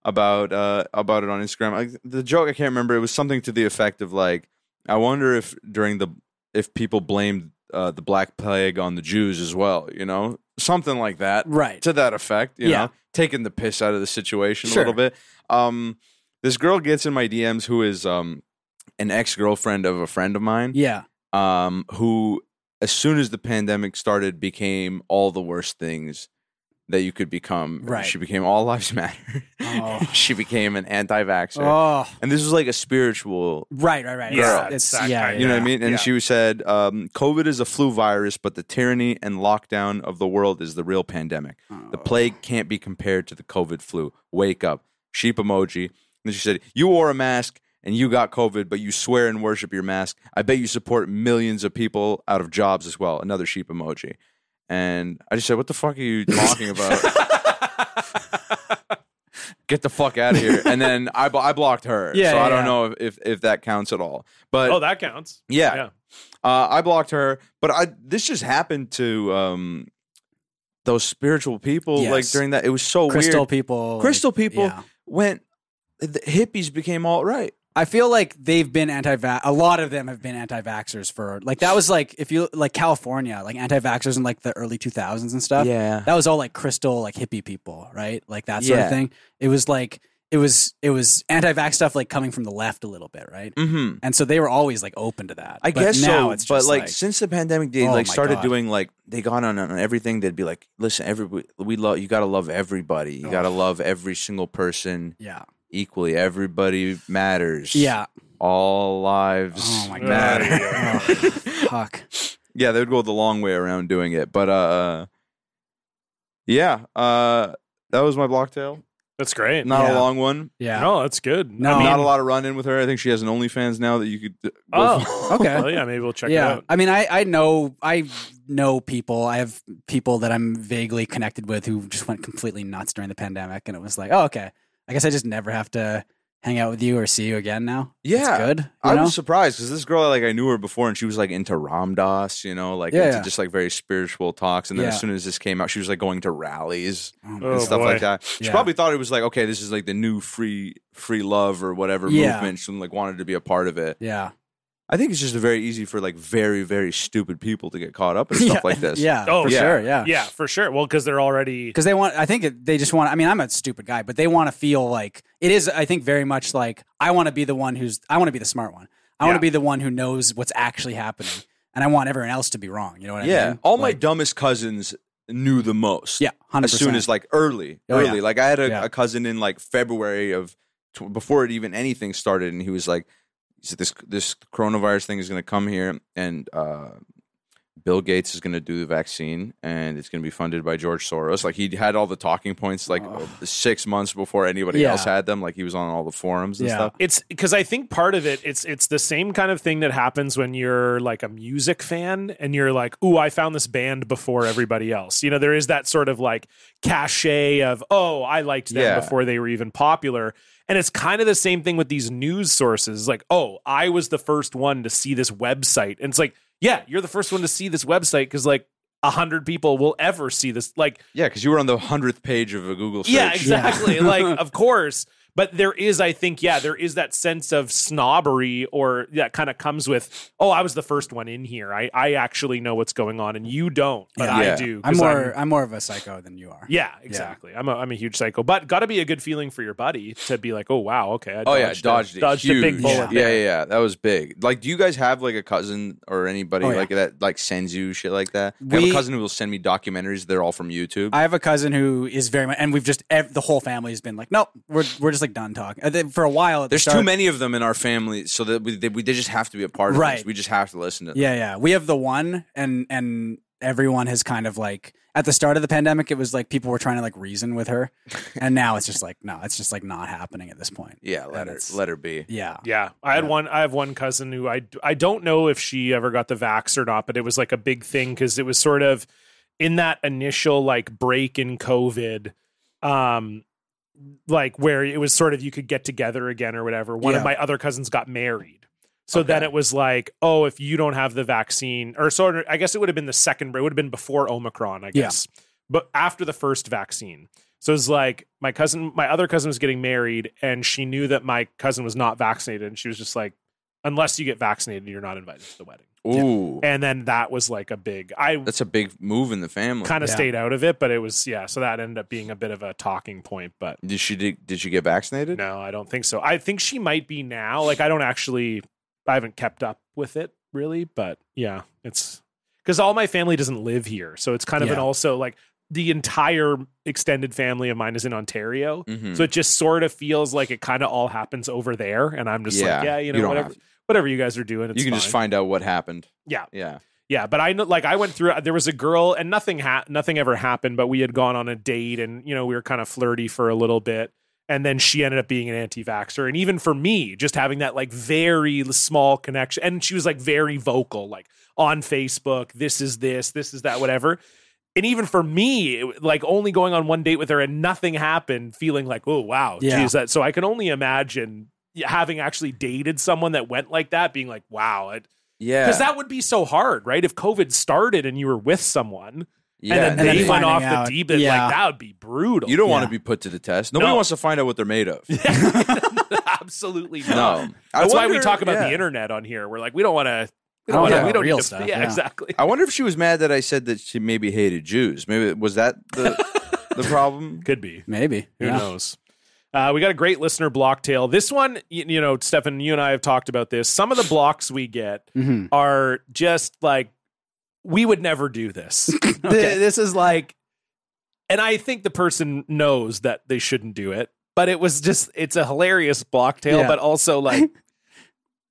Speaker 2: about uh, about it on Instagram. Like the joke, I can't remember. It was something to the effect of like, I wonder if during the if people blamed uh, the Black Plague on the Jews as well. You know, something like that
Speaker 3: Right.
Speaker 2: to that effect, you
Speaker 3: Yeah.
Speaker 2: know, taking the piss out of the situation
Speaker 3: Sure.
Speaker 2: a little bit. Um, this girl gets in my DMs who is um, an ex girlfriend of a friend of mine,
Speaker 3: Yeah.
Speaker 2: um, who, as soon as the pandemic started, became all the worst things that you could become.
Speaker 3: Right.
Speaker 2: She became All Lives Matter.
Speaker 3: Oh.
Speaker 2: she became an anti vaxxer.
Speaker 3: Oh.
Speaker 2: And this was like a spiritual
Speaker 3: Right. Right. Right.
Speaker 1: Yeah,
Speaker 3: It's, it's,
Speaker 1: that
Speaker 3: yeah.
Speaker 1: kind-
Speaker 2: you know
Speaker 3: yeah.
Speaker 2: what I mean? And
Speaker 1: yeah.
Speaker 2: she said, um, COVID is a flu virus, but the tyranny and lockdown of the world is the real pandemic.
Speaker 3: Oh.
Speaker 2: The plague can't be compared to the COVID flu. Wake up. Sheep emoji. And then she said, You wore a mask and you got COVID, but you swear and worship your mask. I bet you support millions of people out of jobs as well. Another sheep emoji. And I just said, What the fuck are you talking about? Get the fuck out of here. And then I, I blocked her.
Speaker 3: Yeah,
Speaker 2: so
Speaker 3: yeah,
Speaker 2: I don't
Speaker 3: yeah.
Speaker 2: know if, if, if that counts at all. But
Speaker 1: Oh, that counts.
Speaker 2: yeah.
Speaker 1: Yeah.
Speaker 2: Uh, I blocked her, but I this just happened to um, those spiritual people. Like
Speaker 3: Yes.
Speaker 2: during that, it was so
Speaker 3: Crystal
Speaker 2: weird.
Speaker 3: people.
Speaker 2: Crystal
Speaker 3: like,
Speaker 2: people
Speaker 3: yeah.
Speaker 2: went. The hippies became all right.
Speaker 3: I feel like they've been anti-vax. A lot of them have been anti-vaxxers for like that was like if you like California, like anti-vaxxers in like the early 2000s and stuff.
Speaker 2: Yeah.
Speaker 3: that was all like crystal, like hippie people, right? Like that sort
Speaker 2: Yeah.
Speaker 3: of thing. It was like it was it was anti-vax stuff like coming from the left a little bit, right?
Speaker 2: Mm-hmm.
Speaker 3: And so they were always like open to that.
Speaker 2: I
Speaker 3: But
Speaker 2: guess
Speaker 3: now
Speaker 2: so.
Speaker 3: It's
Speaker 2: but
Speaker 3: just
Speaker 2: like, since the pandemic, they
Speaker 3: Oh
Speaker 2: like
Speaker 3: my
Speaker 2: started
Speaker 3: God.
Speaker 2: doing like they got on on everything. They'd be like, "Listen, every we love you. Got to love everybody. You got to love every single person
Speaker 3: yeah,
Speaker 2: equally. Everybody matters.
Speaker 3: yeah.
Speaker 2: all lives.
Speaker 3: Oh my
Speaker 1: Uh,
Speaker 3: god,
Speaker 1: yeah.
Speaker 3: fuck.
Speaker 2: yeah, they would go the long way around doing it. But uh yeah, uh that was my block tail.
Speaker 1: that's great.
Speaker 2: Not
Speaker 3: Yeah.
Speaker 2: a long one.
Speaker 3: Yeah.
Speaker 1: No, that's good.
Speaker 3: No.
Speaker 1: I mean,
Speaker 2: Not a lot of run in with her. I think she has an OnlyFans now that you could uh, go
Speaker 1: Oh,
Speaker 3: Okay.
Speaker 1: Well, yeah, maybe we'll check
Speaker 3: yeah.
Speaker 1: it out.
Speaker 3: I mean, I, I know I know people. I have people that I'm vaguely connected with who just went completely nuts during the pandemic, and it was like, oh, okay. I guess I just never have to hang out with you or see you again now. That's
Speaker 2: Yeah.
Speaker 3: good. You
Speaker 2: I
Speaker 3: know?
Speaker 2: was surprised because this girl, like, I knew her before, and she was like into Ram Dass, you know, like
Speaker 3: Yeah,
Speaker 2: into
Speaker 3: yeah.
Speaker 2: just like very spiritual talks. And then
Speaker 3: Yeah.
Speaker 2: as soon as this came out, she was like going to rallies
Speaker 3: Oh,
Speaker 1: Oh,
Speaker 2: and stuff
Speaker 1: boy.
Speaker 2: like that. She
Speaker 3: Yeah.
Speaker 2: probably thought it was like, okay, this is like the new free free love or whatever
Speaker 3: Yeah.
Speaker 2: movement. She like wanted to be a part of it.
Speaker 3: yeah,
Speaker 2: I think it's just very easy for like very very stupid people to get caught up in stuff
Speaker 3: yeah,
Speaker 2: like this.
Speaker 3: Yeah,
Speaker 1: Oh,
Speaker 3: for
Speaker 1: yeah.
Speaker 3: sure. Yeah,
Speaker 1: Yeah, for sure. Well, because they're already.
Speaker 3: because they want. I think it- they just want. I mean, I'm a stupid guy, but they want to feel like it is. I think very much like I want to be the one who's. I want to be the smart one. I want
Speaker 1: Yeah.
Speaker 3: to be the one who knows what's actually happening, and I want everyone else to be wrong. You know what I
Speaker 2: yeah.
Speaker 3: mean?
Speaker 2: All
Speaker 3: Like,
Speaker 2: my dumbest cousins knew the most.
Speaker 3: yeah, 100%.
Speaker 2: as soon as like early,
Speaker 3: Oh, yeah.
Speaker 2: early. Like I had a,
Speaker 3: Yeah.
Speaker 2: a cousin in like February of tw- before it even anything started, and he was like, he said, "This this coronavirus thing is going to come here, and uh, Bill Gates is going to do the vaccine and it's going to be funded by George Soros. Like he had all the talking points like six months before anybody
Speaker 3: Oh. Yeah.
Speaker 2: else had them. Like he was on all the forums and
Speaker 3: Yeah.
Speaker 2: stuff.
Speaker 1: It's because I think part of it, it's it's the same kind of thing that happens when you're like a music fan and you're like, "Ooh, I found this band before everybody else." You know, there is that sort of like cachet of, "Oh, I liked them
Speaker 2: Yeah.
Speaker 1: before they were even popular." And it's kind of the same thing with these news sources. Like, "Oh, I was the first one to see this website," and it's like, "Yeah, you're the first one to see this website because like a hundred people will ever see this." Like,
Speaker 2: Yeah, because you were on the hundredth page of a Google search.
Speaker 1: yeah, exactly. like, of course. But there is, I think, yeah, there is that sense of snobbery or that kind of comes with, oh, I was the first one in here. I, I actually know what's going on and you don't, but
Speaker 3: Yeah.
Speaker 1: I
Speaker 2: Yeah.
Speaker 1: do.
Speaker 3: I'm
Speaker 1: 'cause
Speaker 3: more I'm, more of a psycho than you are.
Speaker 1: yeah, exactly. I'm, a, I'm a huge psycho, but got to be a good feeling for your buddy to be like, oh, wow, okay. I
Speaker 2: Oh yeah,
Speaker 1: a-
Speaker 2: dodged it.
Speaker 1: Dodged a big
Speaker 2: Huge.
Speaker 1: bullet.
Speaker 2: Yeah, yeah,
Speaker 1: there.
Speaker 2: yeah. That was big. Like, do you guys have like a cousin or anybody
Speaker 3: Oh, yeah.
Speaker 2: like that like sends you shit like that? I have
Speaker 3: We-
Speaker 2: a cousin who will send me documentaries. They're all from YouTube.
Speaker 3: I have a cousin who is very much, and we've just ev- the whole family has been like, nope, we're we're just like done talking Uh, they- for a while. At the
Speaker 2: There's too
Speaker 3: start-
Speaker 2: many of them in our family, so that we they, we they just have to be a part of
Speaker 3: Right.
Speaker 2: this. We just have to listen to. Them.
Speaker 3: Yeah, yeah. We have the one, and and everyone has kind of like at the start of the pandemic, it was like people were trying to like reason with her, and now it's just like no, it's just like not happening at this point.
Speaker 2: Yeah,
Speaker 3: And
Speaker 2: let her
Speaker 3: it's-
Speaker 2: let her be.
Speaker 3: Yeah,
Speaker 1: Yeah, I had one. I have one cousin who I I don't know if she ever got the vax or not, but it was like a big thing because it was sort of in that initial like break in COVID, um, like where it was sort of you could get together again or whatever. One of
Speaker 3: Yeah.
Speaker 1: my other cousins got married. So then it was like, oh, if you don't have the vaccine, or sort of, I guess it would have been the second, it would have been before Omicron, I
Speaker 3: Yeah.
Speaker 1: guess, but after the first vaccine. So it's like my cousin, my other cousin was getting married, and she knew that my cousin was not vaccinated, and she was just like, unless you get vaccinated, you're not invited to the wedding.
Speaker 2: Ooh,
Speaker 1: And then that was like a big, I
Speaker 2: that's a big move in the family.
Speaker 1: kind of
Speaker 3: Yeah.
Speaker 1: stayed out of it, but it was yeah. So that ended up being a bit of a talking point, but
Speaker 2: Did she did, did she get vaccinated?
Speaker 1: no, I don't think so. I think she might be now. Like I don't actually, I haven't kept up with it really, but yeah, it's because all my family doesn't live here, so it's kind of an
Speaker 3: Yeah.
Speaker 1: also like the entire extended family of mine is in Ontario.
Speaker 2: Mhm.
Speaker 1: So it just sort of feels like it kind of all happens over there, and I'm just
Speaker 2: Yeah,
Speaker 1: like, yeah, you
Speaker 2: you
Speaker 1: know,
Speaker 2: don't
Speaker 1: whatever,
Speaker 2: have-
Speaker 1: whatever you guys are doing, it's
Speaker 2: you can just
Speaker 1: fine.
Speaker 2: find out what happened.
Speaker 1: Yeah.
Speaker 2: Yeah.
Speaker 1: Yeah, but I know, like, I went through. There was a girl, and nothing ha- nothing ever happened. But we had gone on a date, and you know, we were kind of flirty for a little bit, and then she ended up being an anti-vaxxer. And even for me, just having that like very small connection, and she was like very vocal, like on Facebook, this is this, this is that, whatever. And even for me, it- like only going on one date with her and nothing happened, feeling like, oh wow,
Speaker 3: Yeah.
Speaker 1: geez, that. So I can only imagine having actually dated someone that went like that, being like, wow, it,
Speaker 2: Yeah.
Speaker 1: because that would be so hard, right? If COVID started and you were with someone
Speaker 2: yeah.
Speaker 1: and then
Speaker 3: And
Speaker 1: they
Speaker 3: then
Speaker 1: went
Speaker 3: finding
Speaker 1: off
Speaker 3: out,
Speaker 1: the deep end,
Speaker 3: yeah.
Speaker 1: like that would be brutal.
Speaker 2: you don't want
Speaker 3: Yeah.
Speaker 2: to be put to the test. Nobody
Speaker 1: No.
Speaker 2: wants to find out what they're made of.
Speaker 1: absolutely not.
Speaker 2: No. I
Speaker 1: That's why we
Speaker 2: wonder-
Speaker 1: talk about
Speaker 2: yeah.
Speaker 1: the internet on here. We're like, we don't want to. We
Speaker 3: I
Speaker 1: don't
Speaker 3: don't
Speaker 1: want
Speaker 3: care
Speaker 1: to. We
Speaker 3: about
Speaker 1: don't
Speaker 3: real
Speaker 1: need to.
Speaker 3: stuff,
Speaker 1: yeah,
Speaker 3: yeah.
Speaker 1: exactly.
Speaker 2: I wonder if she was mad that I said that she maybe hated Jews. Maybe was that the the problem?
Speaker 1: Could be.
Speaker 3: maybe.
Speaker 1: Who
Speaker 3: yeah.
Speaker 1: knows? Uh, we got a great listener block tale. This one, you, you know, Stefan, you and I have talked about this. Some of the blocks we get
Speaker 3: Mhm.
Speaker 1: are just like, we would never do this. Th- This is like, and I think the person knows that they shouldn't do it, but it was just, it's a hilarious block tale,
Speaker 3: Yeah.
Speaker 1: but also like,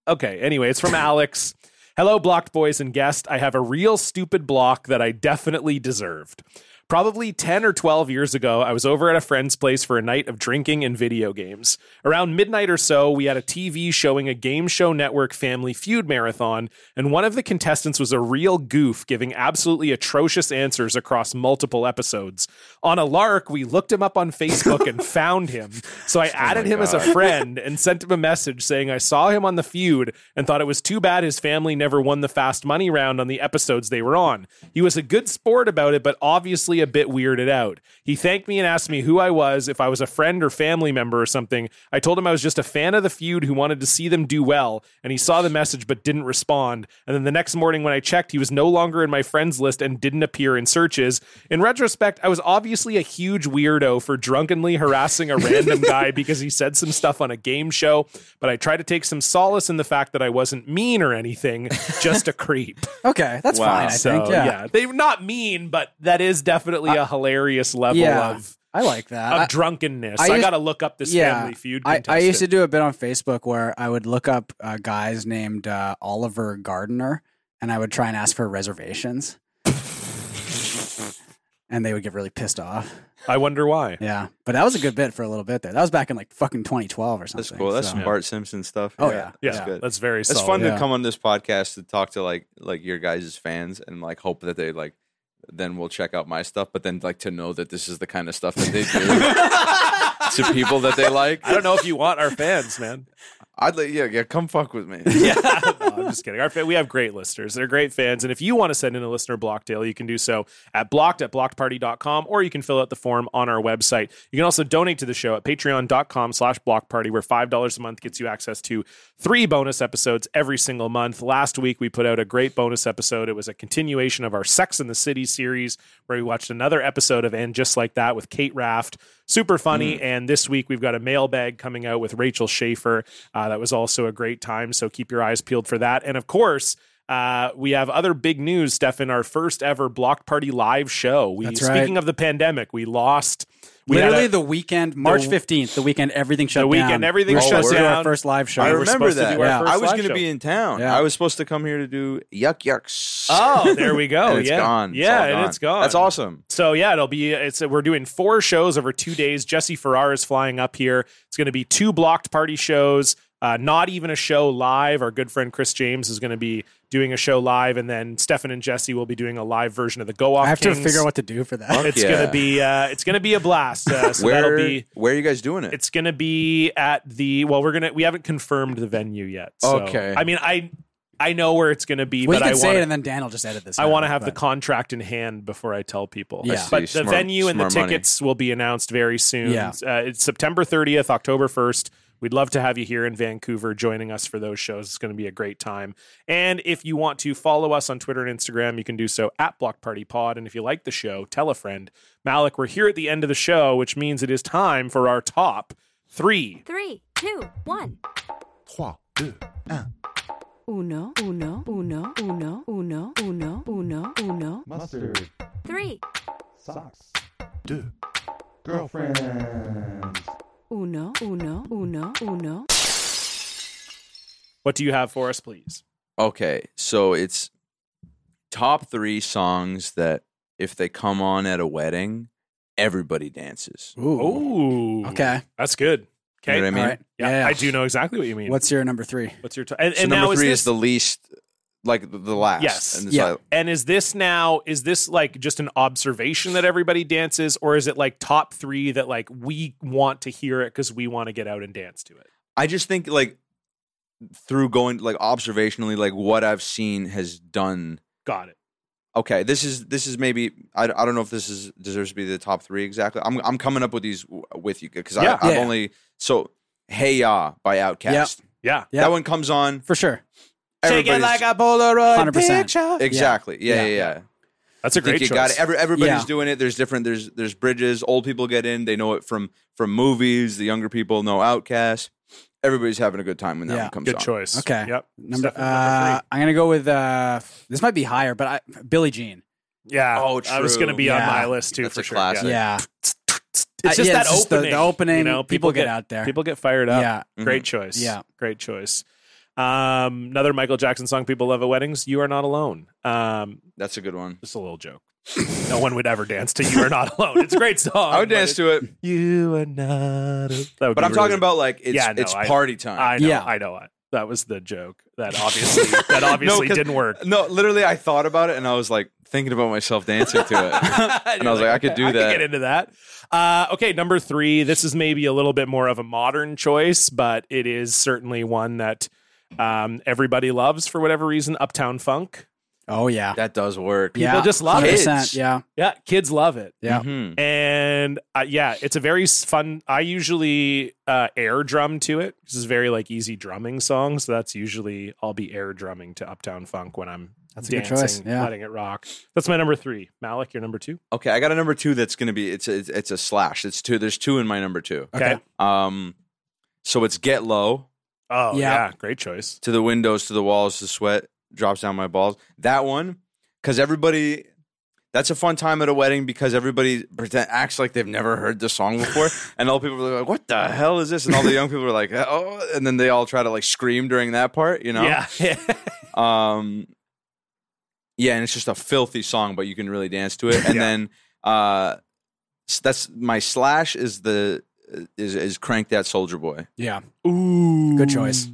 Speaker 1: okay, anyway, it's from Alex. Hello, blocked boys and guest. I have a real stupid block that I definitely deserved. Probably 10 or 12 years ago, I was over at a friend's place for a night of drinking and video games. Around midnight or so, we had a TV showing a Game Show Network Family Feud marathon, and one of the contestants was a real goof, giving absolutely atrocious answers across multiple episodes. On a lark, we looked him up on Facebook and found him. So I added him as a friend and sent him a message saying I saw him on the feud and thought it was too bad his family never won the fast money round on the episodes they were on. He was a good sport about it, but obviously a bit weirded out. He thanked me and asked me who I was, if I was a friend or family member or something. I told him I was just a fan of the feud who wanted to see them do well, and he saw the message but didn't respond. And then the next morning when I checked, he was no longer in my friends list and didn't appear in searches. In retrospect, I was obviously a huge weirdo for drunkenly harassing a random guy because he said some stuff on a game show, but I try to take some solace in the fact that I wasn't mean or anything, just a creep.
Speaker 3: Okay, that's
Speaker 2: Wow.
Speaker 3: fine. I
Speaker 1: so,
Speaker 3: think. Yeah,
Speaker 1: They're not mean, but that is definitely a hilarious level
Speaker 3: Yeah.
Speaker 1: of
Speaker 3: I like that.
Speaker 1: of
Speaker 3: I-
Speaker 1: drunkenness.
Speaker 3: I
Speaker 1: I,
Speaker 3: used-
Speaker 1: got to look up this
Speaker 3: yeah,
Speaker 1: family feud.
Speaker 3: I, I used to
Speaker 1: contestant.
Speaker 3: do a bit on Facebook where I would look up uh, guys named uh, Oliver Gardner, and I would try and ask for reservations. and they would get really pissed off.
Speaker 1: I wonder why.
Speaker 3: Yeah. But that was a good bit for a little bit there. That was back in like fucking 2012 or something.
Speaker 2: That's cool. That's
Speaker 3: so-
Speaker 2: some Bart Simpson stuff.
Speaker 3: Oh, yeah.
Speaker 1: Yeah,
Speaker 2: That's good.
Speaker 1: that's very.
Speaker 2: It's
Speaker 1: solid.
Speaker 2: fun
Speaker 3: yeah.
Speaker 2: to come on this podcast to talk to like like your guys' fans and like hope that they like then will check out my stuff, but then like to know that this is the kind of stuff that they do to people that they like.
Speaker 1: I don't know if you want our fans, man.
Speaker 2: I'd like yeah, yeah, come fuck with me.
Speaker 1: yeah, no, I'm just kidding. Our fa- we have great listeners. They're great fans. And if you want to send in a listener block tale, you can do so at blocked at blockedparty.com or you can fill out the form on our website. You can also donate to the show at patreon.com slash blockparty where $5 a month gets you access to three bonus episodes every single month. Last week, we put out a great bonus episode. It was a continuation of our Sex in the City series where we watched another episode of And Just Like That with Kate Raft. Super funny.
Speaker 3: Mm.
Speaker 1: And this week, we've got a mailbag coming out with Rachel Schaefer. Uh, that was also a great time. So keep your eyes peeled for that. And of course, uh, we have other big news, Stefan. Our first ever Block Party live show. We,
Speaker 3: That's right.
Speaker 1: Speaking of the pandemic, we lost. We had
Speaker 3: Literally
Speaker 1: a-
Speaker 3: the weekend, March 15th, the weekend everything shut down.
Speaker 1: weekend, everything
Speaker 3: we were
Speaker 1: shut
Speaker 3: supposed to do
Speaker 1: down.
Speaker 3: our first live show.
Speaker 2: I
Speaker 1: were
Speaker 2: remember
Speaker 1: supposed to
Speaker 2: that.
Speaker 1: do our
Speaker 3: Yeah.
Speaker 1: first
Speaker 2: I was
Speaker 1: live
Speaker 2: going
Speaker 1: show.
Speaker 2: to be in town.
Speaker 3: Yeah.
Speaker 2: I was supposed to come here to do yuck yucks.
Speaker 1: Oh, there we go.
Speaker 2: and it's
Speaker 1: yeah,
Speaker 2: gone. It's
Speaker 1: yeah,
Speaker 2: all
Speaker 1: and
Speaker 2: gone.
Speaker 1: it's gone.
Speaker 2: That's awesome.
Speaker 1: So yeah, it'll be it's we're doing four shows over two days. Jesse Farrar is flying up here. It's going to be two blocked party shows. Uh, not even a show live. Our good friend Chris James is going to be doing a show live, and then Stefan and Jesse will be doing a live version of the Go Off.
Speaker 3: I have to
Speaker 1: Kings.
Speaker 3: figure out what to do for that.
Speaker 1: It's
Speaker 2: Yeah.
Speaker 1: going to be uh, it's going to be a blast. Uh, so
Speaker 2: where
Speaker 1: that'll be
Speaker 2: where are you guys doing it?
Speaker 1: it's going to be at the well, we're gonna we haven't confirmed the venue yet. So,
Speaker 2: Okay.
Speaker 1: I mean, I I know where it's going to be,
Speaker 3: Well,
Speaker 1: but
Speaker 3: you can
Speaker 1: I
Speaker 3: say
Speaker 1: want
Speaker 3: it and then Dan will just edit this.
Speaker 1: I
Speaker 3: out,
Speaker 1: want to have the
Speaker 3: but-
Speaker 1: contract in hand before I tell people.
Speaker 3: I Yeah. see.
Speaker 1: But the
Speaker 2: Smart-
Speaker 1: venue and the
Speaker 2: smart money.
Speaker 1: tickets will be announced very soon.
Speaker 3: Yeah.
Speaker 1: Uh, it's September 30th, October 1st. We'd love to have you here in Vancouver joining us for those shows. It's going to be a great time. And if you want to follow us on Twitter and Instagram, you can do so at Block Party Pod. And if you like the show, tell a friend. Malik, we're here at the end of the show, which means it is time for our top three.
Speaker 11: Three, two, one. Uno, uno, uno, uno, uno, uno, uno, uno.
Speaker 6: Mustard.
Speaker 11: Three,
Speaker 6: Socks. Girlfriends.
Speaker 11: uno, uno, uno, uno.
Speaker 1: What do you have for us, please?
Speaker 2: Okay, so it's top three songs that if they come on at a wedding, everybody dances.
Speaker 3: Ooh.
Speaker 1: Oh,
Speaker 3: Okay.
Speaker 1: That's good. Okay.
Speaker 2: You know what I mean?
Speaker 3: All right.
Speaker 1: Yeah,
Speaker 3: Yeah, yeah.
Speaker 1: I do know exactly what you mean.
Speaker 3: What's your number three?
Speaker 1: What's your t- and,
Speaker 2: So
Speaker 1: and now
Speaker 2: number three
Speaker 1: is,
Speaker 2: is,
Speaker 1: this,
Speaker 2: the least, like the, the last.
Speaker 1: Yes.
Speaker 2: And
Speaker 3: Yeah.
Speaker 2: like,
Speaker 1: and is this now is this like just an observation that everybody dances or is it like top three that like we want to hear it because we want to get out and dance to it?
Speaker 2: I just think like through going like observationally, like what I've seen has done.
Speaker 1: Got it.
Speaker 2: Okay, this is this is maybe I, I don't know if this is deserves to be the top three exactly. I'm I'm coming up with these w- with you because
Speaker 1: Yeah.
Speaker 2: I've
Speaker 3: Yeah.
Speaker 2: only so Hey Ya by Outkast.
Speaker 1: Yeah.
Speaker 3: Yeah.
Speaker 2: That one comes on.
Speaker 3: For sure.
Speaker 2: Everybody's-
Speaker 1: a Polaroid
Speaker 3: 100%.
Speaker 2: Exactly. Yeah, yeah, yeah.
Speaker 1: That's a
Speaker 2: I think
Speaker 1: great
Speaker 2: you
Speaker 1: choice.
Speaker 2: got it. Every, everybody's
Speaker 3: Yeah.
Speaker 2: doing it. There's different. There's there's bridges. Old people get in. They know it from from movies. The younger people know Outcast. Everybody's having a good time when that
Speaker 3: Yeah.
Speaker 2: one comes
Speaker 1: good
Speaker 2: on.
Speaker 1: choice.
Speaker 3: Okay.
Speaker 1: Yep.
Speaker 3: Number,
Speaker 1: Stefan, number
Speaker 3: uh, I'm going to go with uh, this might be higher, but I, Billie Jean.
Speaker 1: three. Yeah.
Speaker 2: oh,
Speaker 1: I was
Speaker 2: true.
Speaker 1: gonna be on
Speaker 3: Yeah.
Speaker 1: my list too
Speaker 2: That's
Speaker 1: for
Speaker 2: a
Speaker 1: sure.
Speaker 2: classic.
Speaker 1: Yeah.
Speaker 3: Yeah. Uh,
Speaker 1: It's just
Speaker 3: yeah,
Speaker 1: that
Speaker 3: it's just the-
Speaker 1: opening.
Speaker 3: the opening,
Speaker 1: You know,
Speaker 3: people get out there.
Speaker 1: People get fired up.
Speaker 3: Yeah.
Speaker 1: Great choice.
Speaker 3: Yeah.
Speaker 1: Great choice. Um, another Michael Jackson song people love at weddings. You are not alone. Um,
Speaker 2: That's a good one.
Speaker 1: Just a little joke. no one would ever dance to "You Are Not Alone." It's a great song.
Speaker 2: I would dance to it,
Speaker 1: to "You Are Not." Alone." That would
Speaker 2: but
Speaker 1: be
Speaker 2: I'm talking
Speaker 1: really-
Speaker 2: about like it's
Speaker 1: Yeah, no,
Speaker 2: it's
Speaker 1: I-
Speaker 2: party time.
Speaker 1: I know.
Speaker 3: Yeah.
Speaker 1: I know. I, that was the joke. That obviously. that obviously
Speaker 2: 'cause-
Speaker 1: didn't work.
Speaker 2: no, literally, I thought about it and I was like thinking about myself dancing to it.
Speaker 1: and
Speaker 2: I was like, I could do that.
Speaker 1: get into that. Uh, okay, number three. This is maybe a little bit more of a modern choice, but it is certainly one that um, everybody loves for whatever reason. Uptown Funk.
Speaker 3: Oh, yeah.
Speaker 2: that does work.
Speaker 3: yeah.
Speaker 1: just love
Speaker 2: it.
Speaker 3: 100%, Yeah.
Speaker 1: Yeah, kids love it.
Speaker 3: Yeah.
Speaker 2: Mhm.
Speaker 1: and uh, yeah, it's a very s- fun. I usually uh, air drum to it. This is very like easy drumming song, so that's usually I'll be air drumming to Uptown Funk when I'm
Speaker 3: That's a good
Speaker 1: dancing,
Speaker 3: choice, yeah.
Speaker 1: letting it rock. That's my number three. Malik, your number two.
Speaker 2: Okay, I got a number two that's gonna be it's a, it's a slash. It's two. There's two in my number two.
Speaker 1: Okay.
Speaker 2: Um, so it's get low.
Speaker 1: Oh yeah.
Speaker 3: Yeah.
Speaker 1: great choice.
Speaker 2: to the windows, to the walls, the sweat drops down my balls. That one, because everybody, that's a fun time at a wedding because everybody pretend, acts like they've never heard the song before, and all people are like, "What the hell is this?" And all the young people are like, "Oh," and then they all try to like scream during that part, you know.
Speaker 1: Yeah,
Speaker 2: Um, Yeah, and it's just a filthy song, but you can really dance to it. And then uh, s- that's my slash is the is is crank that soldier boy.
Speaker 3: Yeah.
Speaker 1: Ooh.
Speaker 3: Good choice.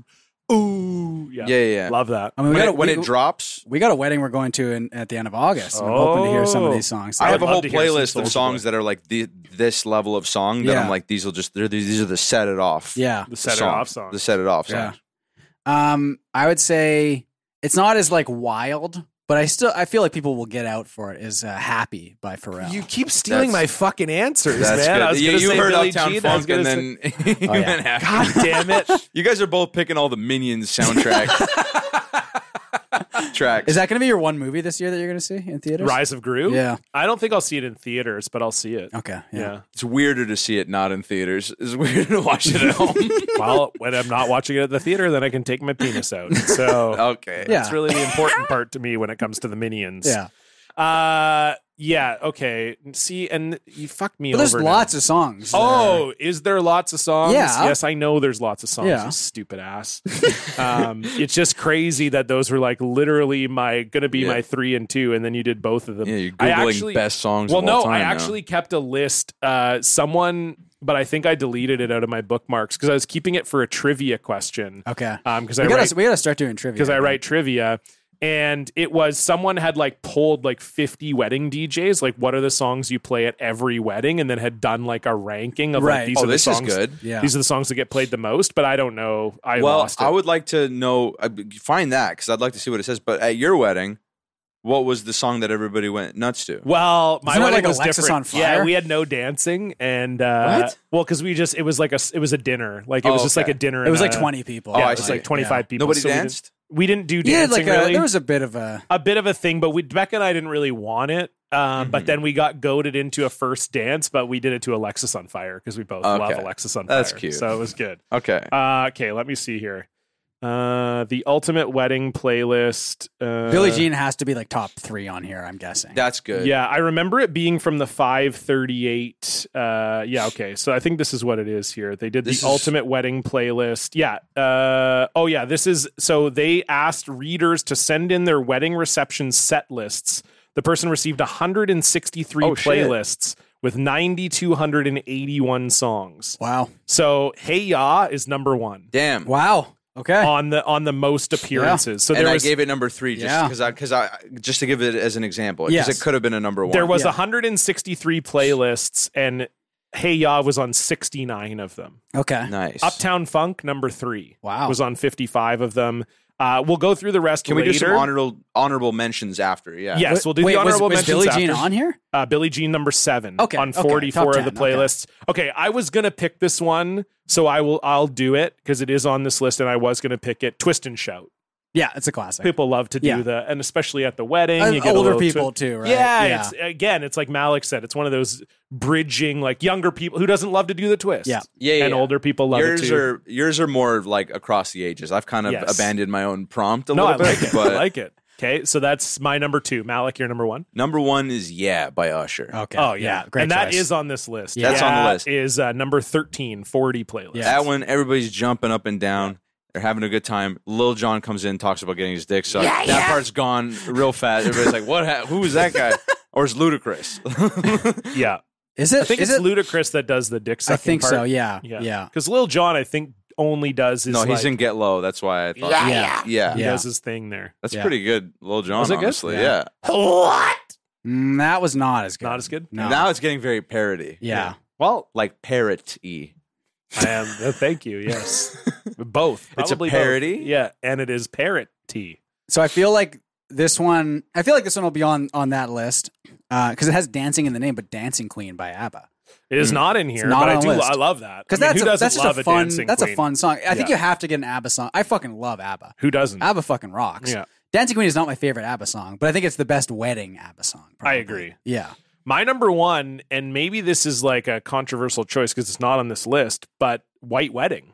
Speaker 1: Ooh. Yeah.
Speaker 2: Yeah, yeah, yeah.
Speaker 1: Love that.
Speaker 3: I mean, we
Speaker 2: when
Speaker 3: got
Speaker 2: it, when
Speaker 3: we,
Speaker 2: it drops,
Speaker 3: we got a wedding we're going to in, at the end of August. and I'm hoping to hear some of
Speaker 1: Oh.
Speaker 3: these songs.
Speaker 1: I
Speaker 2: I have a
Speaker 1: would love
Speaker 2: whole
Speaker 1: to hear some
Speaker 2: playlist
Speaker 1: Soulja
Speaker 2: of songs
Speaker 1: Boy.
Speaker 2: that are like the, this level of song that
Speaker 3: Yeah.
Speaker 2: I'm like these will just they're, these these are the set it off.
Speaker 3: yeah.
Speaker 1: The set it
Speaker 2: songs,
Speaker 1: off song.
Speaker 2: The set it off song.
Speaker 3: Um, I would say it's not as like wild, but I still I feel like people will get out for it. Is uh, "Happy" by Pharrell.
Speaker 1: You keep stealing
Speaker 2: That's-
Speaker 1: my fucking answers,
Speaker 2: That's
Speaker 1: man.
Speaker 2: good.
Speaker 1: I was
Speaker 2: you
Speaker 1: gonna
Speaker 2: you
Speaker 1: say
Speaker 2: heard
Speaker 1: Billie
Speaker 2: Uptown
Speaker 1: Jean, I was
Speaker 2: Funk
Speaker 1: gonna
Speaker 2: and
Speaker 1: say- Oh,
Speaker 2: then you
Speaker 3: yeah.
Speaker 2: went after-
Speaker 1: God damn it!
Speaker 2: You guys are both picking all the Minions soundtrack tracks.
Speaker 3: is that going to be your one movie this year that you're going to see in theaters?
Speaker 1: Rise of Gru.
Speaker 3: Yeah.
Speaker 1: I don't think I'll see it in theaters, but I'll see it.
Speaker 3: Okay. Yeah.
Speaker 1: Yeah.
Speaker 2: it's weirder to see it not in theaters. It's weirder to watch it at home.
Speaker 1: well, when I'm not watching it at the theater, then I can take my penis out. So
Speaker 2: okay.
Speaker 3: Oh, Yeah.
Speaker 1: that's really the important part to me when it comes to the minions.
Speaker 3: Yeah.
Speaker 1: Uh, yeah. Okay. See, and you fucked me
Speaker 3: But there's
Speaker 1: over.
Speaker 3: lots
Speaker 1: now.
Speaker 3: of songs. that are-
Speaker 1: Oh, is there lots of songs?
Speaker 3: Yeah.
Speaker 1: Yes, I know there's lots of songs.
Speaker 3: Yeah.
Speaker 1: You stupid ass. um, it's just crazy that those were like literally my gonna be
Speaker 2: Yeah.
Speaker 1: my three and two, and then you did both of them.
Speaker 2: Yeah, you're
Speaker 1: I
Speaker 2: googling best songs.
Speaker 1: Well,
Speaker 2: of all
Speaker 1: no,
Speaker 2: time
Speaker 1: I
Speaker 2: now.
Speaker 1: actually kept a list. Uh, someone, but I think I deleted it out of my bookmarks because I was keeping it for a trivia question.
Speaker 3: okay.
Speaker 1: Um, because I
Speaker 3: we got
Speaker 1: write
Speaker 3: to we got to start doing trivia
Speaker 1: because I
Speaker 3: then.
Speaker 1: write trivia. And it was someone had like pulled like 50 wedding DJs, like what are the songs you play at every wedding, and then had done like a ranking of
Speaker 3: Right.
Speaker 1: like these
Speaker 2: Oh,
Speaker 1: are the
Speaker 2: this is
Speaker 1: songs.
Speaker 2: good.
Speaker 3: Yeah.
Speaker 1: These are the songs that get played the most, but I don't know. I
Speaker 2: well,
Speaker 1: lost it.
Speaker 2: I would like to know uh, find that because I'd like to see what it says. But at your wedding, what was the song that everybody went nuts to?
Speaker 1: well, my
Speaker 3: Isn't it
Speaker 1: wedding
Speaker 3: like
Speaker 1: was
Speaker 3: Alexis
Speaker 1: different.
Speaker 3: on Fire?
Speaker 1: Yeah, we had no dancing, and uh,
Speaker 2: What?
Speaker 1: well, because we just it was like a it was a dinner, like it
Speaker 2: Oh,
Speaker 1: was just
Speaker 2: okay.
Speaker 1: like a dinner.
Speaker 3: It was
Speaker 1: and
Speaker 3: like
Speaker 1: a-
Speaker 3: 20 people.
Speaker 1: Yeah,
Speaker 2: Oh,
Speaker 1: it
Speaker 2: I
Speaker 1: was
Speaker 2: see.
Speaker 1: uh, like 25 people.
Speaker 2: Nobody
Speaker 1: so we didn't-
Speaker 2: danced.
Speaker 1: We didn't, do
Speaker 3: Yeah,
Speaker 1: dancing
Speaker 3: like a,
Speaker 1: really.
Speaker 3: there was a bit of a
Speaker 1: a bit of a thing, but we Becca and I didn't really want it. Um,
Speaker 2: Mm-hmm.
Speaker 1: But then we got goaded into a first dance, but we did it to Alexis on Fire because we both love
Speaker 2: Okay.
Speaker 1: Alexis on Fire.
Speaker 2: That's cute.
Speaker 1: So it was good.
Speaker 2: Okay.
Speaker 1: Uh, okay, let me see here. Uh, the ultimate wedding playlist. Uh,
Speaker 3: Billie Jean has to be like top three on here. I'm guessing.
Speaker 2: That's good.
Speaker 1: Yeah, I remember it being from the 538. Uh, yeah, okay. So I think this is what it is here. They did
Speaker 2: This
Speaker 1: the
Speaker 2: is-
Speaker 1: ultimate wedding playlist. Yeah. Uh, oh, yeah. This is so they asked readers to send in their wedding reception set lists. The person received 163
Speaker 2: Oh, shit.
Speaker 1: playlists with 9,281 songs.
Speaker 3: wow.
Speaker 1: So Hey Ya is number one
Speaker 2: Damn.
Speaker 3: Wow. Okay.
Speaker 1: on the on the most appearances. So there
Speaker 2: and I
Speaker 1: was,
Speaker 2: gave it number three just
Speaker 3: Yeah.
Speaker 2: because I because I just to give it as an example because
Speaker 3: Yes.
Speaker 2: it could have been a number one.
Speaker 1: There was
Speaker 3: Yeah.
Speaker 1: 163 playlists, and Hey Ya was on 69 of them.
Speaker 3: Okay.
Speaker 2: nice.
Speaker 1: Uptown Funk number three,
Speaker 3: Wow.
Speaker 1: was on 55 of them. Uh, we'll go through the rest.
Speaker 2: Can we do some
Speaker 1: later.
Speaker 2: honorable honorable mentions after? Yeah.
Speaker 1: Yes,
Speaker 3: Wait-
Speaker 1: we'll do
Speaker 3: wait,
Speaker 1: the
Speaker 3: was-
Speaker 1: honorable
Speaker 3: was,
Speaker 1: mentions.
Speaker 3: Billie Jean
Speaker 1: after.
Speaker 3: on here?
Speaker 1: Uh, Billie Jean number seven.
Speaker 3: Okay,
Speaker 1: on
Speaker 3: okay,
Speaker 1: 44
Speaker 3: top
Speaker 1: of the
Speaker 3: 10, okay.
Speaker 1: playlists. Okay. I was gonna pick this one, so I will. I'll do it because it is on this list, and I was gonna pick it. Twist and shout.
Speaker 3: Yeah, it's a classic.
Speaker 1: People love to do
Speaker 3: Yeah.
Speaker 1: the, and especially at the wedding,
Speaker 3: And
Speaker 1: you get a
Speaker 3: older
Speaker 1: little twi-
Speaker 3: people too, right?
Speaker 1: Yeah,
Speaker 3: Yeah.
Speaker 1: it's again, it's like Malik said, it's one of those bridging like younger people who doesn't love to do the twist.
Speaker 3: Yeah.
Speaker 2: Yeah, yeah,
Speaker 1: and
Speaker 2: yeah.
Speaker 1: older people love it
Speaker 2: Yours
Speaker 1: too.
Speaker 2: are yours are more like across the ages. I've kind of
Speaker 1: Yes.
Speaker 2: abandoned my own prompt a
Speaker 1: no, I
Speaker 2: little
Speaker 1: like
Speaker 2: bit,
Speaker 1: it.
Speaker 2: but
Speaker 1: I like it. Okay, so that's my number two. Malik, your number one.
Speaker 2: number one is "Yeah" by Usher.
Speaker 3: Okay.
Speaker 1: Oh yeah,
Speaker 3: Great
Speaker 1: and that
Speaker 3: choice.
Speaker 1: is on this list.
Speaker 2: Yeah. That's on the
Speaker 1: Yeah
Speaker 2: list.
Speaker 1: Is uh, number 13, 40 playlist.
Speaker 3: Yeah.
Speaker 2: That one, everybody's jumping up and down. They're having a good time. Lil John comes in, talks about getting his dick sucked. that part's gone real fast. Everybody's like, "What? Ha- who was that guy?" or is ludicrous?
Speaker 1: yeah.
Speaker 3: Is it?
Speaker 1: I think
Speaker 3: is
Speaker 1: it's
Speaker 3: it?
Speaker 1: ludicrous that does the dick
Speaker 3: I
Speaker 1: sucking.
Speaker 3: think
Speaker 1: part.
Speaker 3: so. Yeah.
Speaker 1: Yeah,
Speaker 3: Yeah.
Speaker 1: Because Lil John, I think, only does his
Speaker 2: no, he's
Speaker 1: like,
Speaker 2: in Get Low. That's why I thought.
Speaker 3: Yeah.
Speaker 2: Yeah.
Speaker 1: he
Speaker 3: Yeah.
Speaker 1: does his thing there.
Speaker 2: That's
Speaker 3: Yeah.
Speaker 2: pretty good, Lil John.
Speaker 1: Was it good?
Speaker 2: honestly,
Speaker 3: Yeah.
Speaker 2: yeah.
Speaker 3: Mm, that was not as good.
Speaker 1: Not as good?
Speaker 3: No.
Speaker 2: Now it's getting very parody.
Speaker 3: yeah.
Speaker 1: Well,
Speaker 2: Like parrot-y.
Speaker 1: I am. uh, thank you. Yes, both.
Speaker 2: It's a
Speaker 1: Probably both.
Speaker 2: parody?
Speaker 1: Yeah, and it is parody.
Speaker 3: So I feel like this one. I feel like this one will be on on that list because it has dancing in the name, but Dancing Queen by ABBA.
Speaker 1: It is not in here,
Speaker 3: Hmm. not
Speaker 1: but I
Speaker 3: on the
Speaker 1: do.
Speaker 3: list.
Speaker 1: I love that I
Speaker 3: Because
Speaker 1: mean,
Speaker 3: that's
Speaker 1: who
Speaker 3: a,
Speaker 1: doesn't
Speaker 3: that's just
Speaker 1: love
Speaker 3: a fun
Speaker 1: dancing
Speaker 3: that's
Speaker 1: queen?
Speaker 3: a fun song. I think
Speaker 1: Yeah.
Speaker 3: you have to get an ABBA song. I fucking love ABBA.
Speaker 1: Who doesn't?
Speaker 3: ABBA fucking rocks.
Speaker 1: Yeah.
Speaker 3: Dancing Queen is not my favorite ABBA song, but I think it's the best wedding ABBA song.
Speaker 1: I
Speaker 3: probably.
Speaker 1: agree.
Speaker 3: Yeah.
Speaker 1: My number one, and maybe this is like a controversial choice because it's not on this list, but White Wedding.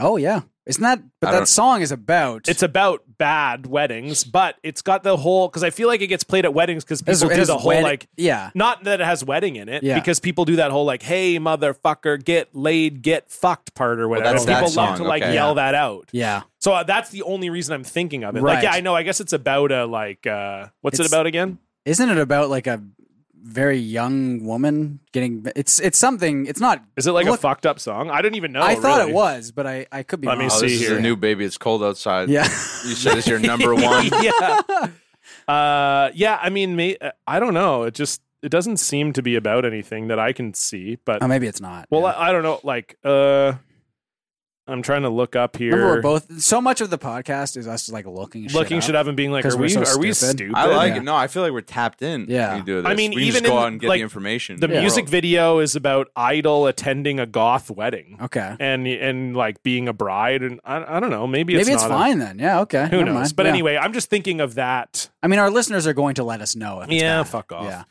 Speaker 3: Oh yeah. It's not, but
Speaker 1: I
Speaker 3: that
Speaker 1: don't-
Speaker 3: song is about.
Speaker 1: It's about bad weddings, but it's got the whole because I feel like it gets played at weddings because
Speaker 3: It's-
Speaker 1: people
Speaker 3: it
Speaker 1: do
Speaker 3: has
Speaker 1: the whole
Speaker 3: wed-
Speaker 1: like
Speaker 3: yeah.
Speaker 1: not that it has wedding in it
Speaker 3: Yeah.
Speaker 1: because people do that whole like hey motherfucker get laid get fucked part or whatever.
Speaker 3: that's that
Speaker 1: people love
Speaker 3: song,
Speaker 1: to like
Speaker 3: okay.
Speaker 1: yell
Speaker 3: Yeah.
Speaker 1: that out.
Speaker 3: Yeah.
Speaker 1: So uh, that's the only reason I'm thinking of it. Like
Speaker 3: Right.
Speaker 1: yeah, I know. I guess it's about a like uh what's it
Speaker 3: It's-
Speaker 1: about again?
Speaker 3: Isn't it about like a very young woman getting? It's it's something. It's not.
Speaker 1: Is it like a
Speaker 3: look-
Speaker 1: fucked up song? I don't even know.
Speaker 3: I thought
Speaker 1: Oh, really.
Speaker 3: it was, but I I could be.
Speaker 1: Let me
Speaker 3: wrong.
Speaker 1: see
Speaker 2: Oh, this is
Speaker 1: here.
Speaker 2: the new baby. It's cold outside.
Speaker 3: Yeah.
Speaker 2: you said it's your number one.
Speaker 1: yeah. Uh, yeah. I mean, may, I don't know. It just it doesn't seem to be about anything that I can see. But
Speaker 3: Oh, maybe it's not.
Speaker 1: Well, I, I don't know. Like, uh, I'm trying to look up here.
Speaker 3: Remember, we're both so much of the podcast is us like looking shit
Speaker 1: looking
Speaker 3: up,
Speaker 1: shit up and being like,
Speaker 3: 'cause
Speaker 1: "Are
Speaker 3: we're
Speaker 1: we
Speaker 3: so
Speaker 1: are we
Speaker 3: stupid.
Speaker 1: stupid?"
Speaker 2: I like
Speaker 1: Yeah.
Speaker 2: it. No, I feel like we're tapped in.
Speaker 3: Yeah.
Speaker 2: when you do this.
Speaker 1: I mean,
Speaker 2: we
Speaker 1: even
Speaker 2: just go
Speaker 1: in,
Speaker 2: out and get
Speaker 1: like,
Speaker 2: the information.
Speaker 1: The
Speaker 2: Yeah.
Speaker 1: music video is about Idol attending a goth wedding.
Speaker 3: Okay.
Speaker 1: and and like being a bride, and I, I don't know. Maybe
Speaker 3: Maybe
Speaker 1: it's
Speaker 3: it's,
Speaker 1: not a-
Speaker 3: fine then. Yeah. Okay.
Speaker 1: Who
Speaker 3: never
Speaker 1: knows?
Speaker 3: mind.
Speaker 1: But
Speaker 3: Yeah.
Speaker 1: anyway, I'm just thinking of that.
Speaker 3: I mean, our listeners are going to let us know. If it's
Speaker 1: Yeah,
Speaker 3: bad.
Speaker 1: fuck off.
Speaker 3: Yeah.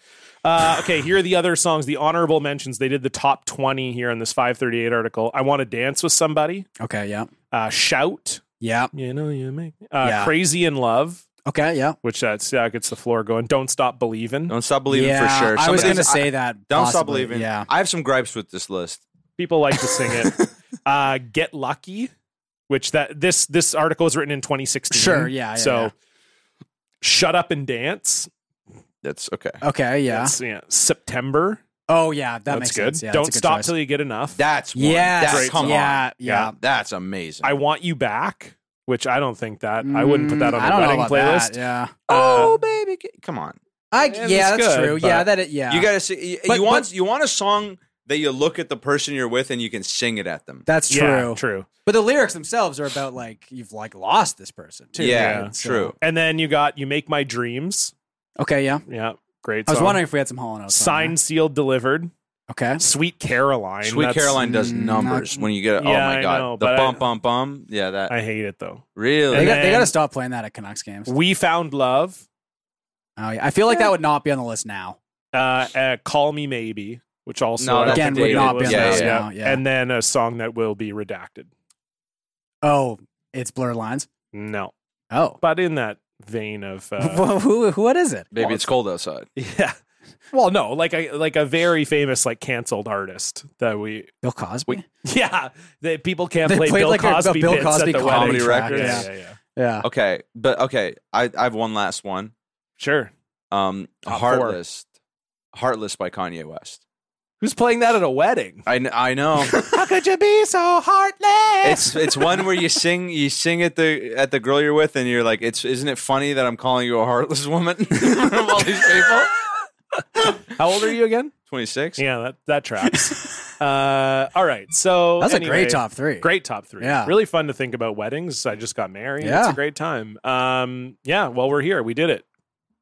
Speaker 1: Uh, okay, here are the other songs, the honorable mentions. They did the top 20 here in this 538 article. I Want to Dance with Somebody,
Speaker 3: Okay. Yeah.
Speaker 1: uh, Shout,
Speaker 3: Yeah.
Speaker 1: You know, you make uh,
Speaker 3: Yeah.
Speaker 1: Crazy in Love,
Speaker 3: Okay. Yeah.
Speaker 1: which that's, uh, gets the floor going. Don't Stop Believing.
Speaker 2: Don't stop believing
Speaker 3: Yeah,
Speaker 2: for sure.
Speaker 3: I was
Speaker 2: Somebody's-
Speaker 3: gonna say that
Speaker 2: Don't stop
Speaker 3: possibly,
Speaker 2: believing.
Speaker 3: yeah.
Speaker 2: I have some gripes with this list.
Speaker 1: People like to sing it. uh, Get Lucky, which that this this article was written in 2016.
Speaker 3: Sure, yeah, yeah,
Speaker 1: so
Speaker 3: yeah.
Speaker 1: Shut Up and Dance.
Speaker 2: That's okay.
Speaker 3: Okay. Yeah.
Speaker 1: That's, yeah. September.
Speaker 3: oh yeah. That
Speaker 1: That's
Speaker 3: makes
Speaker 1: good.
Speaker 3: sense. Yeah,
Speaker 1: Don't
Speaker 3: that's a good
Speaker 1: stop
Speaker 3: choice.
Speaker 1: till you get enough.
Speaker 2: That's one.
Speaker 3: Yes.
Speaker 2: That's,
Speaker 3: Great
Speaker 2: come
Speaker 3: yeah,
Speaker 2: on.
Speaker 3: yeah.
Speaker 2: That's amazing.
Speaker 1: I want you back, which I don't think that I wouldn't put that on
Speaker 3: Mm, I
Speaker 1: the
Speaker 3: don't know
Speaker 1: wedding
Speaker 3: about
Speaker 1: playlist.
Speaker 3: that. Yeah.
Speaker 1: uh,
Speaker 2: oh baby, get- come on.
Speaker 3: I
Speaker 1: Yeah,
Speaker 3: yeah,
Speaker 1: that's
Speaker 3: that's,
Speaker 1: good,
Speaker 3: true.
Speaker 1: but-
Speaker 3: Yeah, that it, yeah.
Speaker 2: You gotta see. You,
Speaker 3: But-
Speaker 2: you want
Speaker 3: but-
Speaker 2: you want a song that you look at the person you're with and you can sing it at them.
Speaker 3: that's true.
Speaker 1: Yeah, true.
Speaker 3: But the lyrics themselves are about like you've like lost this person too.
Speaker 2: yeah,
Speaker 1: yeah,
Speaker 3: so-
Speaker 2: true.
Speaker 1: And then you got "You Make My Dreams."
Speaker 3: Okay, yeah.
Speaker 1: Yeah, great.
Speaker 3: I was
Speaker 1: song.
Speaker 3: wondering if we had some Hall and Oates on
Speaker 1: "Signed, Sealed, Delivered."
Speaker 3: there. Okay.
Speaker 1: "Sweet Caroline."
Speaker 2: Sweet
Speaker 1: That's-
Speaker 2: Caroline does
Speaker 3: Mm,
Speaker 2: numbers when you get.
Speaker 1: Yeah,
Speaker 2: oh
Speaker 1: I
Speaker 2: my god,
Speaker 1: know,
Speaker 2: the
Speaker 1: but I-
Speaker 2: bum bum bum. Yeah, that
Speaker 1: I hate it though.
Speaker 2: really.
Speaker 3: They got,
Speaker 1: then-
Speaker 3: they got to stop playing that at Canucks games. Oh,
Speaker 1: "We Found Love,"
Speaker 3: yeah. I feel like that would not be on the list now.
Speaker 1: uh, uh, "Call Me Maybe," which also
Speaker 2: No,
Speaker 1: I don't
Speaker 2: that's
Speaker 1: think
Speaker 2: Again, would
Speaker 1: they
Speaker 2: not be on
Speaker 1: listed.
Speaker 2: the list
Speaker 3: now, yeah.
Speaker 1: and then a song that will be redacted.
Speaker 3: Oh, it's Blurred Lines.
Speaker 1: No,
Speaker 3: Oh,
Speaker 1: but in that vein of uh,
Speaker 3: Wha- who what is it?
Speaker 2: Baby, it's cold outside.
Speaker 1: yeah. Well, no, like a like a very famous like canceled artist that we
Speaker 3: Bill Cosby.
Speaker 1: Yeah, they, people can't
Speaker 3: They
Speaker 1: play
Speaker 3: played
Speaker 1: Bill
Speaker 3: like a- a
Speaker 1: Cosby
Speaker 3: Bill
Speaker 1: bits
Speaker 3: Cosby
Speaker 1: at the
Speaker 3: comedy
Speaker 1: wedding.
Speaker 2: record.
Speaker 1: Yeah,
Speaker 3: Yeah.
Speaker 1: yeah, yeah.
Speaker 3: yeah.
Speaker 2: Okay, but okay, I I have one last one.
Speaker 1: Sure.
Speaker 2: Um,
Speaker 1: Top four.
Speaker 2: Heartless, Heartless by Kanye West.
Speaker 1: Who's playing that at a wedding?
Speaker 2: I kn- I know.
Speaker 1: How could you be so heartless?
Speaker 2: It's it's one where you sing you sing at the at the girl you're with and you're like it's isn't it funny that I'm calling you a heartless woman of all these people?
Speaker 1: How old are you again?
Speaker 2: Twenty six.
Speaker 1: Yeah, that that tracks. uh, all right, so
Speaker 3: That's
Speaker 1: anyway,
Speaker 3: a great top three.
Speaker 1: Great top three.
Speaker 3: Yeah.
Speaker 1: really fun to think about weddings. I just got married.
Speaker 3: Yeah.
Speaker 1: it's a great time. Um, yeah. Well, we're here. We did it,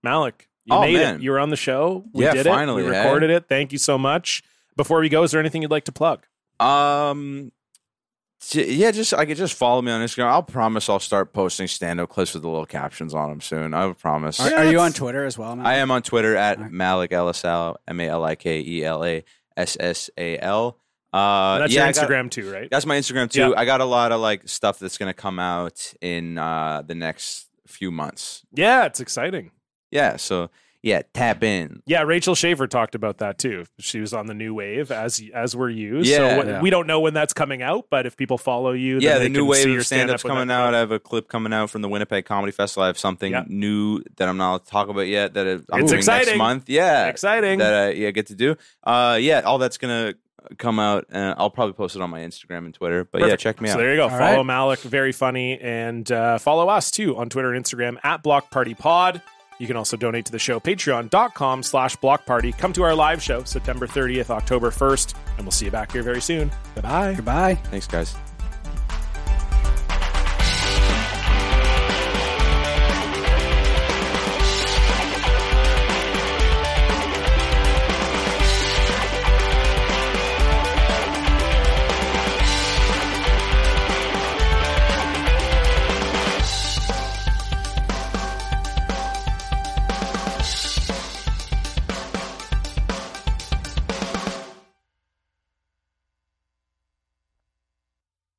Speaker 1: Malik. You
Speaker 2: Oh,
Speaker 1: made it.
Speaker 2: man.
Speaker 1: You were on the show. We
Speaker 2: Yeah,
Speaker 1: did
Speaker 2: finally,
Speaker 1: it. We
Speaker 2: eh?
Speaker 1: recorded it. Thank you so much. Before we go, is there anything you'd like to plug?
Speaker 2: Um. j- Yeah, just I could just follow me on Instagram. I'll promise I'll start posting stand up clips with the little captions on them soon. I promise.
Speaker 3: Are, are you on Twitter as well? Matt?
Speaker 2: I am on Twitter at
Speaker 3: Alright.
Speaker 2: Malik Elisal, M A L I K E L A S S A L. Uh,
Speaker 1: That's
Speaker 2: yeah, I
Speaker 1: your
Speaker 2: got-
Speaker 1: Instagram too, right?
Speaker 2: That's my Instagram too.
Speaker 1: Yeah.
Speaker 2: I got a lot of like stuff that's gonna come out in uh, the next few months.
Speaker 1: Yeah, it's exciting.
Speaker 2: Yeah, so yeah, tap in.
Speaker 1: Yeah, Rachel Shaver talked about that too. She was on the new wave as as were you. so
Speaker 2: Yeah.
Speaker 1: what, we don't know when that's coming out, but if people follow you, then
Speaker 2: yeah,
Speaker 1: they
Speaker 2: the new
Speaker 1: can see
Speaker 2: wave
Speaker 1: your
Speaker 2: of stand up's
Speaker 1: stand-up when
Speaker 2: coming
Speaker 1: that-
Speaker 2: out. I have a clip coming out from the Winnipeg Comedy Festival. I have something
Speaker 1: Yeah.
Speaker 2: new that I'm not allowed to talk about yet that I'm doing
Speaker 1: exciting.
Speaker 2: next month. Yeah,
Speaker 1: Exciting.
Speaker 2: that I yeah, get to do. Uh, yeah, all that's gonna come out. And I'll probably post it on my Instagram and Twitter. But
Speaker 1: Perfect.
Speaker 2: yeah, check me
Speaker 1: So
Speaker 2: out.
Speaker 1: there you go.
Speaker 3: All
Speaker 1: follow
Speaker 3: right.
Speaker 1: Malik, very funny, and uh, follow us too on Twitter and Instagram at Block Party Pod. You can also donate to the show, patreon.com slash block party. Come to our live show, September 30th, October 1st, and we'll see you back here very soon. Bye bye.
Speaker 3: Goodbye.
Speaker 2: Thanks, guys.